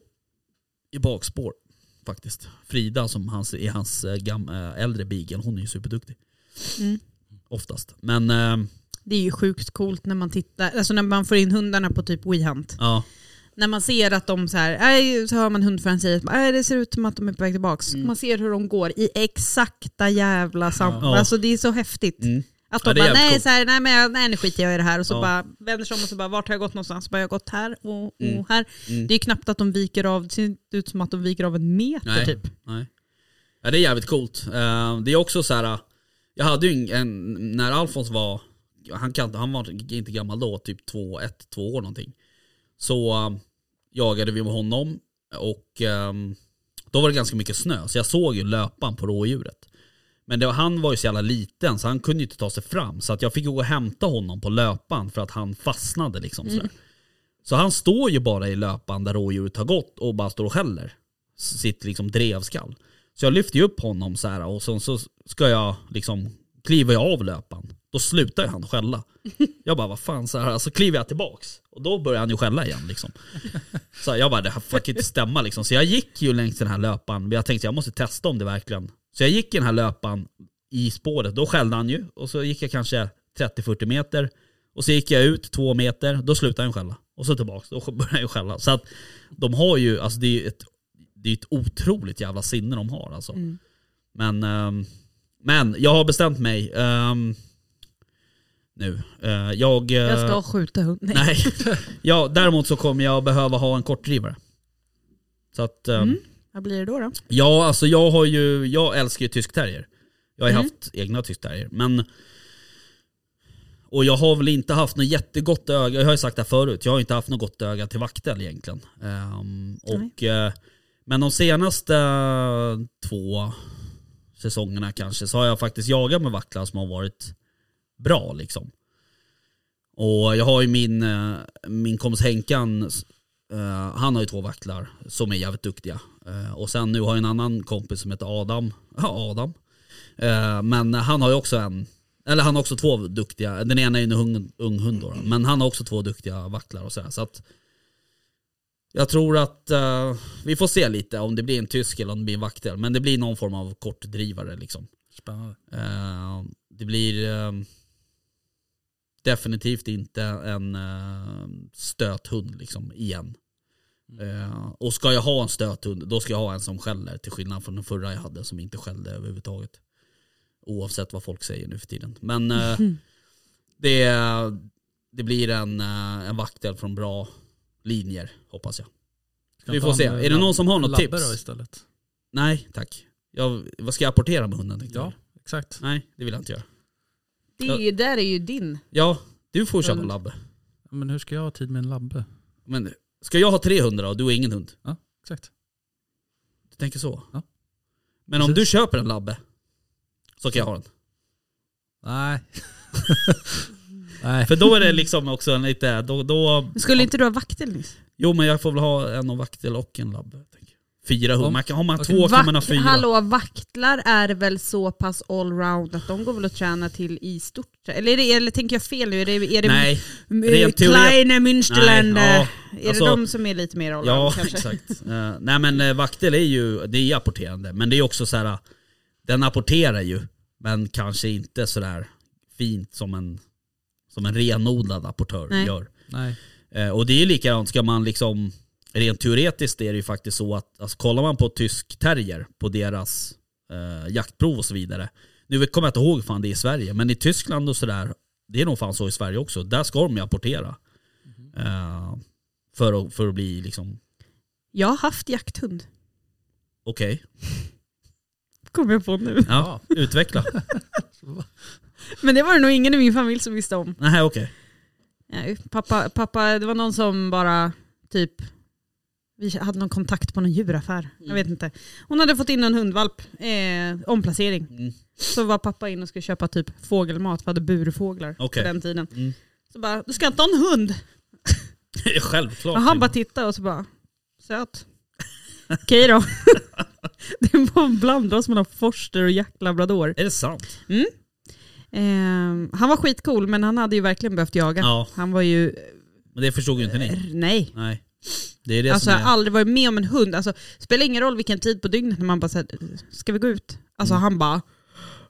Speaker 3: i bakspår faktiskt. Frida som hans, är hans eh, gam, eh, äldre beagle, hon är ju superduktig.
Speaker 4: Mm.
Speaker 3: Oftast. Men eh,
Speaker 4: Det är ju sjukt coolt när man tittar, alltså när man får in hundarna på typ WeHunt.
Speaker 3: ja,
Speaker 4: När man ser att de så här, nej, så hör man hundföraren säga att nej, det ser ut som att de är på väg tillbaks. Man ser hur de går i exakta jävla samma,
Speaker 3: Mm. Ja.
Speaker 4: alltså det är så häftigt.
Speaker 3: mm.
Speaker 4: Att
Speaker 3: Ja,
Speaker 4: de
Speaker 3: det är jävligt
Speaker 4: bara, nej,
Speaker 3: coolt.
Speaker 4: så här, nej, men, jag- nej nu skiter jag i det här. Och så
Speaker 3: Ja.
Speaker 4: bara vänder sig om och så bara, vart har jag gått någonstans? Så bara, jag har gått här och, och
Speaker 3: Mm.
Speaker 4: här.
Speaker 3: Mm.
Speaker 4: Det är knappt att de viker av, det ser inte ut som att de viker av en meter
Speaker 3: Nej.
Speaker 4: typ.
Speaker 3: Nej. Ja, det är jävligt coolt. Eh, Det är också så här. eh, Jag hade ju en- en, när Alfons var, han, kan, inte- han var inte gammal då, typ två, ett, två år någonting. Så eh, jagade vi med honom och eh, då var det ganska mycket snö så jag såg ju löpan på rådjuret. Men det, var- han var ju så jävla liten så han kunde ju inte ta sig fram så att jag fick gå och hämta honom på löpan för att han fastnade liksom sådär. Så han står ju bara i löpan där rådjuret har gått och bara står och skäller sitt liksom drevskall. Så jag lyfter ju upp honom så här och sen så ska jag liksom, kliver jag av löpan. Då slutar ju han skälla. Jag bara vad fan så här, så kliver jag tillbaks och då börjar han ju skälla igen liksom. Så jag bara det här fuck inte stämma liksom. Så jag gick ju längs den här löpan, men jag tänkte jag måste testa om det verkligen. Så jag gick i den här löpan i spåret, då skällde han ju och så gick jag kanske 30-40 meter och så gick jag ut två meter, då slutade han skälla. Och så tillbaks, då började han skälla. Så att de har ju, alltså det är ju ett det är ett otroligt jävla sinne de har alltså.
Speaker 4: Mm.
Speaker 3: Men, ehm, men jag har bestämt mig ehm, nu. Eh, jag, eh,
Speaker 4: Jag ska skjuta hund. Nej.
Speaker 3: Nej. ja, däremot så kommer jag behöva ha en kortdrivare. Så att, ehm,
Speaker 4: Vad blir det då? då?
Speaker 3: ja alltså jag har ju, jag älskar ju tyskterrier. Jag har ju haft egna tyskterrier. Men, och jag har väl inte haft något jättegott öga, jag har ju sagt det här förut, jag har ju inte haft något gott öga till vaktel egentligen. Ehm, och, eh, men de senaste två säsongerna kanske så har jag faktiskt jagat med vaktlar som har varit bra liksom. Och jag har ju min, eh, min kompis Henkan, eh, han har ju två vaktlar som är jävligt duktiga. Eh, Och sen nu har jag en annan kompis som heter Adam. Ja, Adam. Eh, Men han har ju också en, eller han har också två duktiga, den ena är ju en ung, ung hund då, då, men han har också två duktiga vaktlar och sådär. Så att jag tror att eh, vi får se lite om det blir en tysk eller om det blir en vaktel. Men det blir någon form av kortdrivare liksom.
Speaker 5: Spännande.
Speaker 3: Eh, det blir eh, definitivt inte en eh, stöthund liksom igen. Eh, och ska jag ha en stöthund då ska jag ha en som skäller till skillnad från den förra jag hade som inte skällde överhuvudtaget. Oavsett vad folk säger nu för tiden. Men eh, det, det blir en, eh, en vaktel från bra linjer hoppas jag.
Speaker 5: Ska
Speaker 3: Vi
Speaker 5: inte
Speaker 3: får
Speaker 5: ha
Speaker 3: se.
Speaker 5: en,
Speaker 3: Är det
Speaker 5: lab-
Speaker 3: någon som har något
Speaker 5: labbe
Speaker 3: tips?
Speaker 5: Då istället?
Speaker 3: Nej tack. Jag, vad ska jag apportera med hunden? tänkte
Speaker 5: Ja,
Speaker 3: jag.
Speaker 5: exakt.
Speaker 3: Nej det vill jag inte göra.
Speaker 4: Det är ju, där är ju din.
Speaker 3: Ja, du får köpa
Speaker 5: Hund.
Speaker 3: labbe.
Speaker 5: Men hur ska jag ha tid med en labbe?
Speaker 3: Men ska jag ha 300 och du har ingen hund?
Speaker 5: Ja, exakt.
Speaker 3: Du tänker så?
Speaker 5: Ja.
Speaker 3: Men om du
Speaker 5: Precis.
Speaker 3: köper en labbe så kan jag ha den.
Speaker 5: Nej. Nej.
Speaker 3: För då är det liksom också en lite, då, då
Speaker 4: Skulle inte du ha vaktel nyss?
Speaker 3: jo men jag får väl ha en och vaktel och en labbe. tänker jag. Fyra
Speaker 5: Om-
Speaker 3: hundar. Har man
Speaker 5: okej.
Speaker 3: två kan man ha
Speaker 4: Vakt,
Speaker 3: fyra.
Speaker 4: hallå, vaktlar är väl så pass allround att de går väl att träna till i stort? Eller, är det, eller tänker jag fel nu? Är det, är det
Speaker 3: Nej,
Speaker 4: m-
Speaker 3: rent teoret-
Speaker 4: Kleine Münsterländer?
Speaker 3: Nej, ja,
Speaker 4: är
Speaker 3: alltså-
Speaker 4: det de som är lite mer allround
Speaker 3: ja
Speaker 4: kanske?
Speaker 3: exakt. Eh, nej men eh, vaktel är ju, det är apporterande. Men det är också så här, eh, den apporterar ju. Men kanske inte sådär fint som en, som en renodlad apportör
Speaker 4: Nej.
Speaker 3: gör.
Speaker 5: Nej.
Speaker 3: Eh, Och det är ju likadant, ska man liksom, rent teoretiskt är det ju faktiskt så att alltså, kollar man på tysk terrier på deras eh, jaktprov och så vidare. Nu kommer jag inte ihåg fan det är i Sverige, men i Tyskland och sådär, det är nog fan så i Sverige också, där ska de ju apportera. Eh, för, att, för att bli liksom,
Speaker 4: Jag har haft jakthund.
Speaker 3: okej,
Speaker 4: Kommer jag på nu.
Speaker 3: ja, utveckla.
Speaker 4: Men det var det nog ingen i min familj som visste om.
Speaker 3: Nej okej.
Speaker 4: Nej, Eh, pappa, pappa, det var någon som bara typ, vi hade någon kontakt på någon djuraffär.
Speaker 3: Mm.
Speaker 4: Jag vet inte. Hon hade fått in en hundvalp, eh, omplacering.
Speaker 3: Mm.
Speaker 4: Så var pappa in och skulle köpa typ fågelmat, vi hade burfåglar
Speaker 3: Okej.
Speaker 4: på den tiden.
Speaker 3: Mm.
Speaker 4: Så bara, du ska inte ha en hund.
Speaker 3: Självklart.
Speaker 4: Och han bara tittade och så bara, söt. Okej då. det var en blandras mellan forster och jacklabrador.
Speaker 3: Är det sant?
Speaker 4: Eh, han var skitcool men han hade ju verkligen behövt jaga.
Speaker 3: Ja,
Speaker 4: Han var ju,
Speaker 3: men det förstod ju inte ni.
Speaker 4: nej.
Speaker 3: Nej. Det är det
Speaker 4: Alltså
Speaker 3: som
Speaker 4: jag
Speaker 3: är...
Speaker 4: har aldrig varit med om en hund. Alltså, spelar ingen roll vilken tid på dygnet när man bara säger ska vi gå ut? Alltså
Speaker 3: Mm.
Speaker 4: han bara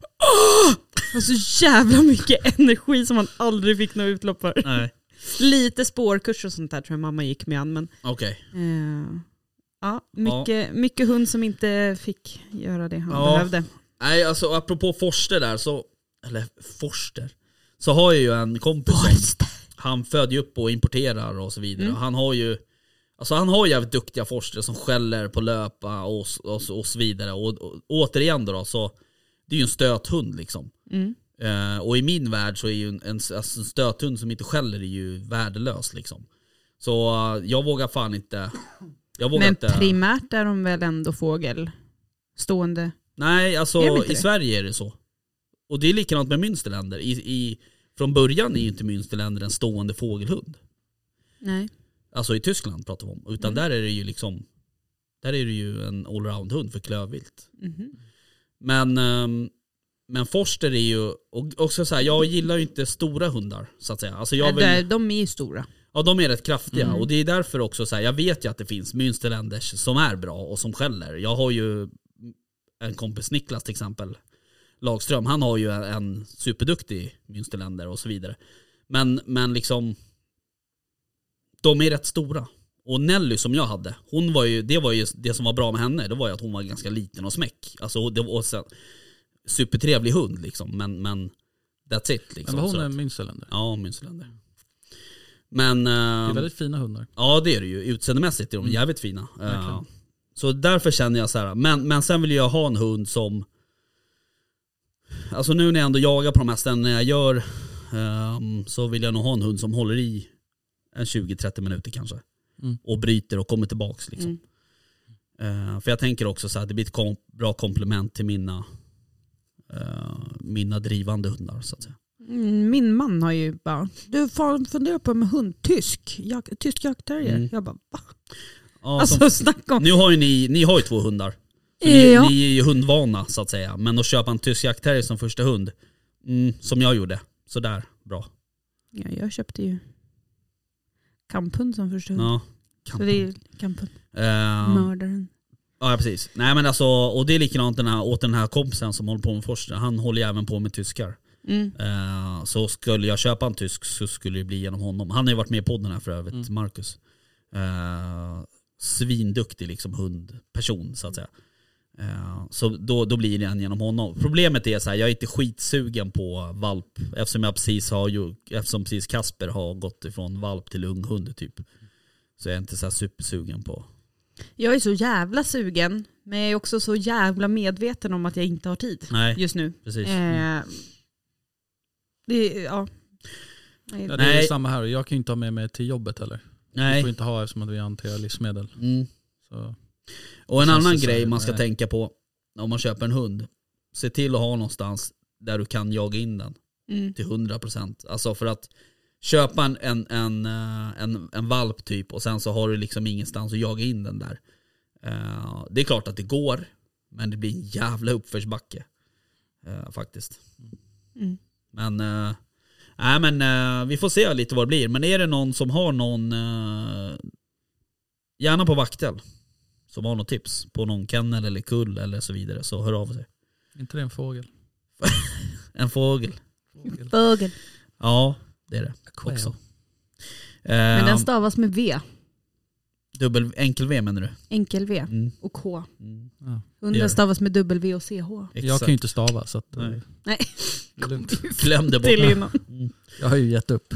Speaker 4: "Åh!" Det var så jävla mycket energi som man aldrig fick något utlopp för.
Speaker 3: Nej,
Speaker 4: Lite spårkurs och sånt där tror jag mamma gick med an, men
Speaker 3: okej.
Speaker 4: eh, ja, mycket, mycket hund som inte fick göra det han
Speaker 3: Ja.
Speaker 4: behövde.
Speaker 3: Nej, alltså apropå Forster där så, eller Forster, så har jag ju en kompis som, han föder ju upp och importerar och så vidare. Han har ju, alltså han har ju jävligt duktiga Forster som skäller på löpa och, s- och, s- och så vidare. Och, och återigen då, så, det är ju en stöthund liksom. Eh, och i min värld så är ju en, en, s- alltså en stöthund som inte skäller är ju värdelös liksom. Så eh, jag vågar fan inte, jag vågar
Speaker 4: Men
Speaker 3: inte.
Speaker 4: primärt är de väl ändå fågel? Stående?
Speaker 3: Nej,
Speaker 4: Är de
Speaker 3: alltså i
Speaker 4: inte det?
Speaker 3: Sverige är det så. Och det är likadant med Münsterländer. I, i, från början är ju inte Münsterländer en stående fågelhund.
Speaker 4: Nej.
Speaker 3: Alltså i Tyskland pratar vi om. Utan
Speaker 4: Mm.
Speaker 3: där är det ju liksom, där är det ju en allround-hund för klövvilt.
Speaker 4: Mhm.
Speaker 3: Men, ehm, men forster är ju, och också så här, jag gillar ju inte stora hundar så att säga. Alltså jag vill,
Speaker 4: Där, Äh, de är ju stora.
Speaker 3: Ja de är rätt kraftiga
Speaker 5: Mm.
Speaker 3: och det är därför också så här, jag vet ju att det finns Münsterländers som är bra och som skäller. Jag har ju en kompis Niklas till exempel, Lagström, han har ju en, en superduktig Münsterländer och så vidare. Men, men liksom, de är rätt stora. Och Nelly som jag hade, hon var ju, det var ju det som var bra med henne, det var ju att hon var ganska liten och smäck. Alltså och det var en supertrevlig hund liksom, men, men that's it liksom.
Speaker 5: Men var hon
Speaker 3: Så
Speaker 5: är
Speaker 3: att-
Speaker 5: Münsterländer?
Speaker 3: Ja, Münsterländer. Men...
Speaker 5: Det är
Speaker 3: ehm,
Speaker 5: väldigt fina hundar.
Speaker 3: Ja det är det ju, utseendemässigt är de jävligt fina.
Speaker 5: Verkligen.
Speaker 3: Eh, Så därför känner jag så här. Men, men sen vill jag ha en hund som, alltså nu när jag ändå jagar på de här ställena jag gör, ehm, så vill jag nog ha en hund som håller i en 20-30 minuter kanske.
Speaker 5: Mm.
Speaker 3: Och bryter och kommer tillbaks liksom. Eh, för jag tänker också så här, det blir ett kom, bra komplement till mina, eh, mina drivande hundar så att säga.
Speaker 4: Mm, Min man har ju bara, du fan funderar på med hund, tysk, jak, tysk jaktterrier.
Speaker 3: Mm.
Speaker 4: Jag bara, va?
Speaker 3: Ja, som-
Speaker 4: Alltså snacka om...
Speaker 3: Nu har ju ni, ni har ju två hundar. Så Ni,
Speaker 4: Ja.
Speaker 3: ni är ju hundvana så att säga. Men att köpa en tysk jaktterrier som första hund, mm, som jag gjorde. Sådär bra.
Speaker 4: Ja, jag köpte ju kamphund som första hund.
Speaker 3: Ja,
Speaker 4: Så det är ju kamphund,
Speaker 3: Ehm,
Speaker 4: mördaren.
Speaker 3: ja precis. Nej men alltså, och det är likadant den här, åt den här kompisen som håller på med forskning. Han håller ju även på med tyskar.
Speaker 4: Mm.
Speaker 3: Eh, så skulle jag köpa en tysk så skulle det bli genom honom. Han har ju varit med i podden här för övrigt,
Speaker 4: Mm.
Speaker 3: Marcus. Eh, svinduktig liksom hundperson så att säga. Eh, så då, då blir det en genom honom. Problemet är så här, jag är inte skitsugen på valp eftersom jag precis har ju, eftersom precis Kasper har gått ifrån valp till ung hund typ. Så jag är inte så här supersugen på.
Speaker 4: Jag är så jävla sugen, men jag är också så jävla medveten om att jag inte har tid
Speaker 3: Nej,
Speaker 4: just nu.
Speaker 3: precis. Mm.
Speaker 4: Eh, det, är- ja. Nej.
Speaker 5: Ja, det är
Speaker 3: Nej.
Speaker 5: ju samma här, jag kan ju inte ha med mig till jobbet heller. Vi får
Speaker 3: Nej.
Speaker 5: inte ha eftersom att vi hanterar livsmedel.
Speaker 3: Mm.
Speaker 5: Så.
Speaker 3: Och en
Speaker 5: Känns
Speaker 3: annan
Speaker 5: det så
Speaker 3: grej
Speaker 5: här,
Speaker 3: man ska
Speaker 5: nej.
Speaker 3: tänka på om man köper en hund. Se till att ha någonstans där du kan jaga in den
Speaker 4: Mm.
Speaker 3: till 100%. Alltså för att köpa en, en, en, eh, en, en valp typ och sen så har du liksom ingenstans att jaga in den där. Eh, det är klart att det går, men det blir en jävla uppförsbacke. eh, faktiskt. Men, eh, nej, men eh, vi får se lite vad det blir. Men är det någon som har någon, eh, gärna på vaktel, som har något tips på någon kennel eller kull eller så vidare så hör av sig.
Speaker 5: inte det en fågel?
Speaker 3: En fågel.
Speaker 4: Bögel.
Speaker 3: Ja, det är det också.
Speaker 4: Men den
Speaker 3: Eh,
Speaker 4: stavas med V.
Speaker 3: dubbel, enkel V menar du?
Speaker 4: Enkel-V
Speaker 3: Mm.
Speaker 4: och K.
Speaker 3: Mm.
Speaker 5: Ja.
Speaker 3: Det gör
Speaker 4: Hunden
Speaker 3: det.
Speaker 4: stavas med W och CH.
Speaker 5: Jag kan ju inte stava så att, eh,
Speaker 3: Nej.
Speaker 4: Nej.
Speaker 5: det är lugnt.
Speaker 3: Glöm det
Speaker 4: Till
Speaker 3: bort.
Speaker 4: innan.
Speaker 5: Jag har ju gett upp.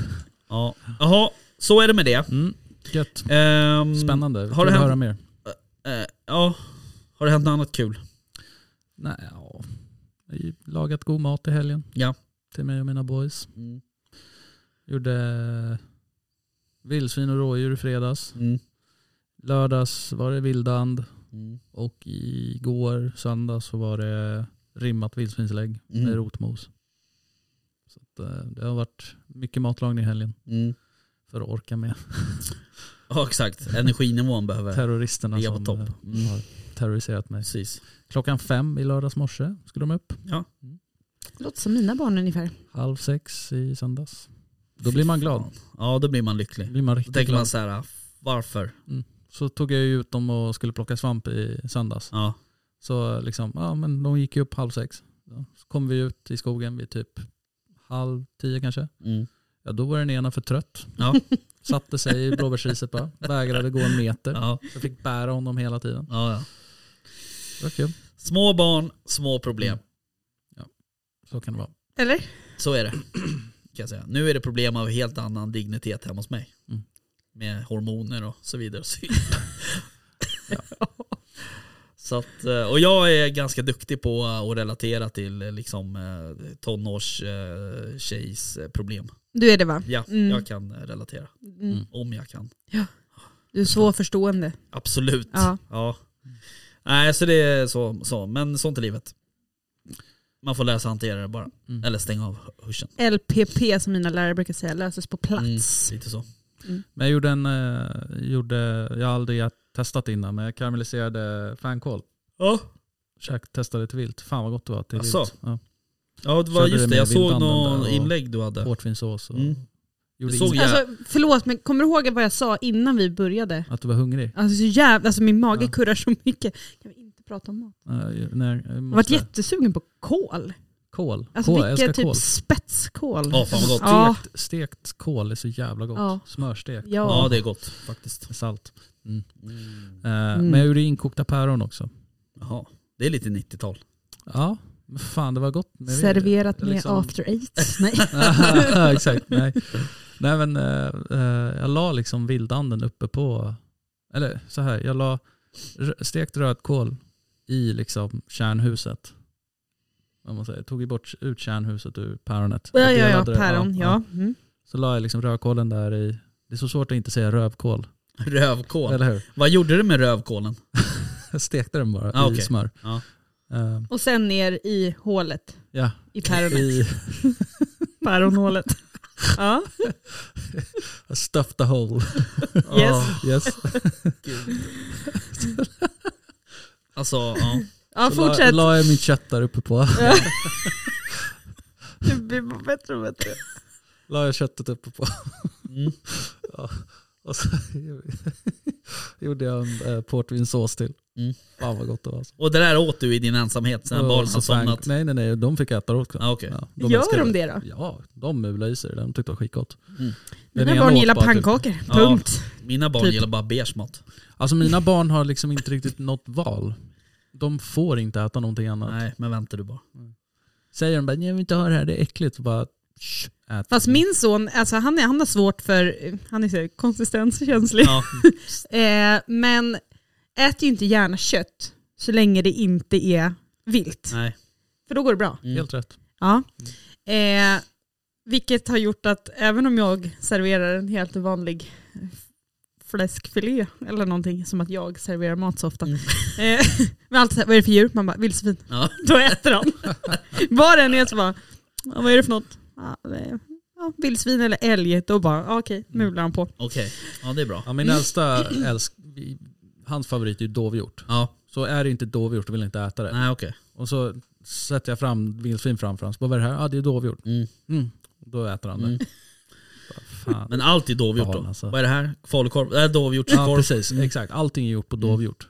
Speaker 3: Ja. Jaha, så är det med det.
Speaker 5: Mm. Gött.
Speaker 3: Ehm,
Speaker 5: Spännande.
Speaker 3: Har
Speaker 5: Har
Speaker 3: det
Speaker 5: du
Speaker 3: hänt-
Speaker 5: höra mer?
Speaker 3: eh, ja, har det hänt något annat kul?
Speaker 5: Nej, ja. Jag har ju lagat god mat i helgen.
Speaker 3: Ja.
Speaker 5: Till mig och mina boys.
Speaker 3: Mm.
Speaker 5: Gjorde vildsvin och rådjur i fredags.
Speaker 3: Mm.
Speaker 5: Lördags var det vildand
Speaker 3: Mm.
Speaker 5: och igår söndag så var det rimmat vildsvinslägg
Speaker 3: Mm.
Speaker 5: med rotmos. Så att, eh, det har varit mycket matlagning i helgen
Speaker 3: Mm.
Speaker 5: för att orka med
Speaker 3: Ja exakt, energinivån behöver...
Speaker 5: terroristerna
Speaker 3: Ligga på
Speaker 5: som
Speaker 3: topp.
Speaker 5: eh,
Speaker 3: Mm.
Speaker 5: har terroriserat mig.
Speaker 3: Precis.
Speaker 5: Klockan fem i lördags morse skulle de upp.
Speaker 4: Låter som mina barn ungefär.
Speaker 5: Halv sex i söndags. Då
Speaker 3: Fy
Speaker 5: blir man
Speaker 3: fan.
Speaker 5: glad.
Speaker 3: Ja, då blir man lycklig.
Speaker 5: Då blir man
Speaker 3: Då
Speaker 5: riktigt
Speaker 3: tänker
Speaker 5: glad.
Speaker 3: man så här, "Ah, varför?
Speaker 5: Så tog jag ju ut dem och skulle plocka svamp i söndags.
Speaker 3: Ja.
Speaker 5: Så liksom, ja men de gick ju upp halv sex. Ja, Så kom vi ut i skogen vid typ halv tio kanske.
Speaker 3: Mm.
Speaker 5: Ja då var den ena för trött.
Speaker 3: Ja.
Speaker 5: Satte sig i blåbärsriset bara. Vägrade gå en meter.
Speaker 3: Ja,
Speaker 5: Jag fick bära honom hela tiden.
Speaker 3: ja, ja.
Speaker 5: Det var kul.
Speaker 3: Små barn, små problem.
Speaker 5: Så kan det vara.
Speaker 4: Eller?
Speaker 3: Så är det. Kan jag säga. Nu är det problem av helt annan dignitet hemma hos mig.
Speaker 5: Mm.
Speaker 3: Med hormoner och så vidare. och Så, vidare. så att, eh, och jag är ganska duktig på eh, att relatera till eh, liksom, eh, tonårs eh, tjejs eh, problem.
Speaker 4: Du är det va?
Speaker 3: Ja,
Speaker 4: Mm.
Speaker 3: jag kan eh, relatera.
Speaker 4: Mm.
Speaker 3: Om jag kan.
Speaker 4: Du är svårförstående.
Speaker 3: Absolut.
Speaker 4: Ja.
Speaker 3: Ja. Nej, så det är så, så. Men sånt är livet. Man får lära sig hantera det bara.
Speaker 5: Mm.
Speaker 3: Eller stänga av hörseln.
Speaker 4: LPP som mina lärare brukar säga löses på
Speaker 5: Mm.
Speaker 4: plats.
Speaker 3: Lite så.
Speaker 5: Men jag gjorde en, eh, gjorde, jag har aldrig testat innan, men jag karamelliserade fänkål.
Speaker 3: Ja,
Speaker 5: Käk- Testade till vilt. Fan vad gott det var till
Speaker 3: Asså?
Speaker 5: vilt. Ja.
Speaker 3: ja det var
Speaker 5: Körde
Speaker 3: just
Speaker 5: det
Speaker 3: det.
Speaker 5: med
Speaker 3: Jag såg
Speaker 5: vildanden
Speaker 3: någon
Speaker 5: där och-
Speaker 3: inlägg du hade.
Speaker 5: Portvinssås och...
Speaker 3: Mm.
Speaker 5: Gjorde
Speaker 3: Det såg
Speaker 5: in-
Speaker 3: jag.
Speaker 4: Alltså, förlåt men kommer du ihåg vad jag sa innan vi började?
Speaker 5: Att du var hungrig?
Speaker 4: Alltså, så jävla, alltså min mage
Speaker 5: Ja.
Speaker 4: kurrar så mycket. Kan vi inte prata om mat?
Speaker 5: Uh, nej, jag
Speaker 4: Jag har varit
Speaker 5: måste...
Speaker 4: jättesugen på kål.
Speaker 5: Kål.
Speaker 4: Alltså
Speaker 5: kål. Jag
Speaker 4: vilka
Speaker 5: älskar
Speaker 4: typ
Speaker 5: kål.
Speaker 4: spetskål.
Speaker 3: Ja, fan vad gott.
Speaker 4: Ja.
Speaker 5: Stekt, stekt kål är så jävla gott.
Speaker 4: Ja.
Speaker 5: Smörstekt.
Speaker 4: Ja.
Speaker 3: Ja, det är gott faktiskt.
Speaker 5: Med Salt.
Speaker 3: Mm.
Speaker 5: Eh,
Speaker 4: Mm.
Speaker 5: Men jag gjorde inkokta päron också.
Speaker 3: Jaha, det är lite 90-tal.
Speaker 5: Ja, men fan det var gott. Men vi-
Speaker 4: Serverat med
Speaker 5: liksom-
Speaker 4: after eight. Nej.
Speaker 5: Exakt, nej. Nej men eh, eh, jag la liksom vildanden uppe på, eller så här, jag la r- stekt rödkål i liksom kärnhuset. Om man säger, tog ju bort ut kärnhuset ur päronet.
Speaker 4: Ja,
Speaker 5: Jag
Speaker 4: ja, ja,
Speaker 5: delade det,
Speaker 4: päron. Ja. Mm.
Speaker 5: Så la jag liksom rödkålen där i, det är så svårt att inte säga rövkål.
Speaker 3: Rövkål.
Speaker 5: Eller hur?
Speaker 3: Vad gjorde du med rövkålen?
Speaker 5: Jag stekte den bara
Speaker 3: Ah,
Speaker 5: i
Speaker 3: okej.
Speaker 5: smör.
Speaker 3: Ja.
Speaker 5: Eh,
Speaker 4: Och sen ner i hålet.
Speaker 5: ja,
Speaker 4: I päronet.
Speaker 5: i
Speaker 4: Päronhålet. Ja.
Speaker 5: I stuffed the hole.
Speaker 4: Yes.
Speaker 3: Ah,
Speaker 5: Yes.
Speaker 3: alltså, ja.
Speaker 4: ja,
Speaker 5: Så la,
Speaker 4: fortsätt.
Speaker 5: la jag mitt kött där uppe på.
Speaker 4: Det blir bara bättre och bättre.
Speaker 5: la jag köttet uppe på.
Speaker 3: Mm.
Speaker 5: Ja. Och så gjorde jag en eh, portvinsås till.
Speaker 3: Mm.
Speaker 5: Fan vad gott det var. Alltså.
Speaker 3: Och det där åt du i din ensamhet sen
Speaker 5: Och
Speaker 3: barnen
Speaker 5: så
Speaker 3: har
Speaker 5: fang-
Speaker 3: somnat?
Speaker 5: Nej nej nej, de fick äta det också.
Speaker 3: Ah, okej.
Speaker 5: Ja,
Speaker 4: Gör
Speaker 5: älskade
Speaker 4: de det då?
Speaker 5: Ja, de mulade i sig det. De tyckte det var skitgott.
Speaker 3: Mm.
Speaker 5: Den
Speaker 4: Mina
Speaker 5: ena
Speaker 4: barn
Speaker 5: åt
Speaker 4: gillar
Speaker 5: bara typ-
Speaker 4: pannkakor.
Speaker 3: Ja.
Speaker 4: Punkt.
Speaker 3: Mina barn
Speaker 4: Typ.
Speaker 3: gillar bara beige mat.
Speaker 5: Alltså mina barn har liksom inte riktigt något val. De får inte äta någonting annat.
Speaker 3: Nej, men vänta du bara.
Speaker 5: Säger de bara nej jag vill inte ha det här, det är äckligt. Så bara, "Shh, ät.
Speaker 4: Fast min son, alltså han, är, han har svårt för, han är så här konsistenskänslig.
Speaker 3: Ja,
Speaker 4: Eh, men äter ju inte gärna kött så länge det inte är vilt.
Speaker 3: nej.
Speaker 4: För då går det bra.
Speaker 3: Mm.
Speaker 5: Helt rätt.
Speaker 4: Ja. Eh, vilket har gjort att även om jag serverar en helt vanlig fläskfilé eller någonting, som att jag serverar mat så ofta.
Speaker 3: Mm.
Speaker 4: Eh, men alltid så här, vad är det för djur? Man bara, vildsvin.
Speaker 3: Ja.
Speaker 4: Då äter han. Var den är så bara, ja, vad är det för något? Ja, eh, ja, vildsvin eller Mm. älg. Då bara, ja, okej, mular han på.
Speaker 3: Okej, ja det är bra.
Speaker 5: Ja, min äldsta älsk, hans favorit är ju dovhjort.
Speaker 3: Ja,
Speaker 5: Så är det inte dovhjort och vill inte äta det.
Speaker 3: nej okej.
Speaker 5: Och så sätter jag fram vildsvin framför honom. Så bara, vad är det här? Ja, ah, det är dovhjort.
Speaker 3: Mm.
Speaker 5: Mm. Då äter han det.
Speaker 3: Mm.
Speaker 5: Bara, Fan.
Speaker 3: Men allt är dovhjort
Speaker 5: Fan,
Speaker 3: då?
Speaker 5: alltså.
Speaker 3: Vad är det här? Falukorv? Det här är dovhjort.
Speaker 5: Ja
Speaker 3: korv.
Speaker 5: precis, exakt. Allting är gjort
Speaker 3: Mm.
Speaker 5: på dovhjort.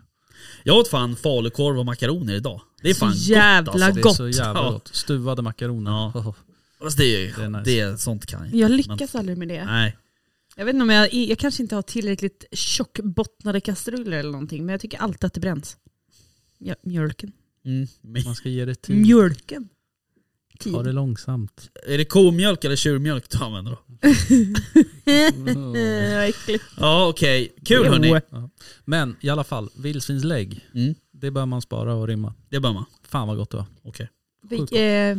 Speaker 3: Jag åt fan falukorv och makaroner idag. Det är
Speaker 4: Så
Speaker 3: fan
Speaker 4: jävla
Speaker 3: gott alltså.
Speaker 5: Det är så jävla
Speaker 3: Ja.
Speaker 5: gott. Stuvade makaroner.
Speaker 3: Ja. Fast det är ju,
Speaker 5: Det är nice.
Speaker 3: det är, sånt kan jag inte.
Speaker 4: Jag
Speaker 3: Men-
Speaker 4: lyckas aldrig med det.
Speaker 3: Nej.
Speaker 4: Jag vet inte om jag, jag kanske inte har tillräckligt tjockbottnade kastruller eller någonting, men jag tycker alltid att det bränns. Ja, mjölken.
Speaker 3: Mm. Men-
Speaker 5: Man ska ge det tid.
Speaker 4: Mjölken.
Speaker 5: Ta det
Speaker 4: Tid.
Speaker 5: långsamt.
Speaker 3: Är det komjölk eller tjurmjölk du använder då?
Speaker 4: Eh, vad äckligt.
Speaker 3: Ja okej, kul hörni.
Speaker 5: Men i alla fall, vildsvinslägg.
Speaker 3: Mm.
Speaker 5: Det bör man spara och rimma.
Speaker 3: Det bör man.
Speaker 5: Fan vad gott det var.
Speaker 3: Okej.
Speaker 5: Sjukt
Speaker 4: Vi, eh,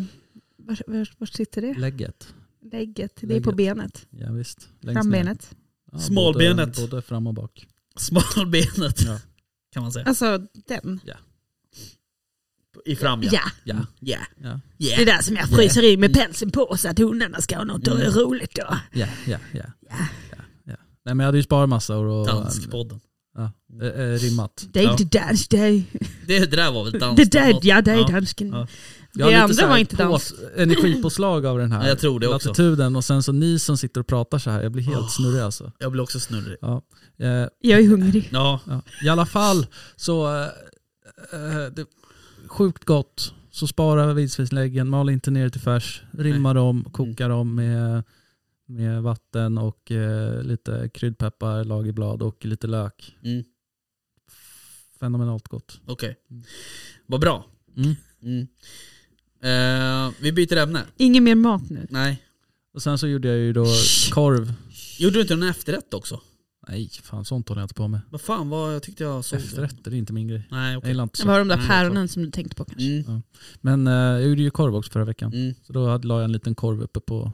Speaker 4: var, var, var sitter det?
Speaker 5: Lägget.
Speaker 4: Lägget. Det är på
Speaker 5: Lägget.
Speaker 4: benet.
Speaker 5: Ja, visst. Längst ner.
Speaker 4: Frambenet.
Speaker 5: Ja,
Speaker 3: Smalbenet.
Speaker 5: Både, både fram och bak.
Speaker 3: Smalbenet
Speaker 5: Ja.
Speaker 3: kan man säga.
Speaker 4: Alltså den.
Speaker 3: I fram ja.
Speaker 4: Ja,
Speaker 5: Ja.
Speaker 3: Ja.
Speaker 5: Ja.
Speaker 4: det är
Speaker 3: Ja.
Speaker 4: där som jag fryser i med pälsen på så att hundarna ska ha något
Speaker 3: Mm.
Speaker 4: roligt då.
Speaker 5: Ja, ja, ja. ja, ja. Nej men jag hade ju sparat massa och, och
Speaker 3: Danskpodden.
Speaker 5: ja, eh, eh, rimmat.
Speaker 4: Det är
Speaker 3: Ja.
Speaker 4: inte dans, det är,
Speaker 3: Det, det där var väl dans?
Speaker 4: det där, ja det är
Speaker 3: Ja.
Speaker 4: dansken.
Speaker 3: Ja.
Speaker 5: Jag har
Speaker 4: Det
Speaker 5: lite så
Speaker 4: andra
Speaker 5: här
Speaker 4: var inte
Speaker 5: pås-
Speaker 4: dans.
Speaker 5: Energipåslag av den här
Speaker 3: Ja, jag tror det också.
Speaker 5: latituden och sen så ni som sitter och pratar så här, jag blir helt snurrig alltså.
Speaker 3: Jag blir också snurrig.
Speaker 5: Ja. Eh,
Speaker 4: Jag är hungrig.
Speaker 3: Ja,
Speaker 5: Ja. I alla fall så, eh, eh, det, sjukt gott. Så spara vildsvinsläggen, mal inte ner det till färs, rimma dem,
Speaker 3: Mm.
Speaker 5: koka dem med, med vatten och eh, lite kryddpeppar, lagerblad och lite lök.
Speaker 3: mm.
Speaker 5: Fenomenalt gott.
Speaker 3: okej. Vad bra.
Speaker 5: Mm.
Speaker 3: Mm. Eh, vi byter ämne.
Speaker 4: Ingen mer mat nu.
Speaker 3: Nej.
Speaker 5: Och sen så gjorde jag ju då korv.
Speaker 3: Gjorde du inte någon efterrätt också?
Speaker 5: Nej, fan sånt håller jag inte på med.
Speaker 3: Vad fan vad jag tyckte jag såg.
Speaker 5: Efterrätter är inte min grej.
Speaker 3: Nej
Speaker 5: Jag
Speaker 3: okej.
Speaker 5: gillar inte
Speaker 4: Det
Speaker 5: så.
Speaker 4: var de där
Speaker 3: Nej,
Speaker 4: päronen som du tänkte på kanske.
Speaker 3: Mm.
Speaker 5: Men eh, jag gjorde ju korv också förra veckan.
Speaker 3: Mm.
Speaker 5: Så då hade- la jag en liten korv uppe på,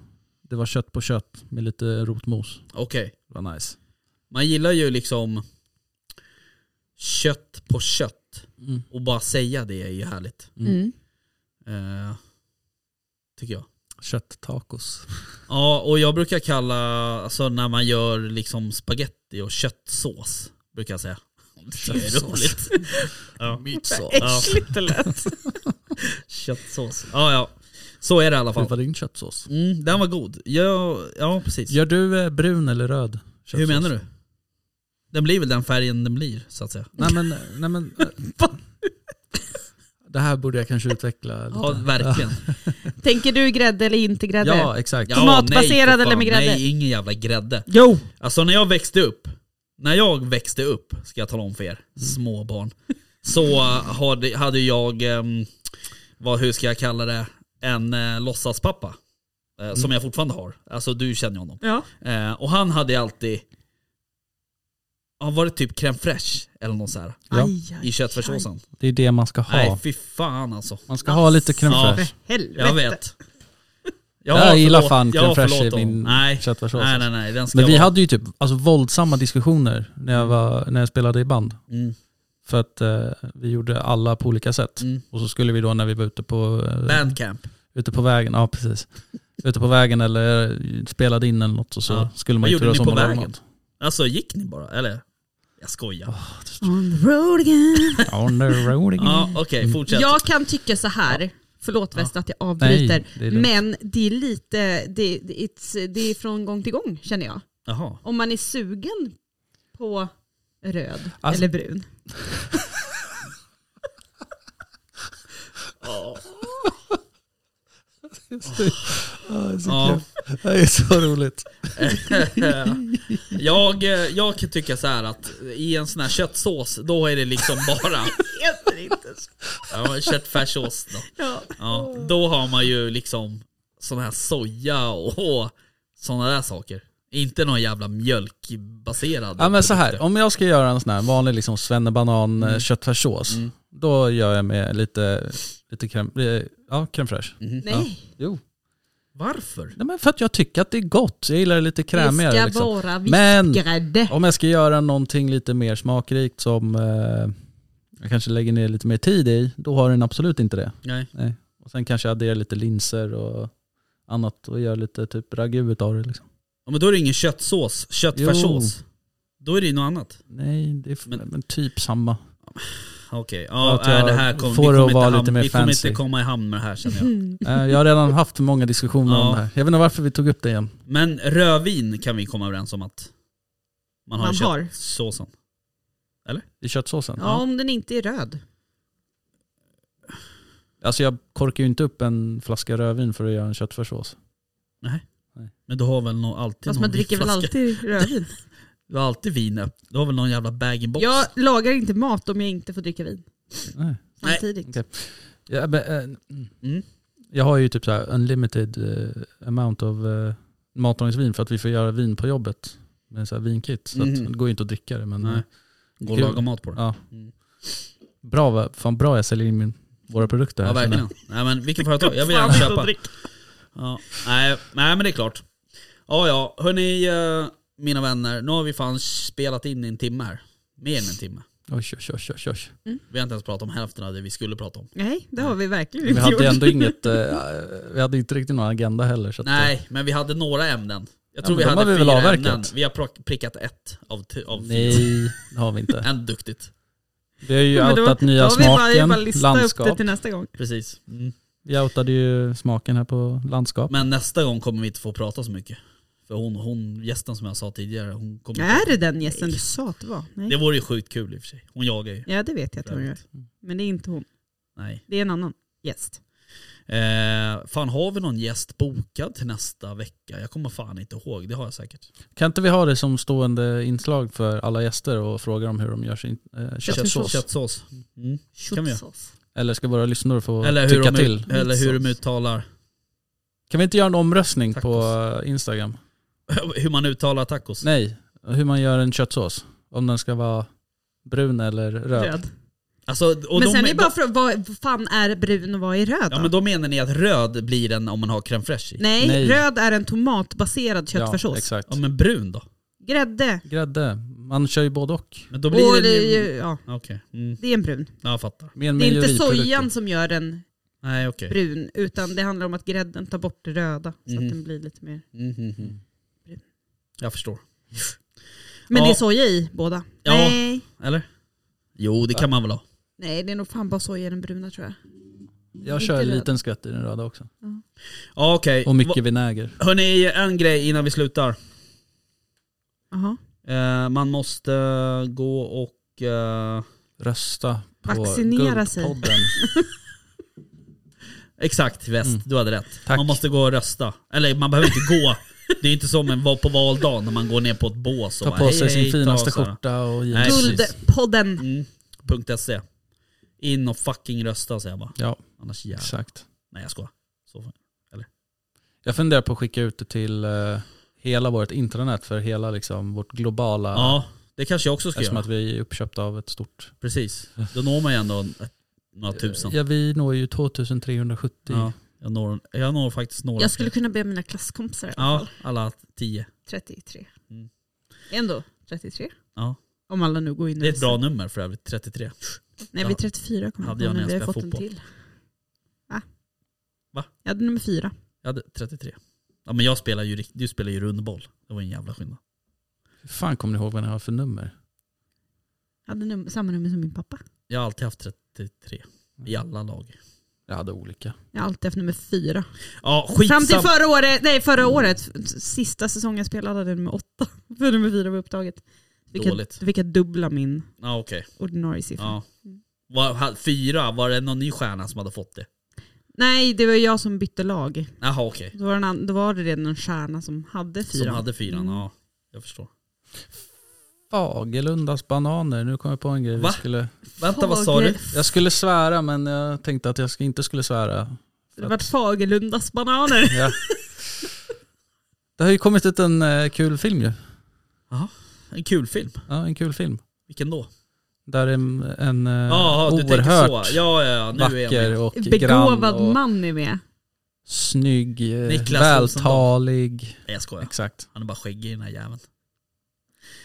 Speaker 5: det var kött på kött med lite rotmos.
Speaker 3: Okej.
Speaker 5: Det var nice.
Speaker 3: Man gillar ju liksom kött på kött.
Speaker 5: Mm.
Speaker 3: Och bara säga det är ju härligt.
Speaker 5: Mm.
Speaker 4: Mm.
Speaker 3: Eh, tycker jag.
Speaker 5: Kötttacos.
Speaker 3: Ja, och jag brukar kalla, alltså när man gör liksom spaghetti och köttsås, brukar jag säga. Det är
Speaker 5: Köttsås.
Speaker 3: roligt. ja.
Speaker 5: Mytsås.
Speaker 3: Äckligt det lät. köttsås. Ja, ja. Så är det i alla
Speaker 5: Vad
Speaker 3: fall.
Speaker 5: var din köttsås?
Speaker 3: Mm, den var god. Ja, ja precis.
Speaker 5: Gör du eh, brun eller röd köttsås?
Speaker 3: Hur menar du? Den blir väl den färgen den blir, så att säga.
Speaker 5: Nej men, nej, men eh, det här borde jag kanske utveckla lite.
Speaker 3: Ja, verkligen.
Speaker 4: Tänker du grädde eller inte grädde?
Speaker 5: Ja, exakt.
Speaker 3: Ja,
Speaker 4: Tomatbaserad
Speaker 3: nej, för fan.
Speaker 4: eller med grädde?
Speaker 3: Nej, ingen jävla grädde.
Speaker 4: Jo!
Speaker 3: Alltså när jag växte upp, när jag växte upp, ska jag tala om för er,
Speaker 5: Mm.
Speaker 3: små barn, så eh, hade, hade jag, ehm, vad, hur ska jag kalla det, en eh, låtsaspappa. Eh,
Speaker 5: Mm.
Speaker 3: Som jag fortfarande har. Alltså du känner ju honom.
Speaker 4: Ja.
Speaker 3: Eh, och han hade alltid, han var det typ crème fraîche eller något så här
Speaker 5: Ja,
Speaker 4: Aj, aj,
Speaker 3: i köttfärssåsen?
Speaker 5: det är det man ska ha.
Speaker 3: Nej fy fan alltså.
Speaker 5: Man ska ha lite crème
Speaker 3: Ja.
Speaker 5: fraîche.
Speaker 4: helvete.
Speaker 3: Jag vet.
Speaker 5: jag gillar
Speaker 3: förlåt-
Speaker 5: fan
Speaker 3: ja,
Speaker 5: crème fraîche i
Speaker 3: förlåt honom.
Speaker 5: min
Speaker 3: nej.
Speaker 5: köttfärssås.
Speaker 3: nej, nej, nej. Den ska
Speaker 5: Men vi
Speaker 3: vara.
Speaker 5: hade ju typ alltså, våldsamma diskussioner när jag, var, när jag spelade i band.
Speaker 3: Mm.
Speaker 5: För att eh, vi gjorde alla på olika sätt.
Speaker 3: Mm.
Speaker 5: Och så skulle vi då när vi var ute på, eh,
Speaker 3: Bandcamp.
Speaker 5: ute på vägen, ja precis. Ute på vägen eller spelade in eller något och så
Speaker 3: Ja.
Speaker 5: skulle man
Speaker 3: Vad
Speaker 5: ju
Speaker 3: gjorde
Speaker 5: turas
Speaker 3: ni
Speaker 5: om
Speaker 3: på
Speaker 5: att laga
Speaker 3: vägen?
Speaker 5: mat.
Speaker 3: Alltså gick ni bara? Eller? Jag skojar.
Speaker 4: On the road again.
Speaker 5: On the road again.
Speaker 3: Ja, okej, fortsätt.
Speaker 4: Jag kan tycka så här. Förlåt West att jag avbryter.
Speaker 5: Nej, det är lugnt.
Speaker 4: men det är lite, det, det, it's, det är från gång till gång känner jag.
Speaker 3: Jaha.
Speaker 4: Om man är sugen på röd
Speaker 5: Alltså-
Speaker 4: eller brun.
Speaker 3: Ja.
Speaker 5: Det är så roligt.
Speaker 3: Jag, eh, jag kan tycka så här att i en sån här köttsås, då är det liksom bara
Speaker 4: Heter det inte så?
Speaker 3: ja, köttfärssås. Då.
Speaker 4: Ja.
Speaker 3: Ja, då har man ju liksom sån här soja och såna där saker. Inte någon jävla mjölkbaserad.
Speaker 5: Ja men så här,
Speaker 3: produkter.
Speaker 5: om jag ska göra en sån här vanlig liksom svennebanan mm. köttfärssås, då gör jag med lite, lite crème, eh, ja crème fraîche.
Speaker 4: Nej,
Speaker 5: Jo.
Speaker 3: mhm. Varför?
Speaker 5: Nej, men för att jag tycker att det är gott. Jag gillar det lite
Speaker 4: det
Speaker 5: krämigare
Speaker 4: ska
Speaker 5: liksom.
Speaker 4: vara
Speaker 5: Men-
Speaker 4: vispgrädde.
Speaker 5: Om jag ska göra någonting lite mer smakrikt som eh, jag kanske lägger ner lite mer tid i, då har den absolut inte det.
Speaker 3: Nej.
Speaker 5: Nej. Och sen kanske jag adderar lite linser och annat och gör lite typ ragu utav det. Liksom.
Speaker 3: Ja, men då är det ingen köttsås, köttfärssås. Då är det ju något annat.
Speaker 5: Nej, det är f-
Speaker 3: Men-
Speaker 5: men, typ samma.
Speaker 3: Okej,
Speaker 5: Ja,
Speaker 3: ja,
Speaker 5: att
Speaker 3: nej,
Speaker 5: jag
Speaker 3: det här kom,
Speaker 5: får
Speaker 3: vi kommer,
Speaker 5: det att
Speaker 3: inte,
Speaker 5: vara
Speaker 3: hamna-
Speaker 5: lite mer
Speaker 3: vi kommer
Speaker 5: fancy.
Speaker 3: inte komma i hamn med det här känner jag.
Speaker 5: Eh, Jag har redan haft för många diskussioner
Speaker 3: Ja.
Speaker 5: om det här. Jag vet inte varför vi tog upp det igen.
Speaker 3: Men rödvin kan vi komma överens om att man har
Speaker 4: Man
Speaker 3: i
Speaker 4: har.
Speaker 3: köttsåsen.
Speaker 5: I köttsåsen.
Speaker 4: Ja, om den inte är röd.
Speaker 5: Alltså jag korkar ju inte upp en flaska rödvin för att göra en köttfärssås.
Speaker 3: Men du har väl nå- alltid
Speaker 4: Fast
Speaker 3: någon
Speaker 4: man dricker väl
Speaker 3: vinflaska?
Speaker 4: alltid rödvin?
Speaker 3: Du har alltid vin upp. Du har väl någon jävla bag-in-box?
Speaker 4: Jag lagar inte mat om jag inte får dricka vin
Speaker 5: Nej.
Speaker 3: Nej.
Speaker 4: samtidigt.
Speaker 5: Okej. Ja, men, eh,
Speaker 3: Mm.
Speaker 5: Jag har ju typ så här unlimited eh, amount of eh, matlagningsvin för att vi får göra vin på jobbet. Med så här vinkit. Så att,
Speaker 3: Mhm.
Speaker 5: det går ju inte att dricka det. Men
Speaker 3: Nej.
Speaker 5: eh,
Speaker 3: Går och
Speaker 5: Kul.
Speaker 3: lagar mat på det.
Speaker 5: ja.
Speaker 3: Mm.
Speaker 5: bra, va- fan bra jag säljer in min, våra produkter.
Speaker 3: Ja,
Speaker 5: här, känner
Speaker 3: verkligen.
Speaker 5: jag.
Speaker 3: Nej men vilket företag, jag vill gärna köpa. Ja. Nej, nej men det är klart. Ja ja, hörni eh, mina vänner. Nu har vi fan spelat in i en timme här. Mer än en timme.
Speaker 5: Oj, oj, oj, oj, oj.
Speaker 3: Vi har inte ens pratat om hälften av det vi skulle prata om.
Speaker 4: Nej, det har vi verkligen
Speaker 5: Vi
Speaker 4: inte
Speaker 5: hade
Speaker 4: gjort.
Speaker 5: ändå inget, eh, vi hade inte riktigt någon agenda heller. Så att, eh,
Speaker 3: Nej, men vi hade några ämnen. Jag
Speaker 5: Ja,
Speaker 3: tror
Speaker 5: men
Speaker 3: vi
Speaker 5: de
Speaker 3: hade
Speaker 5: har vi väl
Speaker 3: fyra
Speaker 5: avverkat?
Speaker 3: ämnen. Vi har prock- prickat ett av, t- av fyra.
Speaker 5: Nej, det har vi inte.
Speaker 3: Ändå duktigt.
Speaker 5: Vi har ju
Speaker 4: Men då-
Speaker 5: outat
Speaker 4: då
Speaker 5: nya
Speaker 4: har vi bara- jag
Speaker 5: smaken,
Speaker 4: bara listat upp det
Speaker 5: landskap.
Speaker 4: till nästa gång.
Speaker 3: Precis. Mm.
Speaker 5: Vi outade ju smaken här på landskap.
Speaker 3: Men nästa gång kommer vi inte få prata så mycket. För hon, hon gästen som jag sa tidigare, hon kommer
Speaker 4: Är det den gästen du sa att det var?
Speaker 3: Det
Speaker 4: Nej.
Speaker 3: vore ju sjukt kul i och för sig. Hon jagar ju.
Speaker 4: Ja, det vet jag att hon gör.
Speaker 5: Mm.
Speaker 4: Men det är inte hon.
Speaker 3: Nej.
Speaker 4: Det är en annan gäst.
Speaker 3: Eh, fan har vi någon gäst bokad till nästa vecka? Jag kommer fan inte ihåg, det har jag säkert.
Speaker 5: Kan inte vi ha det som stående inslag för alla gäster och fråga dem hur de gör sin eh, köttsås?
Speaker 3: Köttsås. Mm. Kan vi göra.
Speaker 4: Köttsås.
Speaker 5: Eller ska våra lyssnare få
Speaker 3: Eller, hur
Speaker 5: tycka
Speaker 3: de,
Speaker 5: till?
Speaker 3: ut, eller hur de uttalar,
Speaker 5: Kan vi inte göra en omröstning
Speaker 3: Tacos.
Speaker 5: på eh, Instagram?
Speaker 3: hur man uttalar tacos.
Speaker 5: Nej, hur man gör en köttsås. Om den ska vara brun eller röd.
Speaker 4: Röd.
Speaker 3: Alltså, och
Speaker 4: Men
Speaker 3: de-
Speaker 4: sen är
Speaker 3: de-
Speaker 4: bara frågan, vad fan är brun och vad är röd då?
Speaker 3: Ja men då menar ni att röd blir den om man har crème fraîche i?
Speaker 4: Nej,
Speaker 5: Nej.
Speaker 4: röd är en tomatbaserad
Speaker 5: Ja,
Speaker 4: köttfärssås.
Speaker 5: exakt.
Speaker 3: Ja men brun då?
Speaker 4: Grädde.
Speaker 5: Grädde. Man kör ju både och.
Speaker 3: Men då blir
Speaker 4: Och
Speaker 3: den
Speaker 4: det
Speaker 3: ju...
Speaker 4: är, ju, ja,
Speaker 3: Okej, mm.
Speaker 4: det är en brun.
Speaker 3: Ja, jag fattar.
Speaker 5: Med
Speaker 4: Det är inte
Speaker 5: mejeriprodukter.
Speaker 4: sojan som gör den
Speaker 3: Nej okej.
Speaker 4: brun, utan det handlar om att grädden tar bort det röda. Så
Speaker 3: Mhm.
Speaker 4: att den blir lite mer...
Speaker 3: Mhm, mhm. Jag förstår.
Speaker 4: Men
Speaker 3: Ja.
Speaker 4: det är soja i båda.
Speaker 3: Ja.
Speaker 4: Nej.
Speaker 3: Eller? Jo det kan man väl ha.
Speaker 4: Nej, det är nog fan bara soja i den bruna tror jag.
Speaker 5: Jag kör
Speaker 4: Inte
Speaker 5: en
Speaker 4: röd.
Speaker 5: liten skvätt i den röda också.
Speaker 3: Ja okej.
Speaker 5: Och mycket vinäger.
Speaker 3: Hörni, en grej innan vi slutar.
Speaker 4: Jaha.
Speaker 3: Eh, man måste eh, gå och... Eh,
Speaker 5: Rösta på
Speaker 4: Vaccinera sig.
Speaker 5: Guldpodden.
Speaker 3: exakt väst, du hade rätt.
Speaker 5: Mm. Tack.
Speaker 3: Man måste gå och rösta. Eller man behöver inte gå. Det är inte som en, var på valdagen när man går ner på ett bås och
Speaker 5: Ta
Speaker 3: bara,
Speaker 5: på
Speaker 3: hej,
Speaker 5: sig sin
Speaker 3: hej, ta
Speaker 5: finaste
Speaker 3: så här.
Speaker 5: skjorta och
Speaker 3: Nej,
Speaker 5: jeans.
Speaker 3: precis.
Speaker 4: Guldpodden.
Speaker 3: Mm. .se. In och fucking rösta säger jag bara.
Speaker 5: Ja,
Speaker 3: Annars jävlar.
Speaker 5: exakt.
Speaker 3: Nej jag skojar. Så får-
Speaker 5: Jag funderar på att skicka ut det till eh, hela vårt intranät för hela liksom, vårt globala.
Speaker 3: Ja, det kanske jag också ska
Speaker 5: eftersom
Speaker 3: göra.
Speaker 5: att vi är uppköpta av ett stort.
Speaker 3: Precis. Då når man ju ändå en- några tusen.
Speaker 5: Eh, Ja, vi når ju 2370.
Speaker 3: Ja, jag, når, jag når faktiskt några.
Speaker 4: Jag skulle
Speaker 3: fler.
Speaker 4: kunna be mina klasskompisar i alla
Speaker 3: Ja,
Speaker 4: fall.
Speaker 3: alla tio.
Speaker 4: 33.
Speaker 3: Mm.
Speaker 4: Ändå 33.
Speaker 3: Ja.
Speaker 4: Om alla nu går in
Speaker 3: Det är ett
Speaker 4: och
Speaker 3: bra
Speaker 4: röstar.
Speaker 3: nummer för övrigt, 33.
Speaker 4: Nej, vi är 34 kommer
Speaker 3: Hade
Speaker 4: jag
Speaker 3: jag
Speaker 4: på
Speaker 3: när
Speaker 4: nu.
Speaker 3: jag
Speaker 4: Vi
Speaker 3: spelade
Speaker 4: har fått en
Speaker 3: fotboll.
Speaker 4: till. Va?
Speaker 3: Va?
Speaker 4: Jag hade nummer fyra.
Speaker 3: Jag hade 33. Ja men jag spelar ju, rikt- du spelar ju rundboll. Det var en jävla skillnad.
Speaker 5: Hur fan kommer ni ihåg vad ni har för nummer?
Speaker 4: Jag hade num- samma nummer som min pappa.
Speaker 3: Jag har alltid haft 33. I
Speaker 5: Mm.
Speaker 3: alla lag.
Speaker 5: Jag hade olika.
Speaker 4: Jag har alltid haft nummer fyra.
Speaker 3: Ja
Speaker 4: Fram till
Speaker 3: skitsam.
Speaker 4: förra året, nej förra året, sista säsongen jag spelade hade jag nummer åtta. För nummer fyra var upptaget. Fick jag,
Speaker 3: Dåligt.
Speaker 4: då fick jag dubbla min
Speaker 3: Ja okej.
Speaker 4: ordinarie siffra.
Speaker 3: Ja. Var, ha- fyra, var det någon ny stjärna som hade fått det?
Speaker 4: Nej, det var jag som bytte lag.
Speaker 3: Jaha okej.
Speaker 4: Då var, det en an- då var det redan en stjärna som hade fyra.
Speaker 3: Som hade fyran, ja. Jag förstår.
Speaker 5: Fagerlundas bananer, nu kom jag på en grej.
Speaker 3: Va?
Speaker 5: Vi skulle,
Speaker 3: Vänta vad sa du?
Speaker 4: Fager-
Speaker 5: jag skulle svära men jag tänkte att jag ska- inte skulle svära.
Speaker 4: Det vart Fagerlundas bananer.
Speaker 5: Ja. Det har ju kommit ut en eh, kul film ju.
Speaker 3: En kul film.
Speaker 5: Ja, en kul film.
Speaker 3: Vilken
Speaker 5: Eh,
Speaker 3: då?
Speaker 5: Där en, en eh,
Speaker 3: Jaha du tänker
Speaker 5: oerhört
Speaker 3: så. Ja ja, ja. nu är jag med.
Speaker 5: vacker och
Speaker 4: Begåvad
Speaker 5: grann och
Speaker 4: man är med.
Speaker 5: snygg, eh,
Speaker 3: Niklas
Speaker 5: vältalig.
Speaker 3: Nej jag skojar.
Speaker 5: Exakt.
Speaker 3: Han är bara skäggig den här jäveln.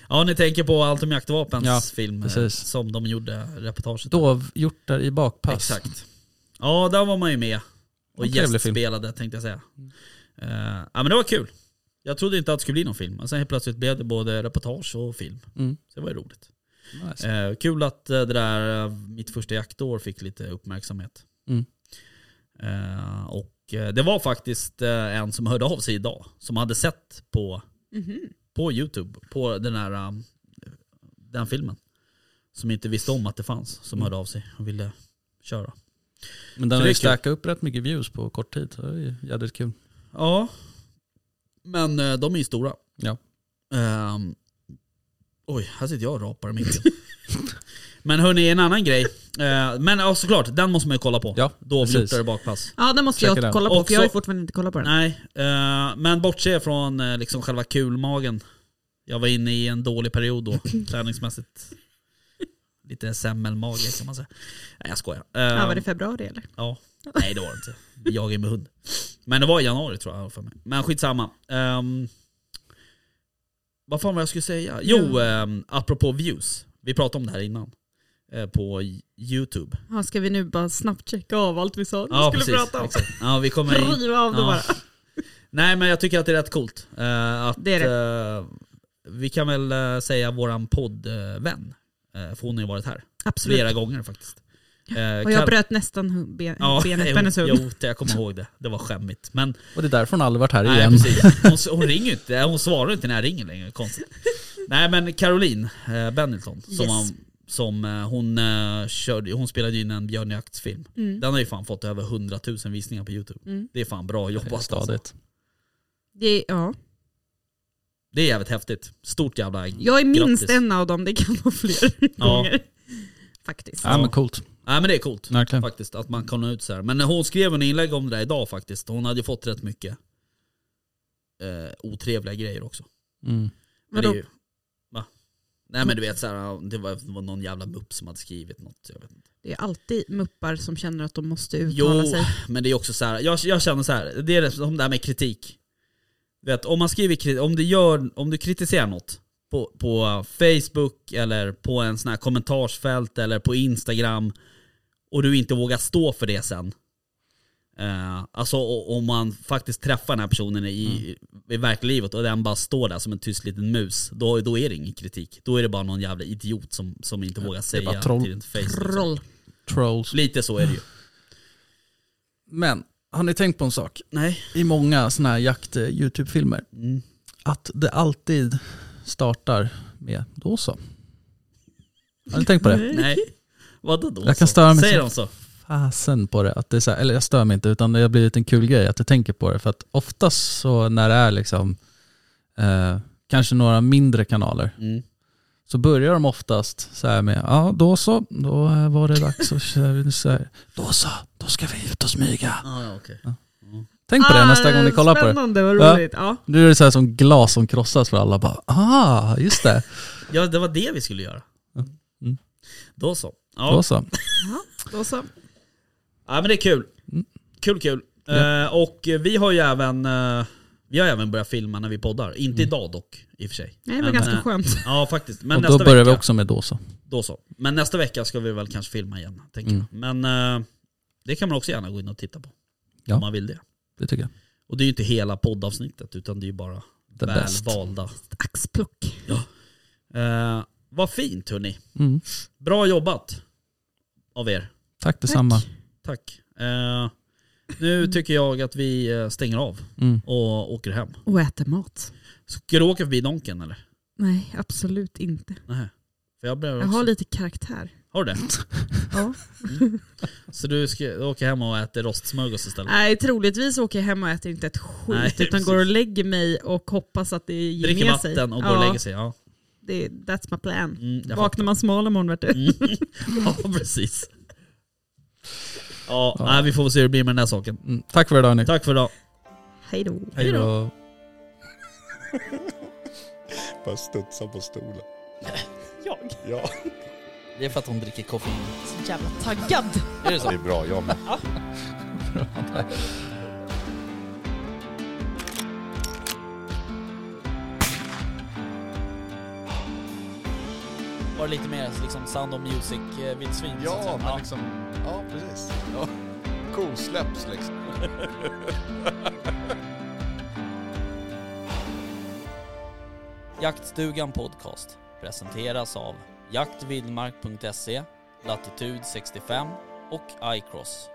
Speaker 3: Ja ni tänker på Allt om jaktvapens
Speaker 5: Ja,
Speaker 3: film eh,
Speaker 5: precis.
Speaker 3: som de gjorde reportaget om.
Speaker 5: Dovhjortar i bakpass.
Speaker 3: Exakt. Ja där var man ju med. Och
Speaker 5: En trevlig film.
Speaker 3: gästspelade tänkte jag säga. Eh, ja men det var kul. Jag trodde inte att det skulle bli någon film, men sen helt plötsligt blev det både reportage och film.
Speaker 5: Mm.
Speaker 3: Så det var ju roligt.
Speaker 5: Nice.
Speaker 3: Eh, kul att eh, det där, eh, mitt första jaktår fick lite uppmärksamhet.
Speaker 5: Mm.
Speaker 3: Eh, och eh, det var faktiskt eh, en som hörde av sig idag, som hade sett på, på YouTube, på den här eh, den filmen. Som inte visste om att det fanns,
Speaker 5: Mm.
Speaker 3: som hörde av sig och ville köra. Så
Speaker 5: Men den har
Speaker 3: det är
Speaker 5: ju
Speaker 3: kul.
Speaker 5: stackat upp rätt mycket views på kort tid. så Det är ju jädrigt kul.
Speaker 3: Ja, men eh, de är ju stora.
Speaker 5: Ja.
Speaker 3: Ehm, oj, här sitter jag och rapar i micken. men hörni, en annan grej. Eh, men ja, såklart, den måste man ju kolla på.
Speaker 5: Ja, precis.
Speaker 3: Dovhjortare bakpass.
Speaker 2: Ja, den måste
Speaker 5: Checka den.
Speaker 2: jag kolla på,
Speaker 3: Också-
Speaker 2: för jag har ju fortfarande inte kollat på den.
Speaker 3: Nej, eh, men bortse från eh, liksom själva kulmagen. Jag var inne i en dålig period då, träningsmässigt. Lite semmelmage kan man säga. Nej, jag skojar. Eh,
Speaker 2: Ja, var det februari eller?
Speaker 3: Ja. Nej det var det inte. Jag är med hund. Men det var i januari tror jag. För mig. Men skitsamma. Um, vad fan var jag skulle säga? Jo, um, apropå views. Vi pratade om det här innan. Eh, på YouTube.
Speaker 2: Ja, ska vi nu bara snabbt checka av allt vi sa att vi
Speaker 3: Ja,
Speaker 2: skulle
Speaker 3: precis.
Speaker 2: prata om?
Speaker 3: Exakt. Ja, vi kommer in.
Speaker 2: Riva av det
Speaker 3: Ja.
Speaker 2: bara.
Speaker 3: Nej men jag tycker att det är rätt coolt. eh, att,
Speaker 2: Det är
Speaker 3: eh, vi kan väl eh, säga våran poddvän. Uh, för hon har ju varit här.
Speaker 2: Absolut.
Speaker 3: Flera gånger faktiskt. Eh,
Speaker 2: Och jag
Speaker 3: Kar-
Speaker 2: bröt nästan hu- ben, benet
Speaker 3: jo,
Speaker 2: på hennes hund.
Speaker 3: Jo, det- jag kommer ihåg det. Det var skämmigt. Men
Speaker 5: Och det är därför hon aldrig varit här
Speaker 3: Nej,
Speaker 5: igen.
Speaker 3: precis. Hon, s- hon ringer ju inte, hon svarar ju inte när jag ringer längre. Konstigt. Nej men Caroline eh, Benilton, som,
Speaker 2: Yes.
Speaker 3: han- som eh, hon, eh, körde, hon spelade ju in en Björn Jakts-film.
Speaker 2: Mm.
Speaker 3: Den har ju fan fått över 100 000 visningar på YouTube. Det är fan bra jobbat alltså.
Speaker 5: Eh, Stadigt.
Speaker 2: Det, ja.
Speaker 3: Det är jävligt häftigt. Stort jävla
Speaker 2: Jag är minst
Speaker 3: grattis.
Speaker 2: en av dem, det kan vara fler
Speaker 3: Ja.
Speaker 2: gånger. Faktiskt.
Speaker 5: Ja men coolt.
Speaker 3: Nej men det är coolt
Speaker 5: Verkligen.
Speaker 3: faktiskt att man kan nå ut så här. Men hon skrev en inlägg om det där idag faktiskt. Hon hade ju fått rätt mycket eh, otrevliga grejer också.
Speaker 5: Mm.
Speaker 3: Men det är
Speaker 2: Vadå?
Speaker 3: ju, va? Nej men du vet såhär, det var, det var någon jävla mupp som hade skrivit något. Jag vet inte.
Speaker 2: Det är alltid muppar som känner att de måste uttala
Speaker 3: Jo,
Speaker 2: sig.
Speaker 3: men det är också så här. Jag, jag känner så här. det är det som det här med kritik. Du vet, om man skriver kri- om du, gör, om du kritiserar något på, på Facebook eller på en sån här kommentarsfält eller på Instagram och du inte vågar stå för det sen. Eh, alltså o- om man faktiskt träffar den här personen i,
Speaker 5: Mm.
Speaker 3: i verkliga livet och den bara står där som en tyst liten mus, då, då är det ingen kritik. Då är det bara någon jävla idiot som, som inte vågar
Speaker 5: bara
Speaker 3: säga
Speaker 5: troll.
Speaker 3: till ditt face. Liksom.
Speaker 2: Roll.
Speaker 5: Trolls.
Speaker 3: Lite så är det ju.
Speaker 5: Men, har ni tänkt på en sak?
Speaker 3: Nej.
Speaker 5: I många sådana här eh, jakt-YouTube-filmer,
Speaker 3: Mm.
Speaker 5: att det alltid startar med då så. Har ni tänkt på det?
Speaker 3: Nej. Vadå då?
Speaker 5: Jag kan
Speaker 3: så?
Speaker 5: störa mig
Speaker 3: Säger
Speaker 5: så.
Speaker 3: de så?
Speaker 5: Fasen på det. Att det är så här, eller jag stör mig inte, utan det har blivit en kul grej att jag tänker på det. För att oftast så när det är liksom, eh, kanske några mindre kanaler,
Speaker 3: Mm.
Speaker 5: så börjar de oftast så här med, ja då så, då eh, var det dags att köra, så här, då så, då ska vi ut och smyga.
Speaker 3: Ah, ja, okej.
Speaker 5: Tänk på
Speaker 3: Ah,
Speaker 5: det nästa gång ni kollar på det.
Speaker 2: Ah, Spännande, vad
Speaker 5: Ja.
Speaker 2: roligt. Ja.
Speaker 5: Nu är det så här som glas som krossas för alla. Bara, ah, just det.
Speaker 3: Ja, det var det vi skulle göra.
Speaker 5: Mm.
Speaker 3: Då så. Ja.
Speaker 5: Då så.
Speaker 2: Då så.
Speaker 3: ja, men det är kul.
Speaker 5: Mm.
Speaker 3: Kul, kul. Eh, och vi har ju även, eh, vi har även börjat filma när vi poddar. Inte idag dock, i och för sig.
Speaker 2: Nej, det var ganska
Speaker 3: eh,
Speaker 2: skönt.
Speaker 3: Ja, faktiskt. Men
Speaker 5: Mm. Och
Speaker 3: nästa
Speaker 5: då börjar
Speaker 3: vecka,
Speaker 5: vi också med då så.
Speaker 3: Då så. Men nästa vecka ska vi väl kanske filma igen, tänker
Speaker 5: Mm.
Speaker 3: jag. Men eh, det kan man också gärna gå in och titta på.
Speaker 5: Ja.
Speaker 3: Om man vill det.
Speaker 5: Det tycker jag.
Speaker 3: Och det är ju inte hela poddavsnittet, utan det är ju bara
Speaker 5: The best.
Speaker 3: välvalda.
Speaker 2: Axplock.
Speaker 3: Eh, vad fint hörni.
Speaker 5: Mm.
Speaker 3: Bra jobbat av er.
Speaker 5: Tack detsamma.
Speaker 3: Tack. Eh, nu tycker jag att vi eh, stänger av
Speaker 5: Mm.
Speaker 3: och åker hem.
Speaker 2: Och äter mat.
Speaker 3: Ska du åka förbi Donken eller?
Speaker 2: Nej, absolut inte.
Speaker 3: Nej. För jag behöver
Speaker 2: Jag
Speaker 3: också...
Speaker 2: har
Speaker 3: har,
Speaker 2: lite karaktär.
Speaker 3: du det?
Speaker 2: Ja.
Speaker 3: Så du ska åka hem och äta rostsmörgås istället?
Speaker 2: Nej, troligtvis åker jag hem och äter inte ett skit
Speaker 3: Typ. Nej,
Speaker 2: utan
Speaker 3: precis.
Speaker 2: går och lägger mig och hoppas att det ger
Speaker 3: Dricker
Speaker 2: ner
Speaker 3: vatten
Speaker 2: sig.
Speaker 3: och går
Speaker 2: ja,
Speaker 3: och lägger sig? Ja,
Speaker 2: Det, that's my plan.
Speaker 3: mm, jag
Speaker 2: Vaknar man smal imorgon vet du.
Speaker 3: fattar. ja precis. Ja, Nej, vi får väl se hur det blir med den här saken.
Speaker 5: Mm. Tack för idag ni.
Speaker 3: Tack för idag.
Speaker 2: Hej då.
Speaker 5: Hej då.
Speaker 1: Bara studsa på stolen.
Speaker 6: Jag?
Speaker 1: Ja.
Speaker 3: Det är för att hon dricker kaffe.
Speaker 6: Så jävla taggad.
Speaker 3: Är det så?
Speaker 1: Det är bra, jag med.
Speaker 3: Var det lite mer liksom Sound of eh, Music-vildsvin?
Speaker 1: Ja, men liksom... Ja, precis. Ja. Kosläpps liksom.
Speaker 3: Jaktstugan Podcast presenteras av jaktvildmark.se, Latitude 65 och iCross.